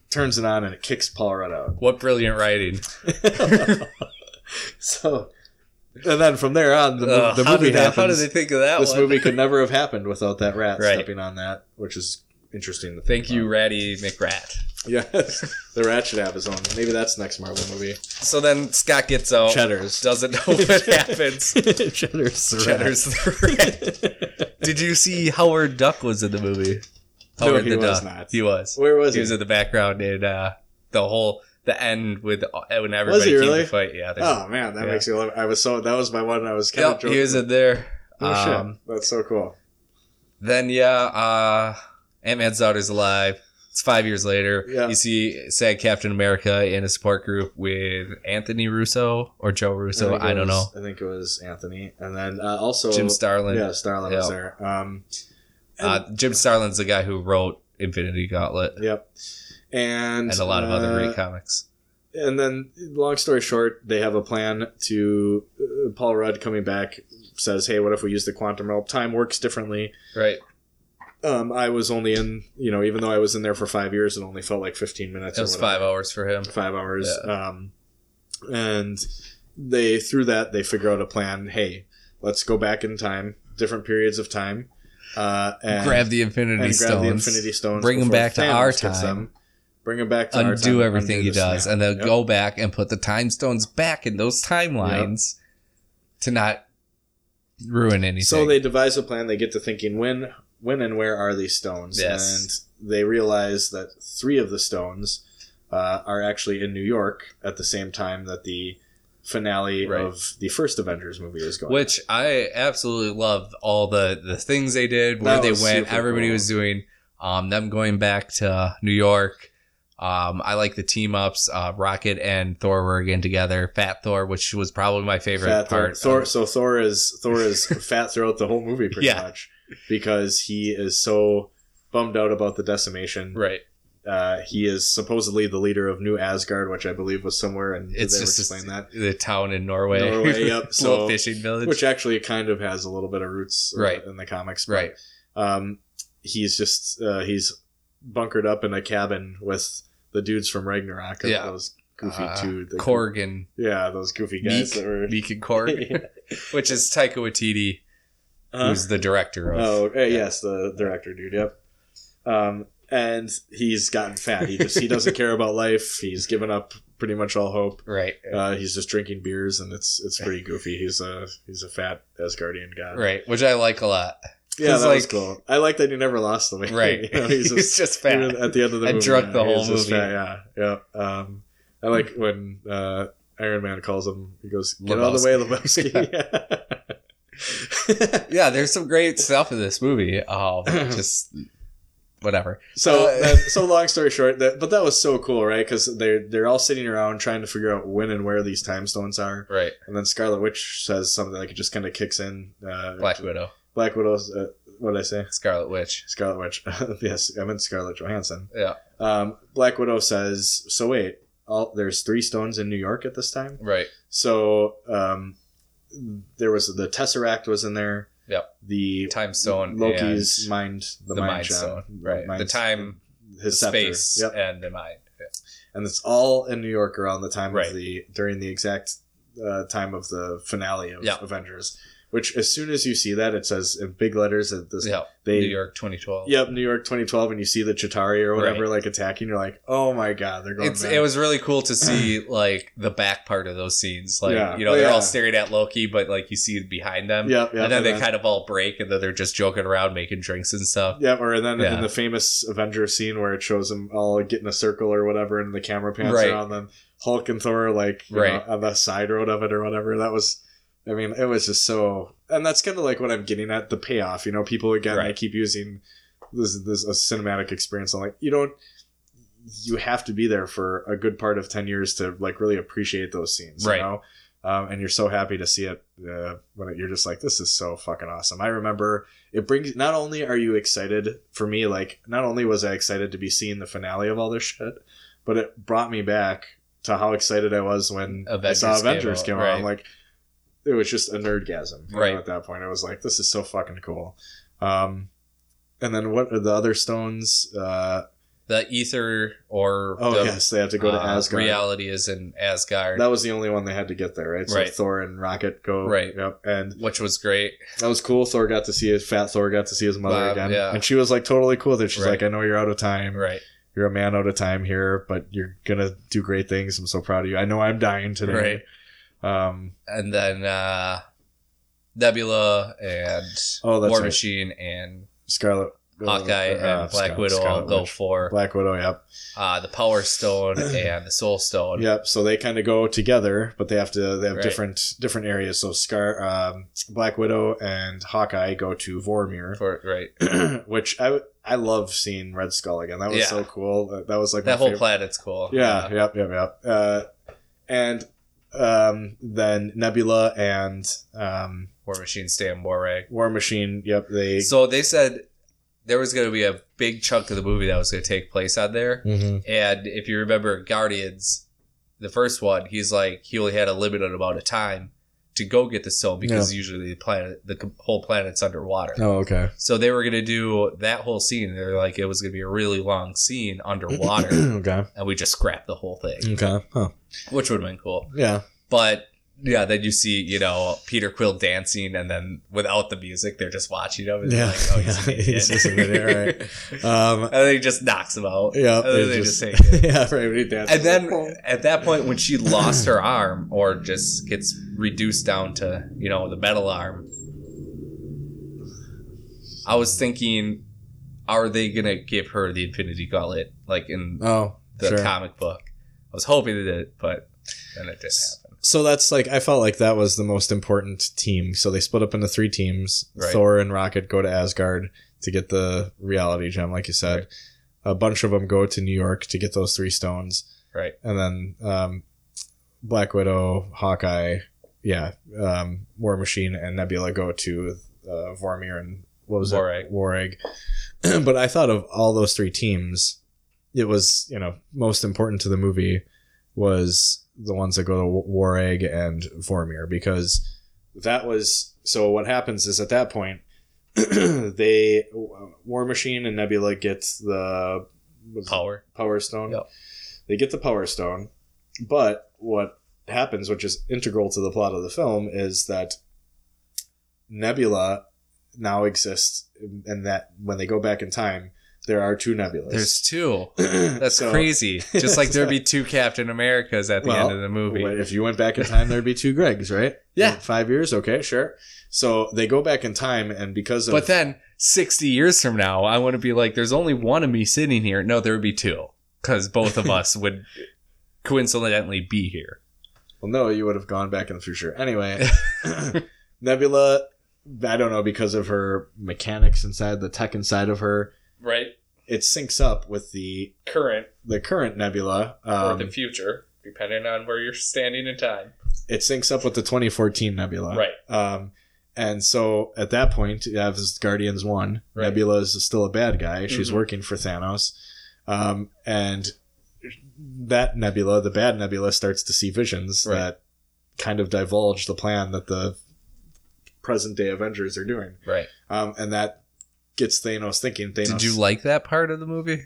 Speaker 1: turns it on, and it kicks Paul right out.
Speaker 2: What brilliant writing!
Speaker 1: so, and then from there on, the, mo-
Speaker 2: Ugh,
Speaker 1: the
Speaker 2: how
Speaker 1: movie
Speaker 2: did they,
Speaker 1: happens.
Speaker 2: How did they think of that
Speaker 1: this
Speaker 2: one?
Speaker 1: movie could never have happened without that rat
Speaker 2: Right.
Speaker 1: stepping on that, which is interesting. To think
Speaker 2: Thank you,
Speaker 1: about.
Speaker 2: Ratty McRat.
Speaker 1: Yes, the rat should have his own. Maybe that's next Marvel movie.
Speaker 2: So then Scott gets out,
Speaker 1: Cheddar's.
Speaker 2: doesn't know Oh. what happens.
Speaker 1: Cheddar's the
Speaker 2: Cheddar's the rat. Did you see Howard Duck was in the movie?
Speaker 1: No,
Speaker 2: Howard
Speaker 1: he
Speaker 2: the
Speaker 1: was
Speaker 2: Duck.
Speaker 1: not.
Speaker 2: He was.
Speaker 1: Where was
Speaker 2: he
Speaker 1: he?
Speaker 2: was in the background in uh, the whole the end with uh, when everybody
Speaker 1: he
Speaker 2: came
Speaker 1: really?
Speaker 2: to fight. Yeah, there's-
Speaker 1: Oh man, that
Speaker 2: Yeah.
Speaker 1: makes you. Love I was so that was my one. I was kind
Speaker 2: yep,
Speaker 1: of
Speaker 2: he was in there.
Speaker 1: Oh
Speaker 2: Um,
Speaker 1: shit, that's so cool.
Speaker 2: Then yeah, uh, Ant Man's daughter's alive. It's five years later.
Speaker 1: Yeah.
Speaker 2: You see sad Captain America in a support group with Anthony Russo or Joe Russo.
Speaker 1: think it
Speaker 2: I, don't know.
Speaker 1: was- I think it was Anthony, and then uh, also
Speaker 2: Jim Starlin.
Speaker 1: Yeah, Starlin was
Speaker 2: Yeah.
Speaker 1: there. Um,
Speaker 2: Uh, Jim Starlin's the guy who wrote Infinity Gauntlet
Speaker 1: yep, and
Speaker 2: and a lot of other
Speaker 1: uh,
Speaker 2: great comics.
Speaker 1: and then long story short they have a plan to uh, paul rudd coming back says hey what if we use the quantum realm time works differently
Speaker 2: Right.
Speaker 1: um, i was only in you know even though i was in there for five years it only felt like 15 minutes
Speaker 2: It was
Speaker 1: or whatever,
Speaker 2: five hours for him.
Speaker 1: five hours um, and they through that they figure out a plan hey let's go back in time different periods of time uh, and
Speaker 2: grab the Infinity
Speaker 1: and
Speaker 2: Stones.
Speaker 1: grab the Infinity Stones.
Speaker 2: Bring 'em
Speaker 1: before
Speaker 2: back to our
Speaker 1: Thanos gets
Speaker 2: time.
Speaker 1: them. Bring them back to our time.
Speaker 2: undo everything
Speaker 1: Undo
Speaker 2: he
Speaker 1: this
Speaker 2: does,
Speaker 1: now.
Speaker 2: and they'll
Speaker 1: Yep.
Speaker 2: go back and put the time stones back in those timelines to not ruin anything.
Speaker 1: So they devise a plan. They get to thinking when, when, and where are these stones?
Speaker 2: Yes.
Speaker 1: And they realize that three of the stones uh, are actually in New York at the same time that the finale
Speaker 2: Right.
Speaker 1: of the first Avengers movie is going.
Speaker 2: which I absolutely love all the the things they did, where
Speaker 1: That
Speaker 2: they
Speaker 1: was
Speaker 2: went,
Speaker 1: super
Speaker 2: everybody
Speaker 1: cool.
Speaker 2: was doing, um, them going back to New York. Um, I like the team ups. Uh, Rocket and Thor were again together. Fat Thor, which was probably my favorite
Speaker 1: Fat Thor,
Speaker 2: part.
Speaker 1: Thor, so Thor is Thor is fat throughout the whole movie pretty
Speaker 2: Yeah.
Speaker 1: much because he is so bummed out about the decimation.
Speaker 2: right?
Speaker 1: Uh, he is supposedly the leader of New Asgard, which I believe was somewhere. And did
Speaker 2: It's
Speaker 1: they
Speaker 2: just
Speaker 1: explain that?
Speaker 2: the town in Norway.
Speaker 1: Norway, yep.
Speaker 2: little
Speaker 1: So-
Speaker 2: fishing village.
Speaker 1: which actually kind of has a little bit of roots uh,
Speaker 2: Right.
Speaker 1: in the comics but,
Speaker 2: right.
Speaker 1: um, he's just uh, he's bunkered up in a cabin with the dudes from Ragnarok
Speaker 2: Yeah.
Speaker 1: those goofy
Speaker 2: Uh,
Speaker 1: two the,
Speaker 2: Korg and
Speaker 1: yeah those goofy guys
Speaker 2: Meek,
Speaker 1: that were
Speaker 2: Meek and Korg. which is Taika Waititi,
Speaker 1: Huh?
Speaker 2: who's the director of.
Speaker 1: oh uh, yes the director dude yep um, and he's gotten fat he just he doesn't care about life he's given up pretty much all hope
Speaker 2: Right,
Speaker 1: uh, he's just drinking beers and it's it's pretty goofy he's a he's a fat Asgardian god
Speaker 2: right, which I like a lot.
Speaker 1: Yeah,
Speaker 2: 'Cause,
Speaker 1: that was
Speaker 2: like-
Speaker 1: cool. I like that he never lost the weight.
Speaker 2: Right,
Speaker 1: You know, he's just,
Speaker 2: fat.
Speaker 1: even at the end of the
Speaker 2: And
Speaker 1: movie.
Speaker 2: drunk
Speaker 1: yeah,
Speaker 2: the
Speaker 1: he was
Speaker 2: whole
Speaker 1: just
Speaker 2: movie.
Speaker 1: fat, yeah, yeah. Um, I like when uh, Iron Man calls him. He goes, "Get out of the way, Lebowski."
Speaker 2: yeah, there's some great stuff in this movie. Um, just whatever.
Speaker 1: So,
Speaker 2: Uh,
Speaker 1: that, so long story short, that but that was so cool, right? Because they're they're all sitting around trying to figure out when and where these time stones are,
Speaker 2: Right.
Speaker 1: and then Scarlet Witch says something like it just kind of kicks in. Uh,
Speaker 2: Black Widow,
Speaker 1: Black Widow's. Uh, what did I say?
Speaker 2: Scarlet Witch.
Speaker 1: Scarlet Witch. yes, I meant Scarlett Johansson.
Speaker 2: Yeah.
Speaker 1: Um, Black Widow says, "So wait, all, there's three stones in New York at this time.
Speaker 2: Right.
Speaker 1: So um, there was the Tesseract was in there.
Speaker 2: Yep.
Speaker 1: The
Speaker 2: Time Stone.
Speaker 1: Loki's
Speaker 2: and
Speaker 1: mind, the,
Speaker 2: the,
Speaker 1: mind,
Speaker 2: Mind,
Speaker 1: gem,
Speaker 2: Stone. Right.
Speaker 1: mind-
Speaker 2: the time, the
Speaker 1: his scepter.
Speaker 2: space,
Speaker 1: Yep.
Speaker 2: and the mind.
Speaker 1: and it's all in New York around the time
Speaker 2: Right.
Speaker 1: of the during the exact uh, time of the finale of
Speaker 2: Yeah.
Speaker 1: Avengers. Which as soon as you see that, it says in big letters that this
Speaker 2: Yeah.
Speaker 1: they
Speaker 2: New York 2012.
Speaker 1: Yep, New York 2012, and you see the Chitari or whatever
Speaker 2: Right.
Speaker 1: like attacking. You're like, oh my god, they're going.
Speaker 2: It's,
Speaker 1: mad.
Speaker 2: it was really cool to see like the back part of those scenes. Like
Speaker 1: Yeah.
Speaker 2: you know
Speaker 1: Oh,
Speaker 2: they're
Speaker 1: yeah.
Speaker 2: all staring at Loki, but like you see behind them,
Speaker 1: Yep, yep,
Speaker 2: and then they kind of all break, and then they're just joking around, making drinks and stuff.
Speaker 1: Yeah, or and then
Speaker 2: Yeah.
Speaker 1: in the famous Avenger scene where it shows them all get in a circle or whatever, and the camera pans
Speaker 2: Right.
Speaker 1: around them. Hulk and Thor are like you
Speaker 2: Right.
Speaker 1: know, on the side road of it or whatever. That was, I mean, it was just so, and that's kind of like what I'm getting at the payoff. You know, people again, they
Speaker 2: Right.
Speaker 1: keep using this this a cinematic experience. I'm like, you don't, you have to be there for a good part of ten years to like really appreciate those scenes,
Speaker 2: Right.
Speaker 1: You know? Um, and you're so happy to see it uh, when it, you're just like, this is so fucking awesome. I remember it brings. Not only are you excited for me, like not only was I excited to be seeing the finale of all this shit, but it brought me back to how excited I was when I saw
Speaker 2: Avengers came
Speaker 1: Avengers
Speaker 2: out,
Speaker 1: came out. I'm like, it was just a nerdgasm. you know,
Speaker 2: Right.
Speaker 1: at that point, I was like, this is so fucking cool. Um, and then what are the other stones? Uh,
Speaker 2: The ether or
Speaker 1: oh
Speaker 2: the
Speaker 1: yes, they have to go to
Speaker 2: uh,
Speaker 1: Asgard.
Speaker 2: reality is in Asgard,
Speaker 1: That was the only one they had to get there, right? So
Speaker 2: Right.
Speaker 1: Thor and Rocket go.
Speaker 2: Right.
Speaker 1: Yep. And
Speaker 2: which was great.
Speaker 1: that was cool. Thor got to see his fat Thor got to see his mother
Speaker 2: Wow,
Speaker 1: again,
Speaker 2: yeah.
Speaker 1: and she was like totally cool with it. She's
Speaker 2: Right.
Speaker 1: like, I know you're out of time.
Speaker 2: Right.
Speaker 1: You're a man out of time here, but you're gonna do great things. I'm so proud of you. I know I'm dying today. Right. Um.
Speaker 2: and then uh, Nebula and
Speaker 1: Oh, that's
Speaker 2: War
Speaker 1: right.
Speaker 2: Machine and
Speaker 1: Scarlet.
Speaker 2: Hawkeye
Speaker 1: uh, uh,
Speaker 2: and Black
Speaker 1: Scarlet-
Speaker 2: Widow all
Speaker 1: Scarlet
Speaker 2: go
Speaker 1: Witch.
Speaker 2: for
Speaker 1: Black Widow. Yep.
Speaker 2: uh, the Power Stone and the Soul Stone.
Speaker 1: Yep. So they kind of go together, but they have to. They have
Speaker 2: Right.
Speaker 1: different different areas. So Scar, um, Black Widow, and Hawkeye go to Vormir.
Speaker 2: For, right.
Speaker 1: which I I love seeing Red Skull again. That was
Speaker 2: Yeah.
Speaker 1: so cool. That- That was like my
Speaker 2: That whole
Speaker 1: favorite-
Speaker 2: planet's cool.
Speaker 1: Yeah, yep, yep, yep. Uh, and um, then Nebula and um,
Speaker 2: War Machine stay in Warwick.
Speaker 1: War Machine. Yep, they.
Speaker 2: So they said there was going to be a big chunk of the movie that was going to take place on
Speaker 1: Hmm.
Speaker 2: there.
Speaker 1: Mm-hmm.
Speaker 2: And if you remember Guardians, the first one, he's like he only had a limited amount of time to go get the stone because usually the planet, the com- whole planet's underwater.
Speaker 1: Oh, okay.
Speaker 2: So they were going to do that whole scene. They're like it was going to be a really long scene underwater,
Speaker 1: okay.
Speaker 2: and we just scrapped the whole thing,
Speaker 1: Okay. Huh.
Speaker 2: which would have been cool.
Speaker 1: Yeah.
Speaker 2: But yeah, then you see, you know, Peter Quill dancing, and then without the music, they're just watching him. And they're
Speaker 1: Yeah.
Speaker 2: like, oh, he's, an
Speaker 1: Yeah, he's just an
Speaker 2: idiot.
Speaker 1: idiot, Um,
Speaker 2: and then he just knocks him out.
Speaker 1: yeah.
Speaker 2: And then
Speaker 1: it
Speaker 2: Oh, they just, take it.
Speaker 1: yeah. Right. when he dances,
Speaker 2: And then
Speaker 1: like,
Speaker 2: at that point, when she lost her arm or just gets reduced down to, you know, the metal arm, I was thinking, are they going to give her the Infinity Gauntlet, like in
Speaker 1: oh,
Speaker 2: the
Speaker 1: sure.
Speaker 2: comic book? I was hoping they did, but then it didn't happen.
Speaker 1: so that's like I felt like that was the most important team. So they split up into three teams.
Speaker 2: Right.
Speaker 1: Thor and Rocket go to Asgard to get the reality gem, like you said.
Speaker 2: Right.
Speaker 1: A bunch of them go to New York to get those three stones,
Speaker 2: Right.
Speaker 1: and then um, Black Widow, Hawkeye, yeah, um, War Machine, and Nebula go to uh, Vormir and what was
Speaker 2: Warwick.
Speaker 1: it? Warwick. but I thought of all those three teams, it was you know most important to the movie was the ones that go to Wa- Warag and Vormir because that was so. What happens is at that point, they War Machine and Nebula get the was it
Speaker 2: Power.
Speaker 1: Power Stone.
Speaker 2: Yep.
Speaker 1: They get the Power Stone, but what happens, which is integral to the plot of the film, is that Nebula now exists, and that when they go back in time, there are two Nebulas.
Speaker 2: There's two. That's
Speaker 1: So-
Speaker 2: crazy. Just like there'd be two Captain Americas at the
Speaker 1: Well,
Speaker 2: end of the movie.
Speaker 1: Wait, If you went back in time, there'd be two Gregs, right?
Speaker 2: Yeah.
Speaker 1: In five years, okay, sure. So they go back in time, and because of
Speaker 2: But then 60 years from now, I want to be like, there's only one of me sitting here. No, there would be two because both of us would coincidentally be here.
Speaker 1: well, no, you would have gone back in the future anyway. Nebula I don't know because of her mechanics inside the tech inside of her,
Speaker 2: right?
Speaker 1: it syncs up with the
Speaker 2: Current
Speaker 1: the current nebula. Um,
Speaker 2: or the future, depending on where you're standing in time.
Speaker 1: it syncs up with the 2014 nebula.
Speaker 2: Right.
Speaker 1: Um, and so at that point, you have Guardians One.
Speaker 2: Right.
Speaker 1: Nebula is still a bad guy. She's
Speaker 2: Mhm.
Speaker 1: working for Thanos, um, and that Nebula, the bad Nebula, starts to see visions
Speaker 2: Right.
Speaker 1: that kind of divulge the plan that the present day Avengers are doing,
Speaker 2: Right.
Speaker 1: um, and that gets Thanos thinking. Thanos,
Speaker 2: Did you like that part of the movie?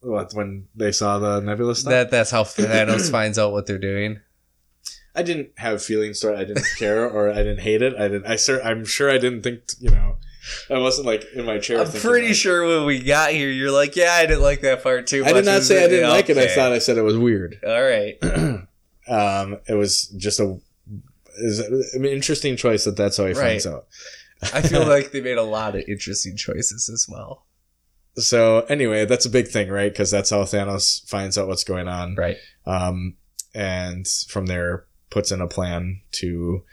Speaker 1: what, when they saw the Nebula stuff?
Speaker 2: That that's how Thanos finds out what they're doing.
Speaker 1: I didn't have feelings for it. I didn't care or I didn't hate it. I didn't. I sure. I'm sure I didn't think. You know, I wasn't like in my chair.
Speaker 2: I'm
Speaker 1: thinking
Speaker 2: pretty
Speaker 1: that.
Speaker 2: sure when we got here, you're like, yeah, I didn't like that part too.
Speaker 1: I
Speaker 2: much."
Speaker 1: did not
Speaker 2: was
Speaker 1: say I didn't
Speaker 2: yeah,
Speaker 1: like it. I
Speaker 2: okay.
Speaker 1: thought I said it was weird.
Speaker 2: All right.
Speaker 1: Um, it was just a is an interesting choice that that's how he finds out.
Speaker 2: I feel like they made a lot of interesting choices as well.
Speaker 1: So anyway, that's a big thing, right? Because that's how Thanos finds out what's going on.
Speaker 2: Right.
Speaker 1: um, and from there puts in a plan to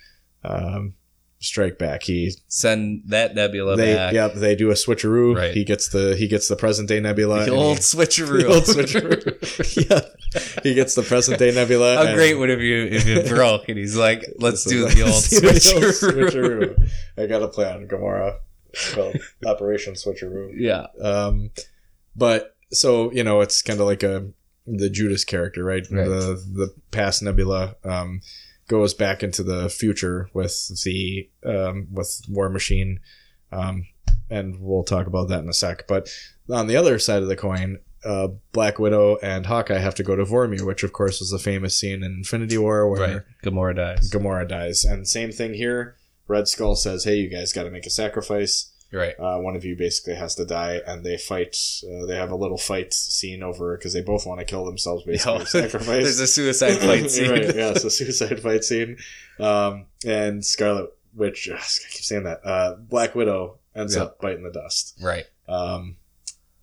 Speaker 1: um, strike back. He
Speaker 2: Send that nebula
Speaker 1: they
Speaker 2: back.
Speaker 1: yep they do a switcheroo.
Speaker 2: Right.
Speaker 1: He gets the he gets the present day nebula. and
Speaker 2: The old
Speaker 1: he-
Speaker 2: switcheroo.
Speaker 1: The old switcheroo. yeah, he gets the present day nebula.
Speaker 2: How
Speaker 1: and-
Speaker 2: great would it be if it broke and he's like, let's do the old
Speaker 1: do the old
Speaker 2: switcheroo.
Speaker 1: switcheroo. I got a plan, Gamora. It's called Operation Switcheroo.
Speaker 2: Yeah.
Speaker 1: Um, but so you know, it's kind of like a the Judas character, right?
Speaker 2: Right.
Speaker 1: The the past Nebula um, goes back into the future with the um, with War Machine, um, and we'll talk about that in a sec. But on the other side of the coin. Uh, Black Widow and Hawkeye have to go to Vormir, which of course was the famous scene in Infinity War where
Speaker 2: Right. Gamora dies.
Speaker 1: Gamora dies. And same thing here. Red Skull says, "Hey, you guys got to make a sacrifice.
Speaker 2: Right.
Speaker 1: Uh, one of you basically has to die." And they fight. Uh, they have a little fight scene over because they both want to kill themselves. Basically,
Speaker 2: Yeah.
Speaker 1: sacrifice.
Speaker 2: There's a suicide fight scene.
Speaker 1: right, yeah, it's a suicide fight scene. Um, and Scarlet Witch. I keep saying that. Uh, Black Widow ends
Speaker 2: Yeah.
Speaker 1: up biting the dust.
Speaker 2: Right.
Speaker 1: Um,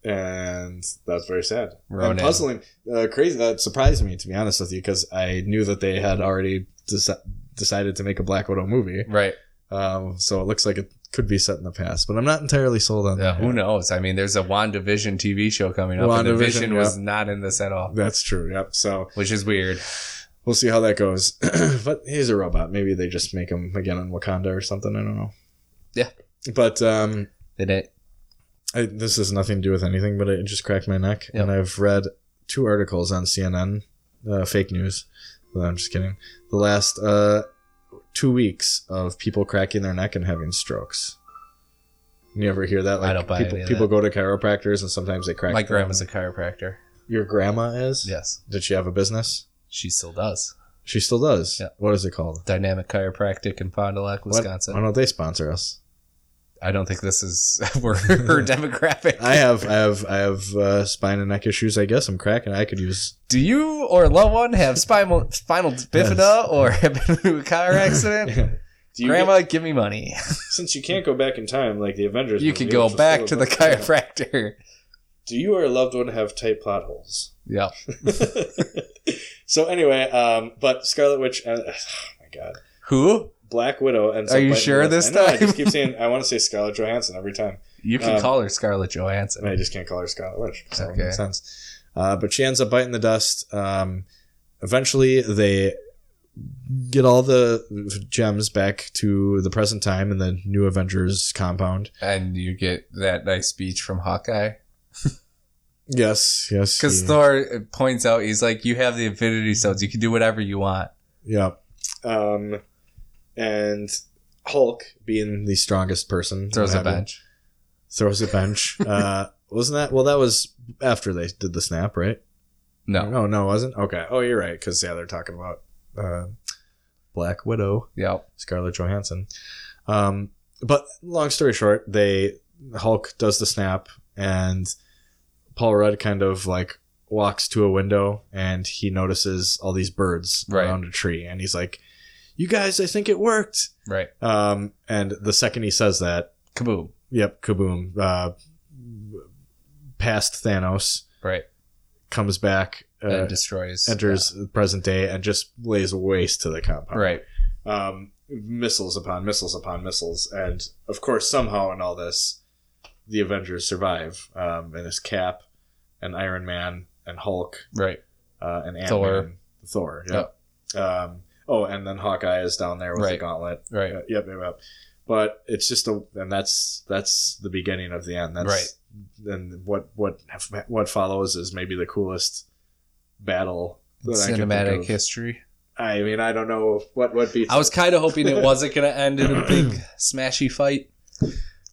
Speaker 1: and that's very sad.
Speaker 2: Ronan.
Speaker 1: And puzzling, uh, crazy. That surprised me to be honest with you because I knew that they had already deci- decided to make a Black Widow movie.
Speaker 2: Right.
Speaker 1: Um, so it looks like it could be set in the past, but I'm not entirely sold on
Speaker 2: Yeah,
Speaker 1: that.
Speaker 2: who knows? I mean, there's a WandaVision TV show coming up, and the
Speaker 1: WandaVision,
Speaker 2: Vision was
Speaker 1: yeah.
Speaker 2: not in this at all,
Speaker 1: That's true. Yep. So
Speaker 2: which is weird.
Speaker 1: we'll see how that goes. but he's a robot. Maybe they just make him again on Wakanda or something. I don't know.
Speaker 2: Yeah.
Speaker 1: But um,
Speaker 2: Did it?
Speaker 1: I, this has nothing to do with anything, but it just cracked my neck.
Speaker 2: Yep.
Speaker 1: And I've read two articles on CNN, uh, fake news. No, I'm just kidding. The last uh, two weeks of people cracking their neck and having strokes. You ever hear that?
Speaker 2: I don't buy
Speaker 1: people,
Speaker 2: any of
Speaker 1: people go to chiropractors and sometimes they crack.
Speaker 2: My
Speaker 1: their-
Speaker 2: grandma's a chiropractor.
Speaker 1: Your grandma is.
Speaker 2: Yes,
Speaker 1: Did she have a business?
Speaker 2: she still does.
Speaker 1: She still does.
Speaker 2: Yeah.
Speaker 1: What is it called?
Speaker 2: Dynamic Chiropractic in Fond du Lac,
Speaker 1: What-
Speaker 2: Wisconsin.
Speaker 1: Why don't they sponsor us?
Speaker 2: I don't think this is her her demographic.
Speaker 1: I have, I have, I have uh, spine and neck issues. I guess I'm cracking. I could use
Speaker 2: Do you or a loved one have spinal spinal bifida or have been through a car accident?
Speaker 1: Do you
Speaker 2: Grandma, give me money.
Speaker 1: since you can't go back in time, like the Avengers,
Speaker 2: You
Speaker 1: movie,
Speaker 2: can go
Speaker 1: which was
Speaker 2: back to
Speaker 1: still
Speaker 2: the
Speaker 1: a-
Speaker 2: chiropractor.
Speaker 1: Do you or a loved one have tight plot holes?
Speaker 2: Yeah,
Speaker 1: so anyway, um, but Scarlet Witch, uh, oh my god,
Speaker 2: who?
Speaker 1: Black Widow, and
Speaker 2: Are you sure this
Speaker 1: I know, I
Speaker 2: time?
Speaker 1: just keep saying I want to say Scarlett Johansson every time,
Speaker 2: You can
Speaker 1: Um,
Speaker 2: call her Scarlett
Speaker 1: and I
Speaker 2: Johansson.
Speaker 1: just can't call her Scarlet Witch. So
Speaker 2: Okay.
Speaker 1: it makes sense. Uh, but she ends up biting the dust. Um, eventually, they get all the gems back to the present time in the New Avengers compound.
Speaker 2: And you get that nice speech from Hawkeye.
Speaker 1: Yes, yes,
Speaker 2: Because
Speaker 1: he-
Speaker 2: Thor uh, points out, he's like, you have the Infinity Stones. You can do whatever you want.
Speaker 1: Yeah. Um, and Hulk, being the strongest person,
Speaker 2: Throws a
Speaker 1: what have you,
Speaker 2: bench.
Speaker 1: Throws a bench. uh, wasn't that? Well, that was after they did the snap, right?
Speaker 2: No.
Speaker 1: no, no, it wasn't. Okay. Oh, you're right. Because yeah, they're talking about uh, Black Widow,
Speaker 2: Yep.
Speaker 1: Scarlett Johansson. Um, but long story short, they Hulk does the snap, and Paul Rudd kind of like walks to a window, and he notices all these birds
Speaker 2: Right.
Speaker 1: around a tree, and he's like, "You guys, I think it worked."
Speaker 2: Right.
Speaker 1: Um, and the second he says that,
Speaker 2: Kaboom.
Speaker 1: yep, kaboom, uh, past Thanos,
Speaker 2: Right.
Speaker 1: comes back, uh,
Speaker 2: and destroys.
Speaker 1: enters the present day, and just lays waste to the
Speaker 2: Yeah.
Speaker 1: compound.
Speaker 2: Right.
Speaker 1: Um, missiles upon missiles upon missiles, and of course, somehow in all this, the Avengers survive. Um, and it's Cap, and Iron Man, and Hulk,
Speaker 2: Right.
Speaker 1: uh, and Ant
Speaker 2: Thor.
Speaker 1: Man, Thor. Yep. Um, oh, and then Hawkeye is down there with the
Speaker 2: Right.
Speaker 1: gauntlet.
Speaker 2: Right.
Speaker 1: Uh, yep, yep, yep. But it's just a, and that's that's the beginning of the end. That's And what what what follows is maybe the coolest battle that I can think
Speaker 2: Cinematic
Speaker 1: of.
Speaker 2: history.
Speaker 1: I mean, I don't know what what beats.
Speaker 2: I was kind of hoping it wasn't going to end in a big smashy fight.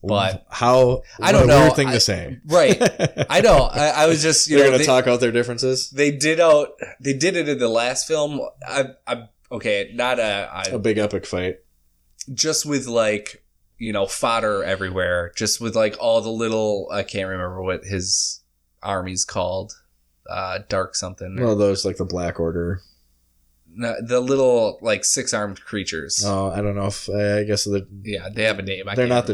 Speaker 2: but-
Speaker 1: how
Speaker 2: I don't
Speaker 1: what a
Speaker 2: know.
Speaker 1: Weird thing
Speaker 2: I-
Speaker 1: to say.
Speaker 2: Right. I know. I, I was just you
Speaker 1: They're
Speaker 2: know
Speaker 1: gonna
Speaker 2: they-
Speaker 1: talk out their differences.
Speaker 2: they did out they did it in the last film i i okay not a
Speaker 1: A
Speaker 2: I,
Speaker 1: big epic fight.
Speaker 2: just with like you know fodder everywhere just with like all the little i can't remember what his army's called uh dark something
Speaker 1: One of those like the Black Order.
Speaker 2: No, the little like six armed creatures
Speaker 1: Oh, I don't know if I guess the,
Speaker 2: yeah they have a name I
Speaker 1: they're
Speaker 2: can't
Speaker 1: not the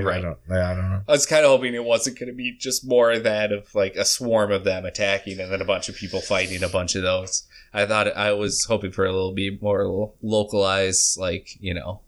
Speaker 1: Chitari. I
Speaker 2: Right.
Speaker 1: don't. Yeah, I don't know.
Speaker 2: I was kind of hoping it wasn't going to be just more of that of like a swarm of them attacking and then a bunch of people fighting a bunch of those. I thought I was hoping for a little bit more lo- localized, like you know,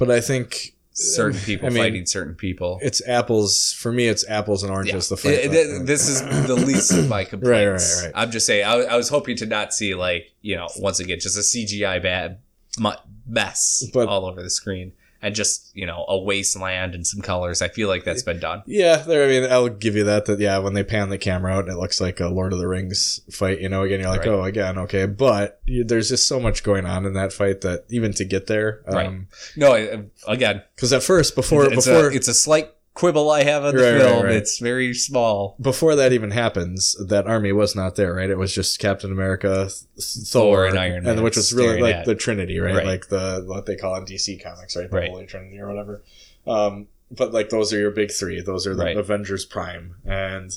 Speaker 1: But I think
Speaker 2: certain people
Speaker 1: I mean,
Speaker 2: fighting certain people.
Speaker 1: it's apples for me. It's apples and oranges. The fight.
Speaker 2: Th- th- this is the least of my complaints.
Speaker 1: right, right.
Speaker 2: I'm just saying, I, was- I was hoping to not see like you know, once again, just a CGI bad mu- mess
Speaker 1: But-
Speaker 2: all over the screen and just you know, a wasteland and some colors. I feel like that's been done.
Speaker 1: Yeah, there. I mean, I'll give you that. That yeah, when they pan the camera out and it looks like a Lord of the Rings fight, you know, again, you're like,
Speaker 2: Right.
Speaker 1: oh, again, okay. But you, there's just so much going on in that fight that even to get there,
Speaker 2: Right.
Speaker 1: um,
Speaker 2: No, I- again,
Speaker 1: because at first, before
Speaker 2: it's,
Speaker 1: before
Speaker 2: a, it's a slight quibble I have on the
Speaker 1: Right, right,
Speaker 2: film.
Speaker 1: right.
Speaker 2: It's very small.
Speaker 1: before that even happens, that army was not there, right? It was just Captain America, Th- Thor,
Speaker 2: Thor, and Iron Man
Speaker 1: which was really
Speaker 2: staring
Speaker 1: like
Speaker 2: at-
Speaker 1: the Trinity, right?
Speaker 2: Right.
Speaker 1: Like the what they call in DC Comics, right? The
Speaker 2: Right.
Speaker 1: Holy Trinity or whatever. Um, but like those are your big three. Those are the
Speaker 2: Right.
Speaker 1: Avengers Prime, and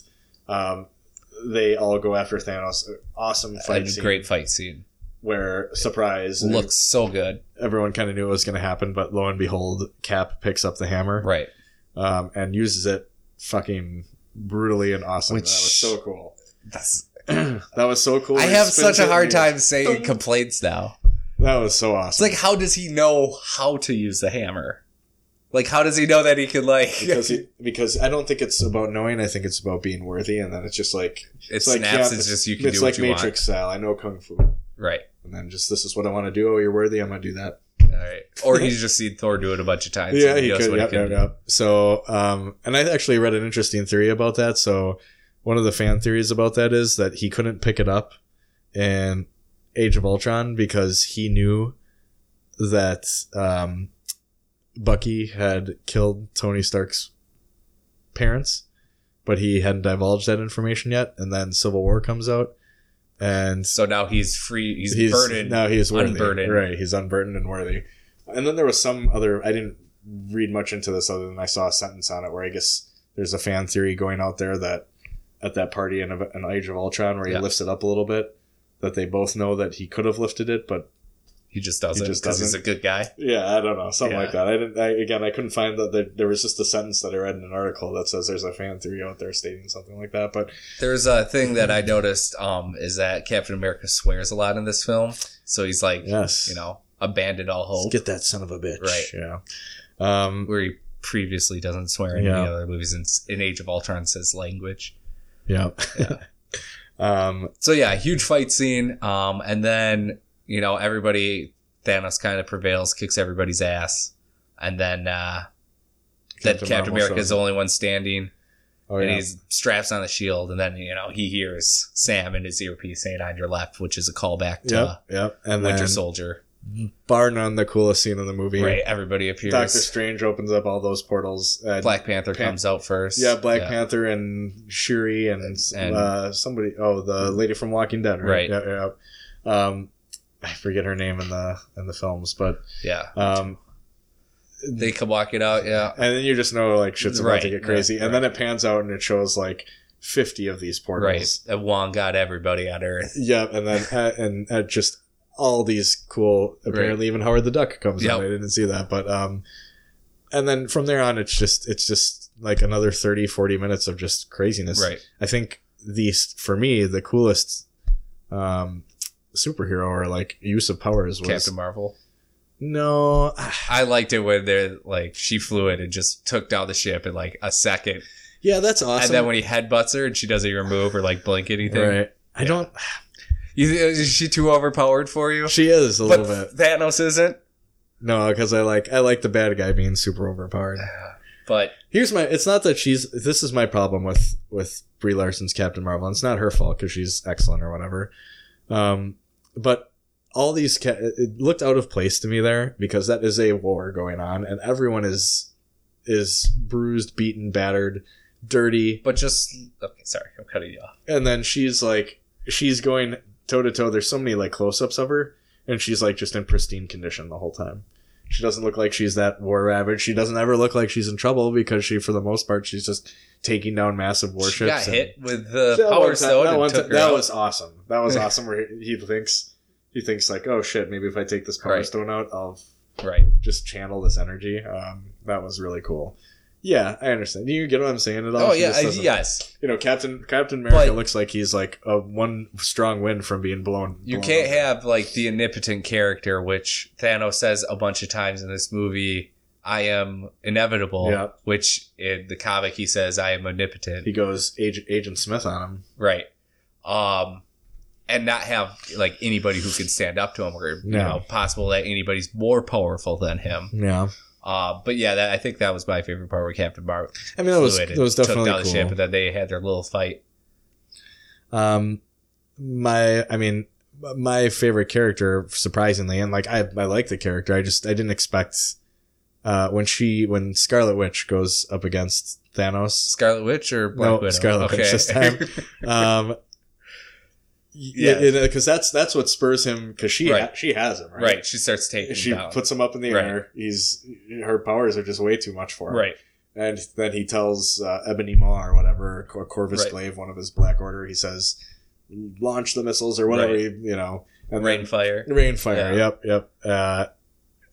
Speaker 1: um, they all go after Thanos. Awesome fight
Speaker 2: a
Speaker 1: scene
Speaker 2: great fight scene.
Speaker 1: where surprise
Speaker 2: Looks so good.
Speaker 1: everyone kind of knew it was going to happen, but lo and behold, Cap picks up the hammer
Speaker 2: Right.
Speaker 1: um, and uses it fucking brutally and awesome.
Speaker 2: Which-
Speaker 1: that was so cool.
Speaker 2: That's,
Speaker 1: that was so cool.
Speaker 2: I
Speaker 1: He
Speaker 2: have
Speaker 1: spins
Speaker 2: such a
Speaker 1: it
Speaker 2: hard
Speaker 1: and he-
Speaker 2: time saying complaints now.
Speaker 1: That was so
Speaker 2: It's
Speaker 1: awesome.
Speaker 2: like, how does he know how to use the hammer? Like, how does he know that he could like?
Speaker 1: because he, because I don't think it's about knowing. I think it's about being worthy. And then it's just like
Speaker 2: it
Speaker 1: it's like,
Speaker 2: snaps.
Speaker 1: yeah,
Speaker 2: it's just you can
Speaker 1: it's
Speaker 2: do
Speaker 1: like
Speaker 2: what you
Speaker 1: Matrix style. I know kung fu,
Speaker 2: want. Right.
Speaker 1: and then just this is what I want to do. Oh, you're worthy. I'm gonna do that.
Speaker 2: All right. Or he's just seen Thor do it a bunch of times.
Speaker 1: yeah,
Speaker 2: and
Speaker 1: he
Speaker 2: knows
Speaker 1: could.
Speaker 2: what
Speaker 1: Yep, yep,
Speaker 2: do.
Speaker 1: yep. So, um, and I actually read an interesting theory about that. So, one of the fan theories about that is that he couldn't pick it up in Age of Ultron because he knew that um, Bucky had killed Tony Stark's parents, but he hadn't divulged that information yet. And then Civil War comes out, and
Speaker 2: So now he's free. He's, burdened.
Speaker 1: now he's worthy.
Speaker 2: unburdened.
Speaker 1: Right, he's unburdened and worthy. And then there was some other. I didn't read much into this other than I saw a sentence on it where I guess there's a fan theory going out there that at that party in, in Age of Ultron where he
Speaker 2: Yeah.
Speaker 1: lifts it up a little bit, that they both know that he could have lifted it, but
Speaker 2: he just doesn't
Speaker 1: just
Speaker 2: because he's a
Speaker 1: doesn't.
Speaker 2: good guy.
Speaker 1: yeah, I don't know, something
Speaker 2: Yeah.
Speaker 1: like that. I didn't. I, again, I couldn't find that. There, there was just a sentence that I read in an article that says there's a fan theory out there stating something like that. But
Speaker 2: There's a thing that I noticed um, is that Captain America swears a lot in this film. So he's like,
Speaker 1: yes,
Speaker 2: you know, abandoned all
Speaker 1: Let's
Speaker 2: hope,
Speaker 1: get that son of a bitch.
Speaker 2: Right.
Speaker 1: Yeah. Um,
Speaker 2: where he previously doesn't swear in
Speaker 1: Yeah.
Speaker 2: any other movies. And in Age of Ultron says language.
Speaker 1: yeah.
Speaker 2: Yeah.
Speaker 1: um,
Speaker 2: So yeah, huge fight scene. Um, and then you know everybody Thanos kind of prevails, kicks everybody's ass, and then uh, that
Speaker 1: Captain Marvel
Speaker 2: Captain America
Speaker 1: shows
Speaker 2: is the only one standing,
Speaker 1: Oh,
Speaker 2: and
Speaker 1: yeah.
Speaker 2: he's straps on the shield, and then you know he hears Sam in his earpiece saying "On your left," which is a callback to
Speaker 1: Yep, yep. And
Speaker 2: uh, Winter
Speaker 1: then,
Speaker 2: Soldier.
Speaker 1: bar none, the coolest scene in the movie.
Speaker 2: Right, everybody appears.
Speaker 1: Doctor Strange opens up all those portals. And,
Speaker 2: Black Panther
Speaker 1: Pan-
Speaker 2: comes out first.
Speaker 1: Yeah, Black Panther and Shuri and,
Speaker 2: And-
Speaker 1: uh, somebody. Oh, the lady from Walking Dead. Right.
Speaker 2: Right.
Speaker 1: Yeah, yeah. Um, I forget her name in the in the films, but
Speaker 2: Yeah,
Speaker 1: um,
Speaker 2: they can walk it out. Yeah,
Speaker 1: and then you just know like shit's about to
Speaker 2: Right,
Speaker 1: get crazy,
Speaker 2: yeah,
Speaker 1: and then it pans out and it shows like fifty of these portals.
Speaker 2: right. And Wong got everybody on Earth.
Speaker 1: Yep, and then uh, and uh, just all these cool. Apparently, even Howard the Duck comes
Speaker 2: Yep.
Speaker 1: out. I didn't see that, but um, and then from there on, it's just it's just like another 30, 40 minutes of just craziness.
Speaker 2: Right.
Speaker 1: I think these for me the coolest um superhero or like use of powers was
Speaker 2: Captain Marvel.
Speaker 1: No, ah,
Speaker 2: I liked it when they're like she flew it and just took down the ship in like a second,
Speaker 1: yeah, that's awesome.
Speaker 2: and then when he headbutts her and she doesn't even move or like blink anything,
Speaker 1: right? I
Speaker 2: Yeah.
Speaker 1: don't.
Speaker 2: you, is she too overpowered for you?
Speaker 1: She is a
Speaker 2: but
Speaker 1: little bit.
Speaker 2: Thanos isn't.
Speaker 1: No, because I like I like the bad guy being super overpowered.
Speaker 2: But
Speaker 1: Here's my. It's not that she's. This is my problem with with Brie Larson's Captain Marvel. And it's not her fault because she's excellent or whatever. Um, but all these ca- it it looked out of place to me there because that is a war going on and everyone is is bruised, beaten, battered, dirty,
Speaker 2: but just okay. Sorry, I'm cutting you off.
Speaker 1: and then she's like she's going toe to toe. There's so many like close ups of her, and she's like just in pristine condition the whole time. She doesn't look like she's that war ravaged. She doesn't ever look like she's in trouble because she, for the most part, she's just taking down massive warships.
Speaker 2: she got
Speaker 1: and-
Speaker 2: hit with the
Speaker 1: That one
Speaker 2: power
Speaker 1: time-
Speaker 2: stone
Speaker 1: That,
Speaker 2: and
Speaker 1: one
Speaker 2: took
Speaker 1: time-
Speaker 2: her
Speaker 1: that
Speaker 2: out.
Speaker 1: was awesome. That was awesome. Where he he thinks he thinks like, oh shit, maybe if I take this power
Speaker 2: Right.
Speaker 1: stone out, I'll
Speaker 2: right.
Speaker 1: just channel this energy. Um, that was really cool. Yeah, I understand. You get what I'm saying at all?
Speaker 2: Oh,
Speaker 1: She
Speaker 2: yeah,
Speaker 1: just
Speaker 2: I-
Speaker 1: doesn't-
Speaker 2: yes.
Speaker 1: you know, Captain Captain America
Speaker 2: But-
Speaker 1: looks like he's like a one strong wind from being blown.
Speaker 2: You
Speaker 1: blown
Speaker 2: can't
Speaker 1: over.
Speaker 2: have like the omnipotent character, which Thanos says a bunch of times in this movie. I am inevitable,
Speaker 1: Yeah.
Speaker 2: which in the comic he says I am omnipotent.
Speaker 1: He goes Agent, Agent Smith on him.
Speaker 2: right um and not have like anybody who can stand up to him or you
Speaker 1: No.
Speaker 2: know possible that anybody's more powerful than him
Speaker 1: Yeah,
Speaker 2: uh but yeah that, i think that was my favorite part where captain marvel
Speaker 1: I mean that was
Speaker 2: flew it
Speaker 1: that
Speaker 2: and
Speaker 1: was definitely
Speaker 2: the
Speaker 1: cool.
Speaker 2: and then they had their little fight
Speaker 1: Um, my, I mean, my favorite character, surprisingly, and like I, I like the character. I just I didn't expect uh, when she when Scarlet Witch goes up against Thanos.
Speaker 2: scarlet witch or black
Speaker 1: No,
Speaker 2: widow
Speaker 1: Scarlet Witch this time. Um, yeah,
Speaker 2: Yeah.
Speaker 1: because that's that's what spurs him because she ha-
Speaker 2: Right.
Speaker 1: she has him right.
Speaker 2: right she starts taking
Speaker 1: She
Speaker 2: him down
Speaker 1: puts him up in the
Speaker 2: Right.
Speaker 1: air. He's her powers are just way too much for him.
Speaker 2: right
Speaker 1: And then he tells uh, Ebony Maw or whatever, or Corvus
Speaker 2: Right.
Speaker 1: Glaive, one of his Black Order, he says, launch the missiles or whatever,
Speaker 2: Right.
Speaker 1: you, you know. And
Speaker 2: rain
Speaker 1: then-
Speaker 2: fire
Speaker 1: Rainfire,
Speaker 2: Yeah.
Speaker 1: yep, yep. Uh,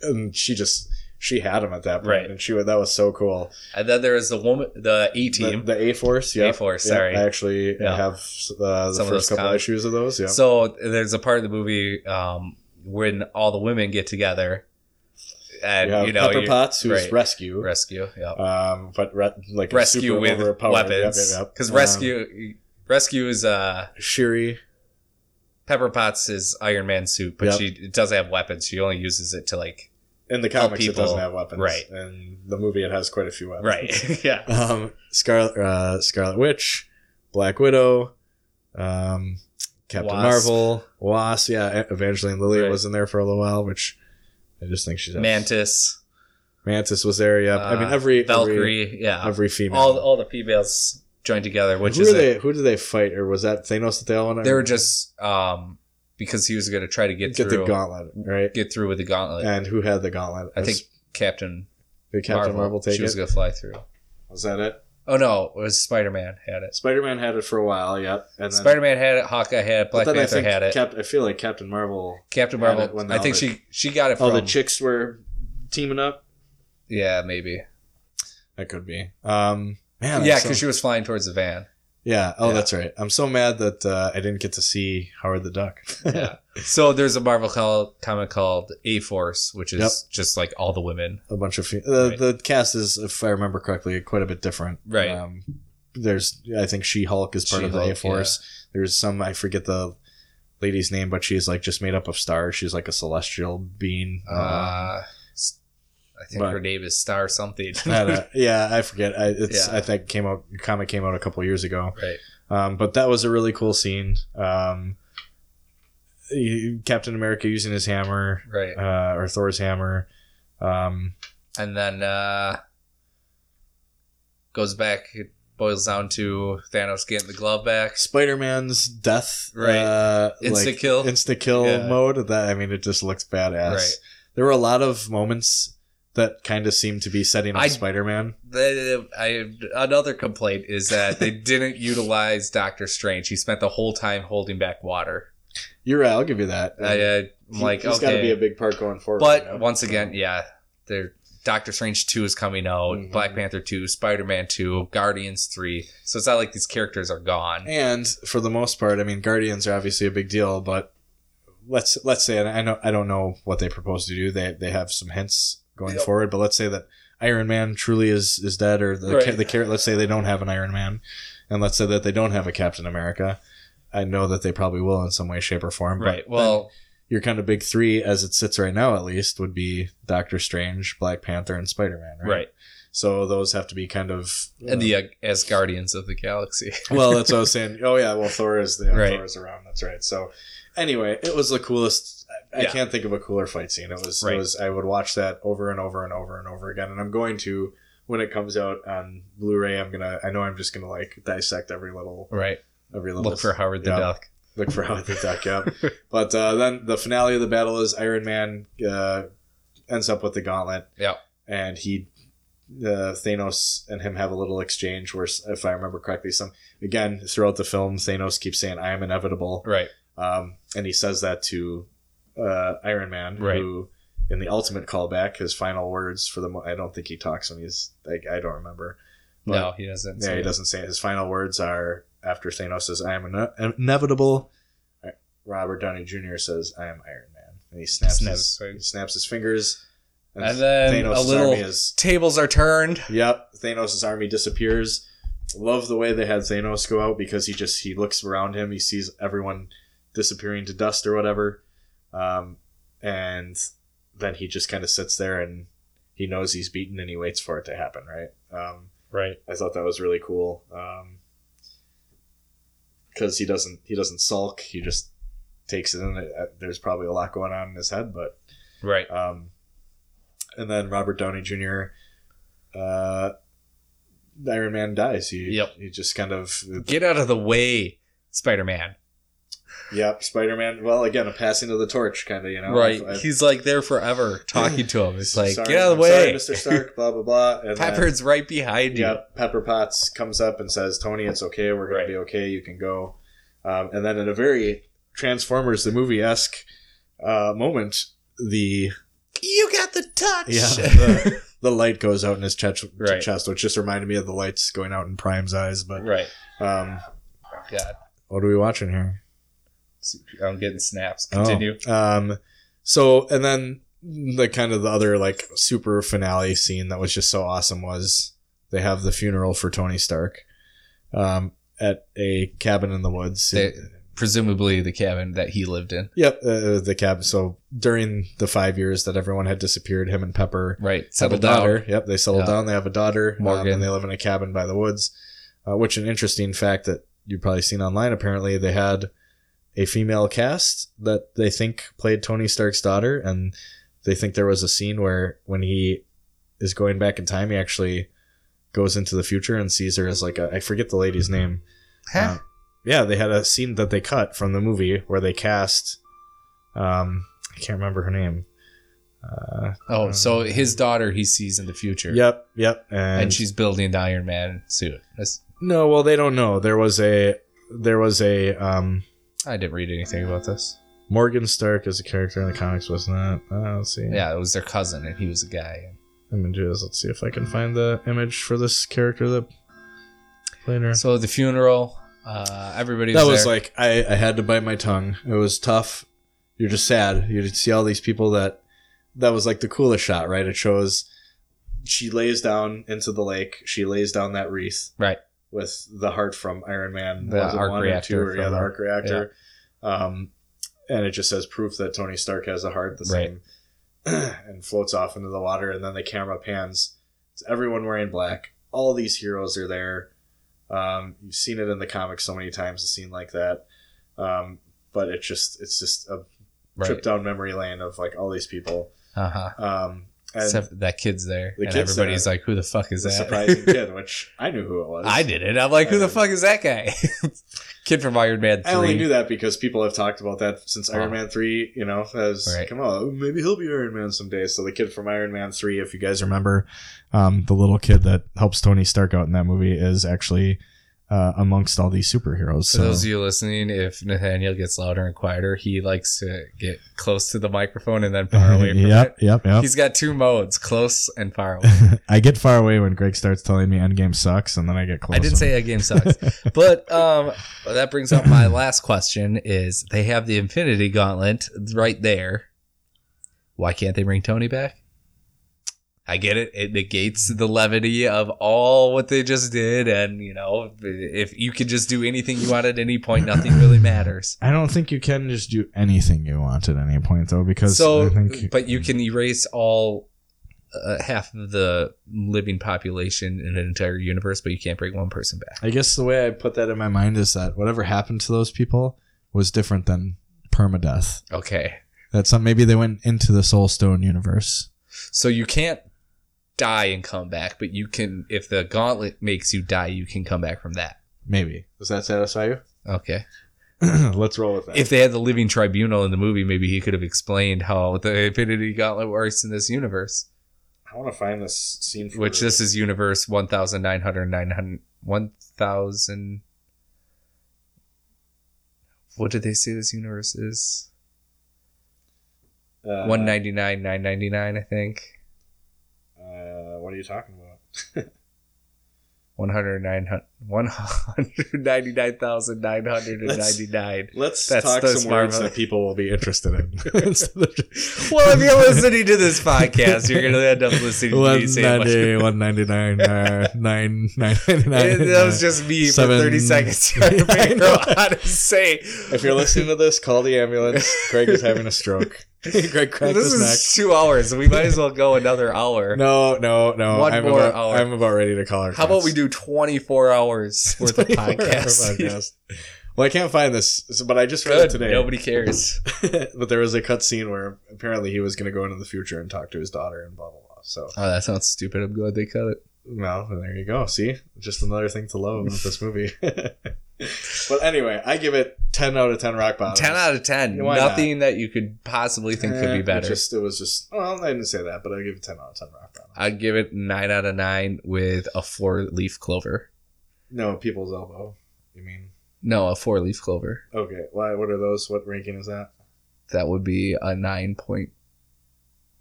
Speaker 1: and she just, she had him at that point,
Speaker 2: Right.
Speaker 1: And she wa- that was so cool.
Speaker 2: and then there is the woman the e
Speaker 1: The,
Speaker 2: team
Speaker 1: the A-Force, yeah.
Speaker 2: A-Force, sorry.
Speaker 1: I actually
Speaker 2: Yeah.
Speaker 1: have uh, the
Speaker 2: Some of
Speaker 1: first
Speaker 2: those
Speaker 1: couple
Speaker 2: comics.
Speaker 1: issues of those, yeah.
Speaker 2: So there's a part of the movie um, when all the women get together, and
Speaker 1: you have
Speaker 2: you know,
Speaker 1: Pepper
Speaker 2: you
Speaker 1: Potts, who's
Speaker 2: right.
Speaker 1: Rescue.
Speaker 2: rescue, yeah,
Speaker 1: um, but re- like a
Speaker 2: rescue
Speaker 1: super
Speaker 2: with
Speaker 1: overpowered- yep, yep,
Speaker 2: weapons
Speaker 1: yep.
Speaker 2: because
Speaker 1: Um,
Speaker 2: rescue, rescue is uh,
Speaker 1: Shuri,
Speaker 2: Pepper Potts is Iron Man suit, but
Speaker 1: Yep.
Speaker 2: she doesn't have weapons. She only uses it to like
Speaker 1: In the
Speaker 2: Help
Speaker 1: comics, it
Speaker 2: people.
Speaker 1: doesn't have weapons.
Speaker 2: Right.
Speaker 1: In the movie, it has quite a few weapons.
Speaker 2: right, yeah,
Speaker 1: Um, Scarlet, uh, Scarlet Witch, Black Widow, um, Captain
Speaker 2: Wasp.
Speaker 1: Marvel, Wasp. Yeah, E, Evangeline Lilly
Speaker 2: Right.
Speaker 1: was in there for a little while, which I just think she's
Speaker 2: Mantis,
Speaker 1: Mantis was there. Yeah, I mean
Speaker 2: Uh,
Speaker 1: every every,
Speaker 2: Valkyrie, yeah,
Speaker 1: every female.
Speaker 2: all all the females joined together, which
Speaker 1: who
Speaker 2: is
Speaker 1: are
Speaker 2: a-
Speaker 1: they? Who did they fight? Or was that Thanos that they all wanted?
Speaker 2: they were just um, because he was going to try to get,
Speaker 1: get
Speaker 2: through
Speaker 1: the gauntlet right.
Speaker 2: get through with the gauntlet.
Speaker 1: And who had the gauntlet?
Speaker 2: I
Speaker 1: Was-
Speaker 2: think Captain
Speaker 1: did Captain Marvel, take
Speaker 2: she
Speaker 1: it.
Speaker 2: was going to fly through.
Speaker 1: was that it?
Speaker 2: Oh no, it was Spider Man had it.
Speaker 1: Spider Man had it for a while. Yep. And then
Speaker 2: Spider Man had it. Hawkeye had it.
Speaker 1: but
Speaker 2: Black
Speaker 1: then I
Speaker 2: Panther
Speaker 1: think
Speaker 2: had it.
Speaker 1: Cap- I feel like Captain Marvel
Speaker 2: Captain
Speaker 1: had
Speaker 2: Marvel.
Speaker 1: it when
Speaker 2: I think
Speaker 1: all the-
Speaker 2: she she got it
Speaker 1: Oh,
Speaker 2: from.
Speaker 1: the chicks were teaming up.
Speaker 2: yeah, maybe.
Speaker 1: That could be. Um, man, I'm
Speaker 2: yeah,
Speaker 1: so-
Speaker 2: because she was flying towards the van.
Speaker 1: yeah. Oh,
Speaker 2: Yeah.
Speaker 1: that's right. I'm so mad that uh, I didn't get to see Howard the Duck.
Speaker 2: Yeah. so there's a Marvel call, comic called A Force, which is
Speaker 1: Yep.
Speaker 2: just like all the women.
Speaker 1: a bunch of fe- uh,
Speaker 2: Right.
Speaker 1: the cast is, if I remember correctly, quite a bit different.
Speaker 2: Right.
Speaker 1: Um, there's, I think She Hulk is part of the
Speaker 2: She-Hulk,
Speaker 1: A Force. There's some I forget the lady's name, but she's like just made up of stars. She's like a celestial being.
Speaker 2: Uh, s- I think
Speaker 1: Uh-huh. But- uh,
Speaker 2: her name is Star something.
Speaker 1: I don't- yeah, I forget. I, it's
Speaker 2: Yeah.
Speaker 1: I think came out comic came out a couple years ago.
Speaker 2: right.
Speaker 1: Um, but that was a really cool scene. Um, he- Captain America using his hammer
Speaker 2: Right.
Speaker 1: uh, or Thor's hammer. Um,
Speaker 2: And then uh goes back. It boils down to Thanos getting the glove back.
Speaker 1: Spider Man's death,
Speaker 2: Right.
Speaker 1: Uh,
Speaker 2: Insta kill.
Speaker 1: insta kill
Speaker 2: Yeah.
Speaker 1: mode. That I mean, it just looks badass.
Speaker 2: Right.
Speaker 1: There were a lot of moments that kind of seemed to be setting up
Speaker 2: I-
Speaker 1: Spider Man.
Speaker 2: The, I another complaint is that they didn't utilize Doctor Strange. He spent the whole time holding back water.
Speaker 1: You're right. I'll give you that.
Speaker 2: I, uh, I'm
Speaker 1: Mm-hmm. He-
Speaker 2: like
Speaker 1: he's got to
Speaker 2: okay,
Speaker 1: be a big part going forward.
Speaker 2: but
Speaker 1: you know?
Speaker 2: once again, yeah, there. Doctor Strange two is coming out,
Speaker 1: Mhm.
Speaker 2: Black Panther two, Spider Man two, Guardians three. So it's not like these characters are gone.
Speaker 1: And for the most part, I mean, Guardians are obviously a big deal, but let's let's say and I know I don't know what they propose to do. They they have some hints going forward, but let's say that Iron Man truly is is dead, or the
Speaker 2: Right.
Speaker 1: the car- let's say they don't have an Iron Man, and let's say that they don't have a Captain America. I know that they probably will in some way, shape, or form. but
Speaker 2: Right.
Speaker 1: then
Speaker 2: Well,
Speaker 1: your kind of big three, as it sits right now, at least, would be Doctor Strange, Black Panther, and Spider Man. Right?
Speaker 2: right.
Speaker 1: So those have to be kind of
Speaker 2: And the uh, as Guardians of the Galaxy.
Speaker 1: well, that's what I was saying. Oh yeah, well Thor is the
Speaker 2: Right.
Speaker 1: Thor is around. That's right. So anyway, it was the coolest. I, I
Speaker 2: Yeah.
Speaker 1: can't think of a cooler fight scene. It was.
Speaker 2: Right.
Speaker 1: It was. I would watch that over and over and over and over again. And I'm going to when it comes out on Blu-ray. I'm gonna. I know I'm just gonna like dissect every little
Speaker 2: right.
Speaker 1: every little
Speaker 2: Look for Howard the
Speaker 1: yeah.
Speaker 2: Duck.
Speaker 1: look for how they duck up. But uh, then the finale of the battle is Iron Man uh, ends up with the gauntlet.
Speaker 2: Yeah.
Speaker 1: And he, uh, Thanos and him have a little exchange where, if I remember correctly, some again throughout the film, Thanos keeps saying, "I am inevitable,"
Speaker 2: Right.
Speaker 1: um, and he says that to uh, Iron Man,
Speaker 2: Right.
Speaker 1: who. In the ultimate callback, his final words for the mo- I don't think he talks when he's like I don't remember. But-
Speaker 2: No, he doesn't.
Speaker 1: yeah,
Speaker 2: say
Speaker 1: he
Speaker 2: it.
Speaker 1: doesn't say it. His final words are after Thanos says, "I am ine- inevitable." Robert Downey Jr. says, "I am Iron Man," and he snaps
Speaker 2: Snaps,
Speaker 1: his,
Speaker 2: right.
Speaker 1: he snaps his fingers,
Speaker 2: And then a little-
Speaker 1: army is
Speaker 2: Tables are turned.
Speaker 1: yep. Thanos' army disappears. Love the way they had Thanos go out because he just he looks around him, he sees everyone disappearing to dust or whatever, um, and then he just kind of sits there and he knows he's beaten and he waits for it to happen, right? Um,
Speaker 2: Right.
Speaker 1: I thought that was really cool. Um 'cause because he doesn't he doesn't sulk. He just takes it in. Uh, There's probably a lot going on in his head, but
Speaker 2: Right.
Speaker 1: um, and then Robert Downey Jr. Uh, Iron Man dies. He
Speaker 2: Yep.
Speaker 1: he just kind of
Speaker 2: Get out of the way, Spider Man.
Speaker 1: yep. Spider Man. Well, again, a passing of the torch, kind of you know.
Speaker 2: right.
Speaker 1: I- I-
Speaker 2: He's like there forever talking to him. It's like,
Speaker 1: sorry-
Speaker 2: get out of the
Speaker 1: I'm
Speaker 2: way.
Speaker 1: sorry, Mr. Stark. Blah blah blah. And then-
Speaker 2: Pepper's right behind you.
Speaker 1: Yeah, Pepper Potts comes up and says, "Tony, it's okay. We're going
Speaker 2: Right.
Speaker 1: to be okay. You can go." Um, and then, in a very Transformers the movie esque uh, moment, the
Speaker 2: You got the touch.
Speaker 1: yeah the, the light goes out in his chest,
Speaker 2: Right.
Speaker 1: chest, which just reminded me of the lights going out in Prime's eyes. But
Speaker 2: right.
Speaker 1: um,
Speaker 2: God.
Speaker 1: what are we watching here?
Speaker 2: I'm getting snaps.
Speaker 1: Oh.
Speaker 2: Continue.
Speaker 1: Um, so and then the kind of the other like super finale scene that was just so awesome was they have the funeral for Tony Stark, um, at a cabin in the woods.
Speaker 2: They- Presumably the cabin that he lived in.
Speaker 1: yep, uh, the cabin. So during the five years that everyone had disappeared, him and Pepper
Speaker 2: Right.
Speaker 1: have a
Speaker 2: Settled
Speaker 1: daughter.
Speaker 2: down.
Speaker 1: Yep, they settled
Speaker 2: Yeah.
Speaker 1: down. They have a daughter, um,
Speaker 2: Morgan.
Speaker 1: and they live in a cabin by the woods. Uh, which an interesting fact that you've probably seen online. Apparently, they had a female cast that they think played Tony Stark's daughter, and they think there was a scene where when he is going back in time, he actually goes into the future and sees her as like a I forget the lady's name.
Speaker 2: Huh?
Speaker 1: Uh, yeah, they had a scene that they cut from the movie where they cast. Um, I can't remember her name. Uh,
Speaker 2: oh, so his daughter he sees in the future.
Speaker 1: Yep, yep, and,
Speaker 2: And, she's building the Iron Man suit. That's,
Speaker 1: no. Well, they don't know. There was a there was a um,
Speaker 2: I didn't read anything about this.
Speaker 1: Morgan Stark as a character in the comics, wasn't that? Uh, let's see.
Speaker 2: Yeah, it was their cousin, and he was a guy.
Speaker 1: images. Let's see if I can find the image for this character that played her.
Speaker 2: So the funeral, uh, everybody
Speaker 1: that
Speaker 2: was,
Speaker 1: was
Speaker 2: there.
Speaker 1: like I, I had to bite my tongue. It was tough. You're just sad. You just see all these people that that was like the coolest shot, right? It shows she lays down into the lake. She lays down that wreath,
Speaker 2: Right.
Speaker 1: with the heart from Iron Man,
Speaker 2: The
Speaker 1: was it
Speaker 2: arc
Speaker 1: one or
Speaker 2: reactor
Speaker 1: two, or, yeah,
Speaker 2: from-
Speaker 1: the arc reactor. Um, and it just says proof that Tony Stark has a heart the
Speaker 2: Right.
Speaker 1: same, and floats off into the water. And then the camera pans. It's everyone wearing black. All these heroes are there. Um, you've seen it in the comics so many times, a scene like that. Um, but it's just it's just a trip
Speaker 2: right.
Speaker 1: down memory lane of like all these people.
Speaker 2: Uh huh.
Speaker 1: Um, and
Speaker 2: Except that kid's there,
Speaker 1: The
Speaker 2: and
Speaker 1: kid's
Speaker 2: everybody's like, "Who the fuck is
Speaker 1: the
Speaker 2: that?"
Speaker 1: surprising kid, which I knew who it was.
Speaker 2: I did it. I'm like, "Who the
Speaker 1: Um,
Speaker 2: fuck is that guy?" Kid from Iron Man Three.
Speaker 1: I only knew that because people have talked about that since Iron
Speaker 2: Oh.
Speaker 1: Man three. You know, as
Speaker 2: Right.
Speaker 1: come on, maybe he'll be Iron Man someday. So the kid from Iron Man three, if you guys remember, um, the little kid that helps Tony Stark out in that movie is actually
Speaker 3: uh, amongst all these superheroes.
Speaker 2: For
Speaker 3: So
Speaker 2: those of you listening, if Nathaniel gets louder and quieter, he likes to get close to the microphone and then far away from
Speaker 3: yep,
Speaker 2: it.
Speaker 3: yep, yep.
Speaker 2: He's got two modes, close and far away.
Speaker 3: I get far away when Greg starts telling me Endgame sucks, and then I get close.
Speaker 2: I didn't say that game sucks. but um, that brings up my last question is they have the Infinity Gauntlet right there. Why can't they bring Tony back? I get it. It negates the levity of all what they just did. And, you know, if you could just do anything you want at any point, nothing really matters.
Speaker 3: I don't think you can just do anything you want at any point though, because
Speaker 2: So,
Speaker 3: I think
Speaker 2: but you can erase all uh, half of the living population in an entire universe, but you can't bring one person back.
Speaker 3: I guess the way I put that in my mind is that whatever happened to those people was different than permadeath.
Speaker 2: Okay.
Speaker 3: That's some maybe they went into the Soul Stone universe.
Speaker 2: So you can't die and come back, but you can if the gauntlet makes you die, you can come back from that.
Speaker 3: Maybe. Does that satisfy you?
Speaker 2: Okay.
Speaker 3: Let's roll with that.
Speaker 2: If they had the living tribunal in the movie, maybe he could have explained how the Infinity Gauntlet works in this universe,
Speaker 1: I want to find this scene. For
Speaker 2: which this is universe 1900 1000 What did they say this universe is?
Speaker 1: uh,
Speaker 2: 199 999, I think.
Speaker 1: Uh, what are you talking about?
Speaker 2: 199 199,999.
Speaker 1: Let's
Speaker 2: That's
Speaker 1: talk
Speaker 2: the
Speaker 1: some
Speaker 2: smart
Speaker 1: words
Speaker 2: one.
Speaker 1: that people will be interested in. Instead of just-
Speaker 2: Well, if you're listening to this podcast, you're going to end up listening to me say much.
Speaker 3: 190, 199, uh, 9,
Speaker 2: That was just me
Speaker 3: Seven-
Speaker 2: for 30 seconds trying to
Speaker 3: Yeah, I
Speaker 2: figure
Speaker 3: know.
Speaker 2: out how to say.
Speaker 1: if you're listening to this, call the ambulance. Greg is having a stroke.
Speaker 3: Greg cracked
Speaker 2: This
Speaker 3: his
Speaker 2: is
Speaker 3: neck.
Speaker 2: two hours. We might as well go another hour.
Speaker 1: No, no, no.
Speaker 2: One
Speaker 1: I'm
Speaker 2: more
Speaker 1: about,
Speaker 2: hour.
Speaker 1: I'm about ready to call her.
Speaker 2: how about we do 24 hours worth of
Speaker 1: 24 hour
Speaker 2: podcast?
Speaker 1: podcast. Well, I can't find this, so- but I just read it
Speaker 2: Good.
Speaker 1: today.
Speaker 2: Nobody cares.
Speaker 1: but there was a cut scene where apparently he was going to go into the future and talk to his daughter and blah blah blah. So
Speaker 2: Oh, that sounds stupid. I'm glad they cut it.
Speaker 1: well, there you go. See, just another thing to love about this movie. but anyway, I give it ten out of ten rock bottoms.
Speaker 2: 10 out of 10.
Speaker 1: Why not?
Speaker 2: Nothing that you could possibly think could
Speaker 1: Eh,
Speaker 2: be
Speaker 1: it
Speaker 2: better.
Speaker 1: Just, it was just well, I didn't say that, but I give it ten out of ten rock bottoms.
Speaker 2: I'd give it 9 out of 9 with a four leaf clover.
Speaker 1: No, people's elbow. You mean?
Speaker 2: No, a four leaf clover.
Speaker 1: Okay. Why? What are those? What ranking is that?
Speaker 2: that would be a 9.4.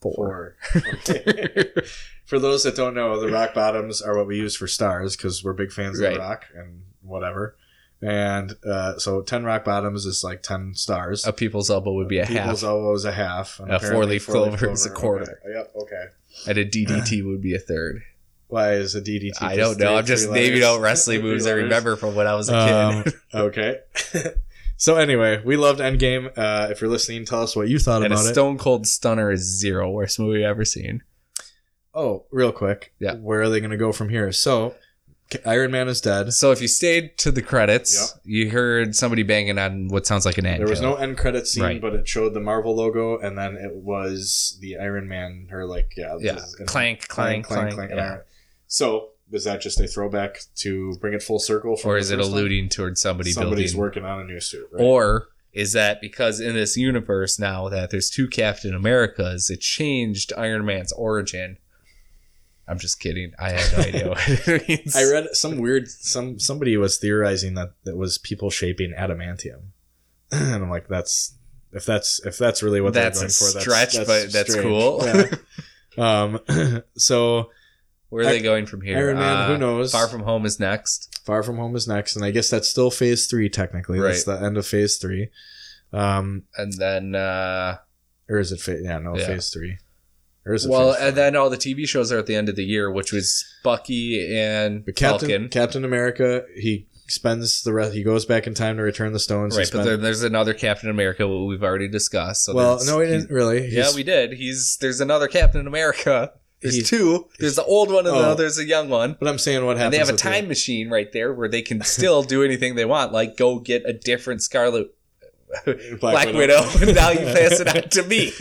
Speaker 1: Four. Okay. for those that don't know, the rock bottoms are what we use for stars because we're big fans of
Speaker 2: Right.
Speaker 1: the rock and whatever. And uh, so ten rock bottoms is like ten stars.
Speaker 2: A people's elbow would be a
Speaker 1: People's
Speaker 2: half,
Speaker 1: elbow is a half. and
Speaker 2: A
Speaker 1: apparently
Speaker 2: four-leaf
Speaker 1: four-leaf
Speaker 2: clover is a quarter.
Speaker 1: Okay. Yep. Okay.
Speaker 2: and a DDT would be a third.
Speaker 1: Why is a DDT? just
Speaker 2: I don't know.
Speaker 1: three-
Speaker 2: I'm just
Speaker 1: three
Speaker 2: naming
Speaker 1: letters?
Speaker 2: out wrestling
Speaker 1: Three
Speaker 2: moves I
Speaker 1: letters?
Speaker 2: remember from when I was a
Speaker 3: Um,
Speaker 2: kid.
Speaker 1: Okay. so anyway, we loved Endgame. Uh, if you're listening, tell us what you thought
Speaker 2: and a
Speaker 1: about it.
Speaker 2: Stone Cold Stunner is zero. Worst movie I've ever seen.
Speaker 1: Oh, real quick.
Speaker 2: Yeah.
Speaker 1: Where are they going to go from here? So, K- Iron Man is dead.
Speaker 2: So if you stayed to the credits, you heard somebody banging on what sounds like an end.
Speaker 1: There was no end credit scene,
Speaker 2: Right.
Speaker 1: but it showed the Marvel logo, and then it was the Iron Man. Her like, yeah, this
Speaker 2: Yeah.
Speaker 1: is-
Speaker 2: Clank, clank, clank.
Speaker 1: and
Speaker 2: yeah.
Speaker 1: Iron- So, is that just a throwback to bring it full circle? from
Speaker 2: Or
Speaker 1: the
Speaker 2: is it
Speaker 1: first one?
Speaker 2: alluding towards somebody
Speaker 1: Somebody's
Speaker 2: building?
Speaker 1: working on a new suit, right?
Speaker 2: Or is that because in this universe now that there's two Captain Americas, it changed Iron Man's origin? I'm just kidding. I have no idea what it means.
Speaker 1: I read some weird some somebody was theorizing that that was people shaping adamantium, and I'm like, that's if that's if that's really what
Speaker 2: That's a
Speaker 1: they're going for,
Speaker 2: stretch, but that's
Speaker 1: strange.
Speaker 2: cool.
Speaker 1: Yeah. um, so
Speaker 2: Where are they going from here?
Speaker 1: Iron Man,
Speaker 2: Uh,
Speaker 1: who knows?
Speaker 2: Far from Home is next.
Speaker 1: Far From Home is next, and I guess that's still Phase Three technically. That's the end of Phase Three, um,
Speaker 2: And then, uh,
Speaker 1: or is it? Fa- yeah, no,
Speaker 2: Yeah.
Speaker 1: Phase Three. Or is it
Speaker 2: well, uh,
Speaker 1: Phase
Speaker 2: and
Speaker 1: Four?
Speaker 2: then all the TV shows are at the end of the year, which was Bucky and
Speaker 1: But Captain
Speaker 2: Falcon.
Speaker 1: Captain America, he spends the rest. He goes back in time to return the stones. He
Speaker 2: right, but
Speaker 1: spent-
Speaker 2: there, there's another Captain America what we've already discussed. So
Speaker 1: well,
Speaker 2: there's-
Speaker 1: no, he didn't really. He
Speaker 2: yeah, we did. He's there's another Captain America. There's
Speaker 1: He-
Speaker 2: two. There's the old one and
Speaker 1: Oh.
Speaker 2: the there's a young one.
Speaker 1: But I'm saying what happens.
Speaker 2: And they have a
Speaker 1: with
Speaker 2: time machine right there where they can still do anything they want, like go get a different Scarlet
Speaker 1: the
Speaker 2: Black, Widow. and now you pass it on to me.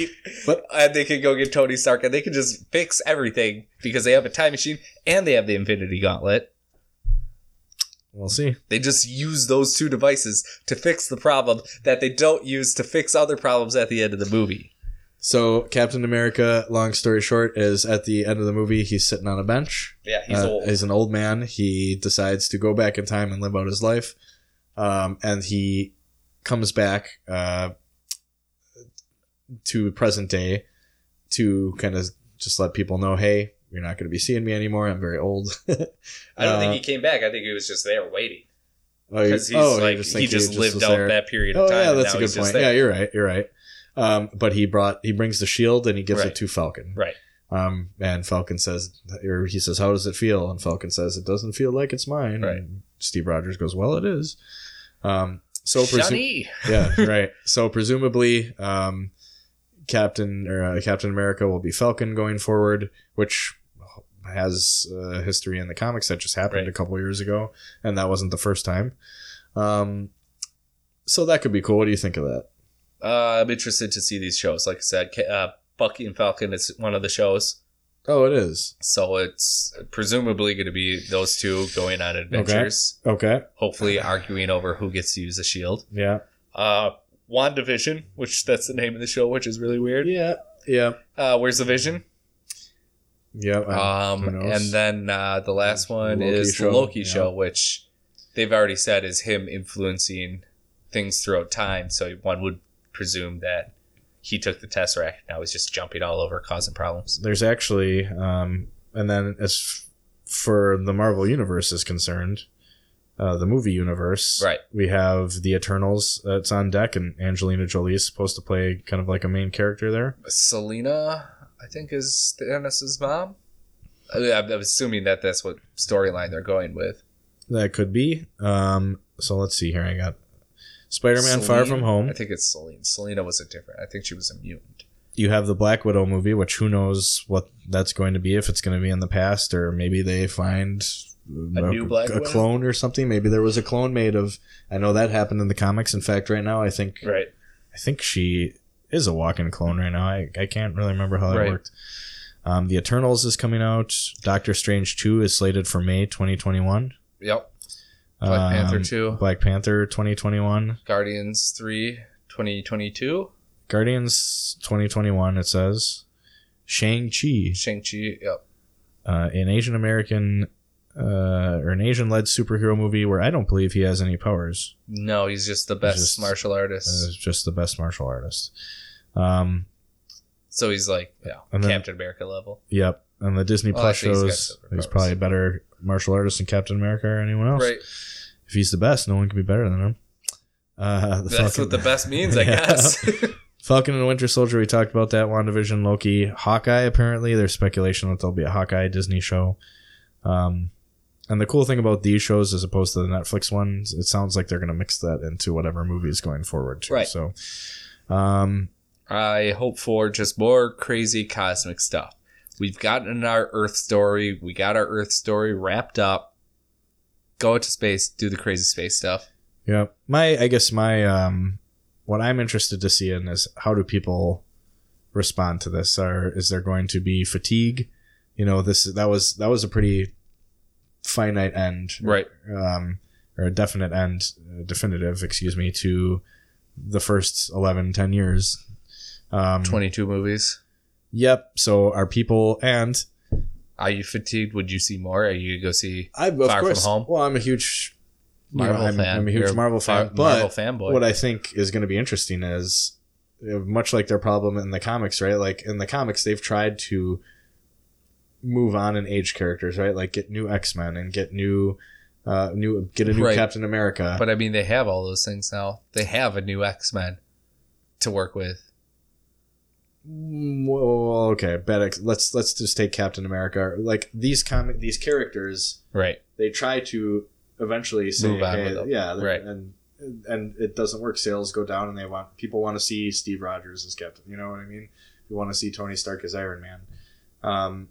Speaker 1: But-
Speaker 2: and they can go get Tony Stark and they can just fix everything because they have a time machine and they have the Infinity Gauntlet.
Speaker 1: We'll see.
Speaker 2: They just use those two devices to fix the problem that they don't use to fix other problems at the end of the movie.
Speaker 1: So Captain America, long story short, is at the end of the movie. He's sitting on a bench.
Speaker 2: Yeah, he's
Speaker 1: Uh,
Speaker 2: old.
Speaker 1: He's an old man. He decides to go back in time and live out his life. Um, and he comes back uh, to present day to kind of just let people know, hey, you're not going to be seeing me anymore. I'm very old.
Speaker 2: I don't think
Speaker 1: uh,
Speaker 2: he came back. I think he was just there waiting
Speaker 1: Oh, you-
Speaker 2: because he's
Speaker 1: oh, you
Speaker 2: like
Speaker 1: just
Speaker 2: he
Speaker 1: think
Speaker 2: just lived
Speaker 1: was
Speaker 2: out
Speaker 1: there.
Speaker 2: that period
Speaker 1: Oh
Speaker 2: of time.
Speaker 1: yeah,
Speaker 2: and
Speaker 1: that's a good
Speaker 2: now he's just
Speaker 1: point.
Speaker 2: there.
Speaker 1: Yeah, you're right. You're right. Um, but he brought he brings the shield and he gives
Speaker 2: Right.
Speaker 1: it to Falcon.
Speaker 2: Right.
Speaker 1: Um, and Falcon says, or he says, "How does it feel?" And Falcon says, "It doesn't feel like it's mine."
Speaker 2: Right.
Speaker 1: And Steve Rogers goes, "Well, it is." Um, so presu-
Speaker 2: Johnny.
Speaker 1: yeah, right. So presumably, um, Captain or uh, Captain America will be Falcon going forward, which has uh, history in the comics that just happened
Speaker 2: Right.
Speaker 1: a couple years ago, and that wasn't the first time. Um, so that could be cool. What do you think of that?
Speaker 2: Uh, I'm interested to see these shows. Like I said, Ca- uh, Bucky and Falcon is one of the shows,
Speaker 1: Oh, it is
Speaker 2: so it's presumably going to be those two going on adventures.
Speaker 1: okay.
Speaker 2: Hopefully, arguing over who gets to use the shield.
Speaker 1: Yeah,
Speaker 2: Uh, Wandavision, which that's the name of the show, which is really weird.
Speaker 1: yeah, yeah,
Speaker 2: Uh, where's the Vision?
Speaker 1: yeah.
Speaker 2: Um,
Speaker 1: who knows?
Speaker 2: and then uh, the last one
Speaker 1: Loki
Speaker 2: is
Speaker 1: show,
Speaker 2: the Loki
Speaker 1: yeah.
Speaker 2: show, which they've already said is him influencing things throughout time. So one would presume that he took the Tesseract. Now he's just jumping all over, causing problems.
Speaker 1: There's actually, um, and then as f- for the Marvel universe is concerned, uh, the movie universe,
Speaker 2: Right.
Speaker 1: We have the Eternals. Uh, it's on deck, and Angelina Jolie is supposed to play kind of like a main character there.
Speaker 2: Selena, I think, is Thanos' mom. I mean, I'm, I'm assuming that that's what storyline they're going with.
Speaker 1: That could be. Um, so let's see here. I got Spider-Man: Far
Speaker 2: Selene?
Speaker 1: From Home.
Speaker 2: I think it's Selena. Selena was a different. I think she was a mutant.
Speaker 1: you have the Black Widow movie, which who knows what that's going to be if it's going to be in the past or maybe they find
Speaker 2: A new Black Widow?
Speaker 1: clone or something. Maybe there was a clone made of. I know that happened in the comics. In fact, right now I think
Speaker 2: Right.
Speaker 1: I think she is a walk-in clone right now. I, I can't really remember how that
Speaker 2: Right.
Speaker 1: worked. Um, the Eternals is coming out. Doctor Strange two is slated for May twenty twenty one.
Speaker 2: Yep. Black
Speaker 1: Um,
Speaker 2: Panther 2.
Speaker 1: Black Panther twenty twenty one.
Speaker 2: Guardians 3, 2022.
Speaker 1: Guardians twenty twenty one. It says Shang Chi
Speaker 2: Shang-Chi. Yep.
Speaker 1: uh, an Asian American uh, or an Asian led superhero movie where I don't believe he has any powers.
Speaker 2: No, he's just the best
Speaker 1: just-
Speaker 2: martial
Speaker 1: Uh,
Speaker 2: artist.
Speaker 1: He's just the best martial artist. Um,
Speaker 2: so he's like, yeah,
Speaker 1: and then-
Speaker 2: Captain America level.
Speaker 1: yep. And the Disney
Speaker 2: Well,
Speaker 1: Plus
Speaker 2: actually, he's got
Speaker 1: shows he's
Speaker 2: superpowers.
Speaker 1: probably a better martial artist than Captain America or anyone else.
Speaker 2: Right.
Speaker 1: If he's the best, no one can be better than him. Uh, the
Speaker 2: That's
Speaker 1: Falcon,
Speaker 2: what the best means, I
Speaker 1: Yeah.
Speaker 2: guess.
Speaker 1: Falcon and the Winter Soldier. We talked about that. Wandavision, Loki, Hawkeye. Apparently, there's speculation that there'll be a Hawkeye Disney show. Um, and the cool thing about these shows, as opposed to the Netflix ones, it sounds like they're going to mix that into whatever movie is going forward. Too.
Speaker 2: Right.
Speaker 1: So, um,
Speaker 2: I hope for just more crazy cosmic stuff. We've gotten our Earth story. We got our Earth story wrapped up. Go out to space, do the crazy space stuff.
Speaker 1: yeah. My, I guess my, um, what I'm interested to see in is how do people respond to this? Or is there going to be fatigue? You know, this that was that was a pretty finite end
Speaker 2: Right.
Speaker 1: um, or a definite end, uh, definitive, excuse me, to the first 11, 10 years. Um,
Speaker 2: 22 movies.
Speaker 1: Yep. So are people, and
Speaker 2: Are you fatigued? Would you see more? Are you gonna go see
Speaker 1: I, of
Speaker 2: Far From
Speaker 1: course,
Speaker 2: Home?
Speaker 1: well, I'm a huge you know,
Speaker 2: Marvel
Speaker 1: I'm,
Speaker 2: fan?
Speaker 1: I'm a huge
Speaker 2: You're a
Speaker 1: Marvel fan,
Speaker 2: Far-
Speaker 1: but
Speaker 2: Marvel fanboy?
Speaker 1: what I think is going to be interesting is uh, much like their problem in the comics, right? Like in the comics, they've tried to move on and age characters, right? Like get new X Men and get new, uh, new get a new
Speaker 2: Right.
Speaker 1: Captain America.
Speaker 2: But I mean, they have all those things now. They have a new X Men to work with.
Speaker 1: Mm, Well, okay, bad ex- let's let's just take Captain America. or, Like these comic these characters,
Speaker 2: Right.
Speaker 1: they try to eventually say,
Speaker 2: Move on
Speaker 1: hey,
Speaker 2: with them.
Speaker 1: yeah, they're-
Speaker 2: Right.
Speaker 1: and and it doesn't work. Sales go down, and they want people want to see Steve Rogers as Captain. You know what I mean? You want to see Tony Stark as Iron Man. Um,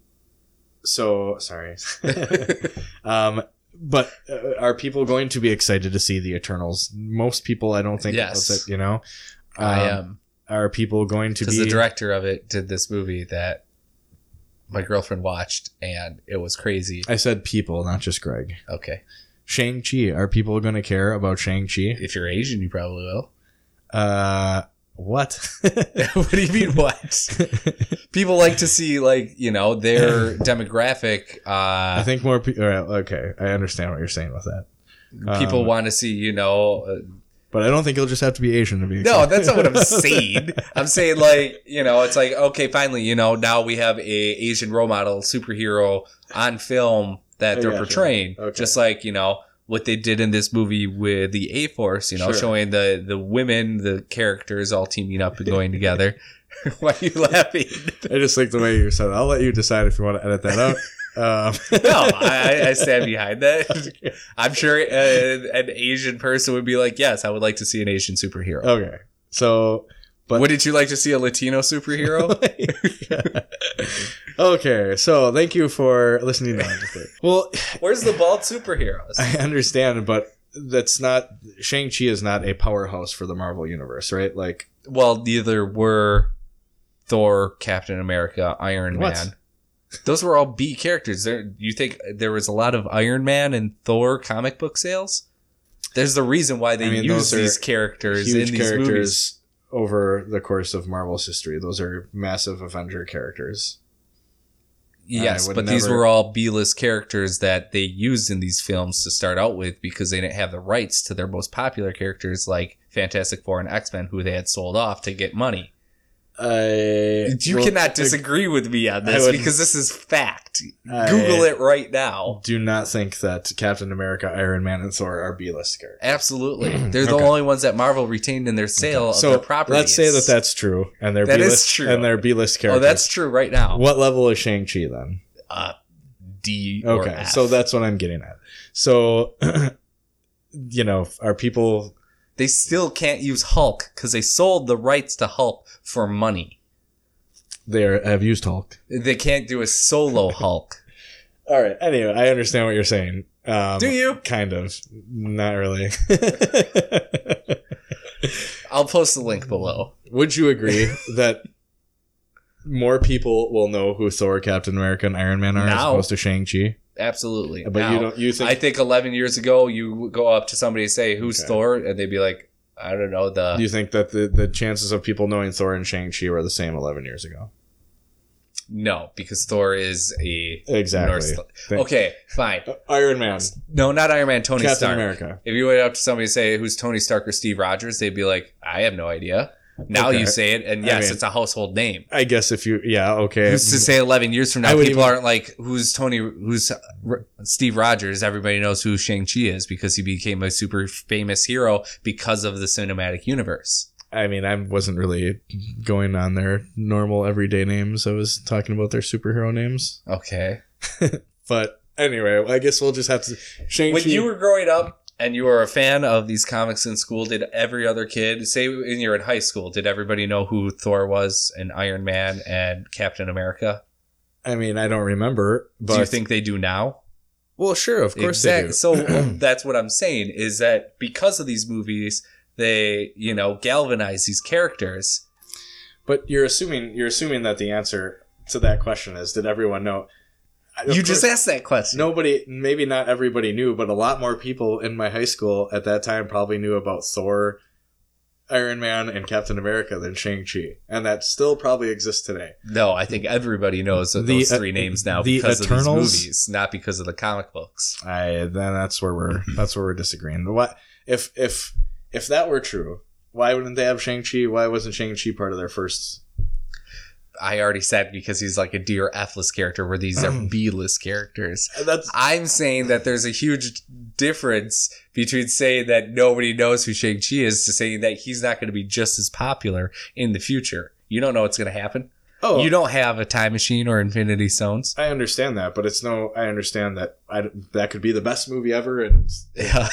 Speaker 1: so sorry. um, but uh, are people going to be excited to see the Eternals? Most people, I don't think.
Speaker 2: Yes.
Speaker 1: that's it, you know.
Speaker 2: I
Speaker 1: Um,
Speaker 2: am.
Speaker 1: Are people going to
Speaker 2: Because
Speaker 1: be
Speaker 2: the director of it did this movie that my girlfriend watched and it was crazy.
Speaker 1: I said people, not just Greg.
Speaker 2: Okay.
Speaker 1: Shang Chi. Are people going to care about Shang Chi?
Speaker 2: If you're Asian, you probably will.
Speaker 1: Uh, What?
Speaker 2: what do you mean what? People like to see like you know their demographic. Uh,
Speaker 1: I think more people. Okay, I understand what you're saying with that,
Speaker 2: people
Speaker 1: um,
Speaker 2: want to see you know. uh,
Speaker 1: but I don't think it'll just have to be Asian to be.
Speaker 2: No,
Speaker 1: accepted.
Speaker 2: that's not what I'm saying. I'm saying like you know it's like okay, finally you know now we have a Asian role model superhero on film that
Speaker 1: I
Speaker 2: they're
Speaker 1: gotcha.
Speaker 2: portraying,
Speaker 1: Okay.
Speaker 2: just like you know. What they did in this movie with the A Force, you know,
Speaker 1: Sure.
Speaker 2: showing the the women, the characters all teaming up and going together. Why are you laughing?
Speaker 1: I just like the way you said. it. I'll let you decide if you want to edit that out. um,
Speaker 2: no, I, I- I stand behind that. I'm sure uh, an Asian person would be like, "Yes, I would like to see an Asian superhero."
Speaker 1: okay, so Uh, but-
Speaker 2: Wouldn't you like to see a Latino superhero?
Speaker 1: okay, so thank you for listening. No, I'm just kidding. well,
Speaker 2: Where's the bald superheroes?
Speaker 1: I understand, but that's not Shang Chi is not a powerhouse for the Marvel universe, right? Like,
Speaker 2: Well, neither were Thor, Captain America, Iron
Speaker 1: What?
Speaker 2: Man. Those were all B characters. There, you think there was a lot of Iron Man and Thor comic book sales? There's the reason why they
Speaker 1: I mean,
Speaker 2: use
Speaker 1: those are
Speaker 2: these characters in
Speaker 1: huge
Speaker 2: these
Speaker 1: characters
Speaker 2: movies.
Speaker 1: over the course of Marvel's history. Those are massive Avenger characters.
Speaker 2: Yes,
Speaker 1: I would
Speaker 2: but these
Speaker 1: never-
Speaker 2: were all B-list characters that they used in these films to start out with because they didn't have the rights to their most popular characters like Fantastic Four and X-Men who they had sold off to get money.
Speaker 1: I
Speaker 2: You
Speaker 1: well,
Speaker 2: cannot
Speaker 1: I
Speaker 2: disagree with me on
Speaker 1: I
Speaker 2: this
Speaker 1: wouldn't-
Speaker 2: because this is fact.
Speaker 1: I
Speaker 2: Google it right now.
Speaker 1: Do not think that Captain America, Iron Man, and Thor are B-list characters.
Speaker 2: Absolutely. They're the
Speaker 1: Okay.
Speaker 2: only ones that Marvel retained in their sale of
Speaker 1: So
Speaker 2: their properties.
Speaker 1: let's say that that's true, and they're
Speaker 2: That is
Speaker 1: B-list,
Speaker 2: true.
Speaker 1: and they're B-list
Speaker 2: Oh,
Speaker 1: characters.
Speaker 2: that's true right now. Uh,
Speaker 1: what level is Shang Chi then?
Speaker 2: D or
Speaker 1: Okay,
Speaker 2: F.
Speaker 1: so that's what I'm getting at. So, you know, are people?
Speaker 2: they still can't use Hulk cuz they sold the rights to Hulk for money.
Speaker 1: They are, have used Hulk.
Speaker 2: They can't do a solo Hulk.
Speaker 1: All right. Anyway, I understand what you're saying. Um,
Speaker 2: do you?
Speaker 1: Kind of. Not really.
Speaker 2: I'll post the link below.
Speaker 1: Would you agree that more people will know who Thor, Captain America, and Iron Man are as
Speaker 2: Now.
Speaker 1: opposed to Shang Chi?
Speaker 2: Absolutely.
Speaker 1: But
Speaker 2: Now,
Speaker 1: you don't. You think
Speaker 2: I think 11 years ago, you go up to somebody and say, "Who's
Speaker 1: Okay.
Speaker 2: Thor?" and they'd be like, "I don't know." The
Speaker 1: you think that the, the chances of people knowing Thor and Shang Chi were the same 11 years ago?
Speaker 2: no, because Thor is a
Speaker 1: Exactly.
Speaker 2: Norse. Okay, fine.
Speaker 1: Uh, Iron Man,
Speaker 2: No, not Iron Man. Tony
Speaker 1: Captain
Speaker 2: Stark.
Speaker 1: America.
Speaker 2: If you went up to somebody and say, "Who's Tony Stark or Steve Rogers?" they'd be like, "I have no idea." Now
Speaker 1: Okay.
Speaker 2: you say it, and
Speaker 1: I
Speaker 2: yes,
Speaker 1: mean-
Speaker 2: it's a household name.
Speaker 1: I guess if you, yeah, okay.
Speaker 2: Who's to say 11 years from now
Speaker 1: I
Speaker 2: people
Speaker 1: would even-
Speaker 2: aren't like, who's Tony, who's R- Steve Rogers? Everybody knows who Shang-Chi is because he became a super famous hero because of the cinematic universe.
Speaker 1: I mean, I wasn't really going on their normal everyday names. I was talking about their superhero names.
Speaker 2: Okay.
Speaker 1: But anyway, I guess we'll just have to. Shang
Speaker 2: When
Speaker 1: Chi.
Speaker 2: you were growing up and you were a fan of these comics in school, did every other kid, say when you're in high school, did everybody know who Thor was and Iron Man and Captain America?
Speaker 1: I mean, I don't remember. But
Speaker 2: Do you think they do now?
Speaker 1: Well, sure, of course
Speaker 2: Exactly. So that's what I'm saying is that because of these movies, they, you know, galvanize these characters.
Speaker 1: they do. But you're assuming you're assuming that the answer to that question is did everyone know? I- of
Speaker 2: You just
Speaker 1: course,
Speaker 2: asked that question.
Speaker 1: Nobody, maybe not everybody knew, but a lot more people in my high school at that time probably knew about Thor, Iron Man, and Captain America than Shang Chi, and that still probably exists today.
Speaker 2: No, I think everybody knows of
Speaker 1: The,
Speaker 2: those
Speaker 1: uh,
Speaker 2: three names now
Speaker 1: the
Speaker 2: because of
Speaker 1: Eternals?
Speaker 2: these movies, not because of the comic books.
Speaker 1: I then that's where we're
Speaker 2: Mm-hmm.
Speaker 1: that's where we're disagreeing. What if if if that were true? Why wouldn't they have Shang Chi? Why wasn't Shang Chi part of their first?
Speaker 2: I already said because he's like a D or F list character, where these are B list characters.
Speaker 1: That's
Speaker 2: I'm saying that there's a huge difference between saying that nobody knows who Shang-Chi is to saying that he's not going to be just as popular in the future. You don't know what's going to happen.
Speaker 1: oh,
Speaker 2: You
Speaker 1: you know,
Speaker 2: don't have a time machine or infinity stones.
Speaker 1: I understand that, but it's no. I understand that. I that could be the best movie ever, and
Speaker 2: Yeah.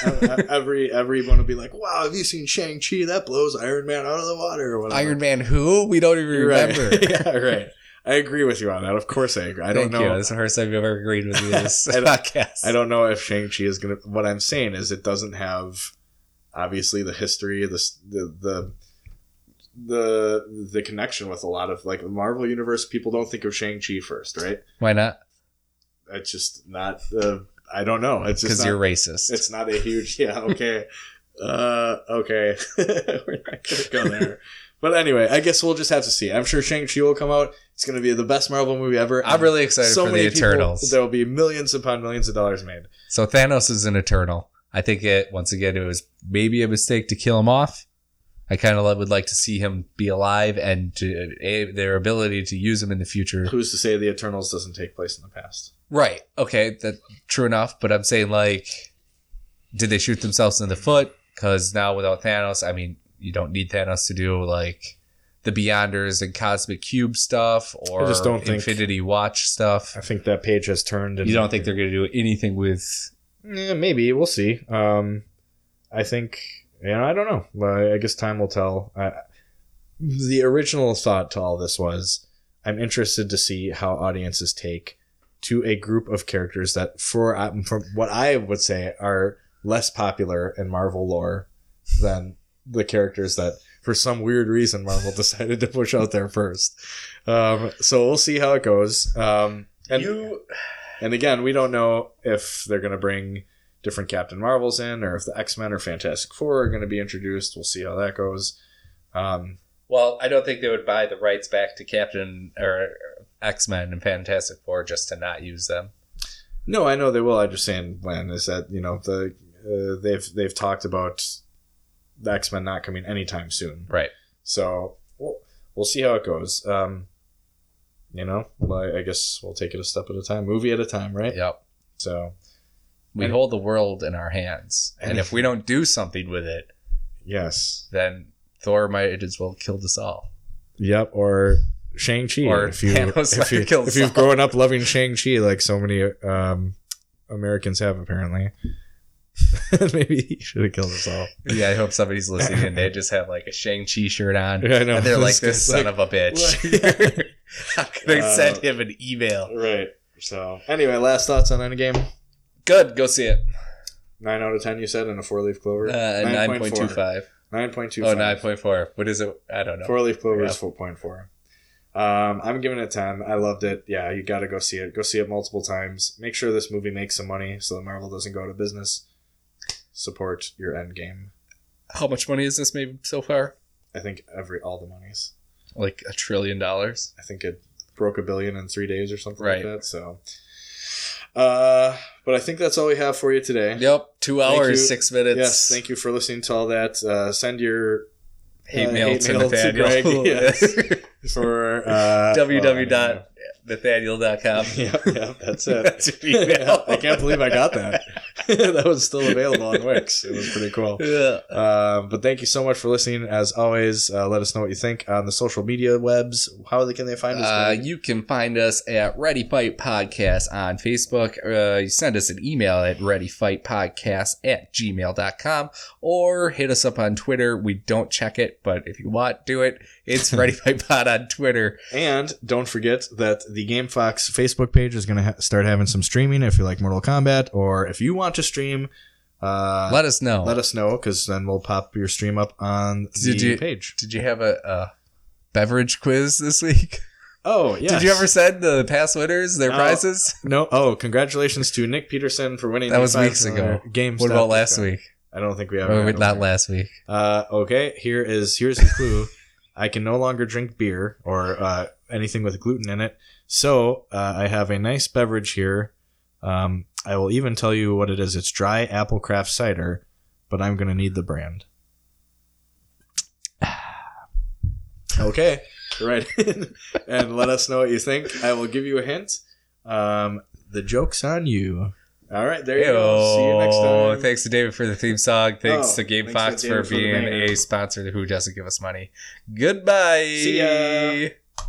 Speaker 1: every everyone would be like, "Wow, have you seen Shang Chi? That blows Iron Man out of the water." Or whatever.
Speaker 2: Iron Man who? We don't even
Speaker 1: You're
Speaker 2: remember.
Speaker 1: Right. yeah, right. I agree with you on that. Of course, I agree. I don't
Speaker 2: Thank
Speaker 1: know.
Speaker 2: You. That's the first time you've ever agreed with me on this
Speaker 1: I don't-
Speaker 2: podcast.
Speaker 1: I don't know if Shang Chi is gonna. What I'm saying is, it doesn't have obviously the history, the s- the the the, the connection with a lot of like the Marvel universe. People don't think of Shang Chi first, right?
Speaker 2: Why not?
Speaker 1: It's just not. Uh, I don't know. It's just
Speaker 2: Because
Speaker 1: not,
Speaker 2: you're racist.
Speaker 1: It's not a huge. Yeah. Okay. uh, okay. We're not gonna go there. But anyway, I guess we'll just have to see. I'm sure Shang Chi will come out. It's going to be the best Marvel movie ever.
Speaker 2: I'm really excited for the Eternals.
Speaker 1: There will be millions upon millions of dollars made.
Speaker 2: So Thanos is an Eternal. I think it once again it was maybe a mistake to kill him off. I kind of would like to see him be alive and to, eh, their ability to use him in the future.
Speaker 1: Who's to say the Eternals doesn't take place in the past?
Speaker 2: Right. Okay. That true enough. But I'm saying like, did they shoot themselves in the foot? Because now without Thanos, I mean, you don't need Thanos to do like the Beyonders and Cosmic Cube stuff or
Speaker 4: I just don't think-
Speaker 2: Infinity Watch stuff.
Speaker 4: I think that page has turned. And
Speaker 2: You don't think they're going to do anything with?
Speaker 4: Eh, maybe we'll see. Um, I think you know. I don't know. Well, I guess time will tell. I, the original thought to all this was, I'm interested to see how audiences take to a group of characters that, for uh, from what I would say, are less popular in Marvel lore than the characters that, for some weird reason, Marvel decided to push out there first. Um, so we'll see how it goes. Um, and
Speaker 1: you
Speaker 4: and again, we don't know if they're going to bring different Captain Marvels in or if the X Men or Fantastic Four are going to be introduced. We'll see how that goes. Um,
Speaker 2: Well, I don't think they would buy the rights back to Captain or X Men and Fantastic Four just to not use them.
Speaker 4: no, I know they will. I'm just saying when is that you know the uh, they've they've talked about the X Men not coming anytime soon.
Speaker 2: Right.
Speaker 4: So we'll, we'll see how it goes. Um, you know, I, I guess we'll take it a step at a time, movie at a time, right?
Speaker 2: Yep.
Speaker 4: So
Speaker 2: We
Speaker 4: And-
Speaker 2: hold the world in our hands, and
Speaker 4: And
Speaker 2: if we don't do something with it,
Speaker 4: yes,
Speaker 2: then Thor might as well killed us all.
Speaker 4: Yep, or Shang Chi.
Speaker 2: Or
Speaker 4: if you
Speaker 2: Thanos
Speaker 4: if, you,
Speaker 2: might kill
Speaker 4: if you've
Speaker 2: Saul.
Speaker 4: grown up loving Shang Chi like so many um, Americans have apparently, maybe he should have killed us all.
Speaker 2: Yeah, I hope somebody's listening and they just have like a Shang Chi shirt on,
Speaker 4: I know.
Speaker 2: and they're like,
Speaker 4: It's
Speaker 2: "This son
Speaker 4: like-
Speaker 2: of a bitch." Uh, I'm gonna send him an email.
Speaker 1: right. So
Speaker 4: Anyway, last thoughts on Endgame.
Speaker 2: Good, go see it.
Speaker 1: nine out of ten, you said, in a four leaf clover.
Speaker 2: Uh, nine point two five.
Speaker 1: Nine point two
Speaker 2: Oh,
Speaker 1: five.
Speaker 2: 9.4. What is it? I don't know.
Speaker 1: Four leaf clover
Speaker 2: Yeah.
Speaker 1: is four point four. Um, I'm giving it ten. I loved it. Yeah, you got to go see it. Go see it multiple times. Make sure this movie makes some money so that Marvel doesn't go out of business. Support your Endgame.
Speaker 2: How much money is this made so far?
Speaker 1: I think every all the monies.
Speaker 2: Like a trillion dollars.
Speaker 1: I think it broke a billion in three days or something
Speaker 2: Right.
Speaker 1: like that. So, uh, but I think that's all we have for you today.
Speaker 2: Yep, two
Speaker 1: Thank
Speaker 2: hours,
Speaker 1: you.
Speaker 2: six minutes.
Speaker 1: yes, thank you for listening to all that. Uh, send your
Speaker 2: Hate
Speaker 1: uh,
Speaker 2: mail
Speaker 1: hate
Speaker 2: to
Speaker 1: mail to
Speaker 2: Nathaniel.
Speaker 1: Greg, Oh, yes. for uh, oh, well,
Speaker 2: www.nathaniel.com.
Speaker 1: Yep, yep, that's it.
Speaker 2: That's your email.
Speaker 1: I can't believe I got that. that was still available on Wix. It was pretty cool.
Speaker 2: Yeah.
Speaker 1: Um, but thank you so much for listening. As always, uh, let us know what you think on the social media webs. How can they find us?
Speaker 2: Uh,
Speaker 1: Greg?
Speaker 2: you can find us at Ready Fight Podcast on Facebook. Uh, you send us an email at readyfightpodcast at gmail.com or hit us up on Twitter. We don't check it, but if you want, do it. It's Ready Fight Pod on Twitter.
Speaker 1: And don't forget that the Game Fox Facebook page is going to ha- start having some streaming if you like Mortal Kombat or if you want to stream, uh, let,
Speaker 2: Let us know.
Speaker 1: us know because then we'll pop your stream up on the
Speaker 2: Did you-
Speaker 1: page.
Speaker 2: Did you have a, a beverage quiz this week?
Speaker 1: Oh, yeah.
Speaker 2: Did you ever send the past winners their
Speaker 1: No.
Speaker 2: prizes?
Speaker 1: No. Oh, congratulations to Nick Peterson for winning.
Speaker 2: That
Speaker 1: the
Speaker 2: was
Speaker 1: five uh,
Speaker 2: weeks ago.
Speaker 1: Game
Speaker 2: What about last week?
Speaker 1: I don't think we have.
Speaker 2: Or not last week?
Speaker 1: Uh, okay, here is here's the clue. I can no longer drink beer or uh, anything with gluten in it, so uh, I have a nice beverage here. Um, I will even tell you what it is. It's dry apple craft cider, but I'm gonna need the brand. Okay, right. and let us know what you think. I will give you a hint. Um, the joke's on you. All right, there you go. See you next
Speaker 2: Ayo.
Speaker 1: time.
Speaker 2: Thanks to David for the theme song. Thanks
Speaker 1: Oh,
Speaker 2: to Game
Speaker 1: thanks
Speaker 2: Fox
Speaker 1: to
Speaker 2: for
Speaker 1: David for the
Speaker 2: being
Speaker 1: banger.
Speaker 2: a sponsor who doesn't give us money. Goodbye.
Speaker 1: See ya.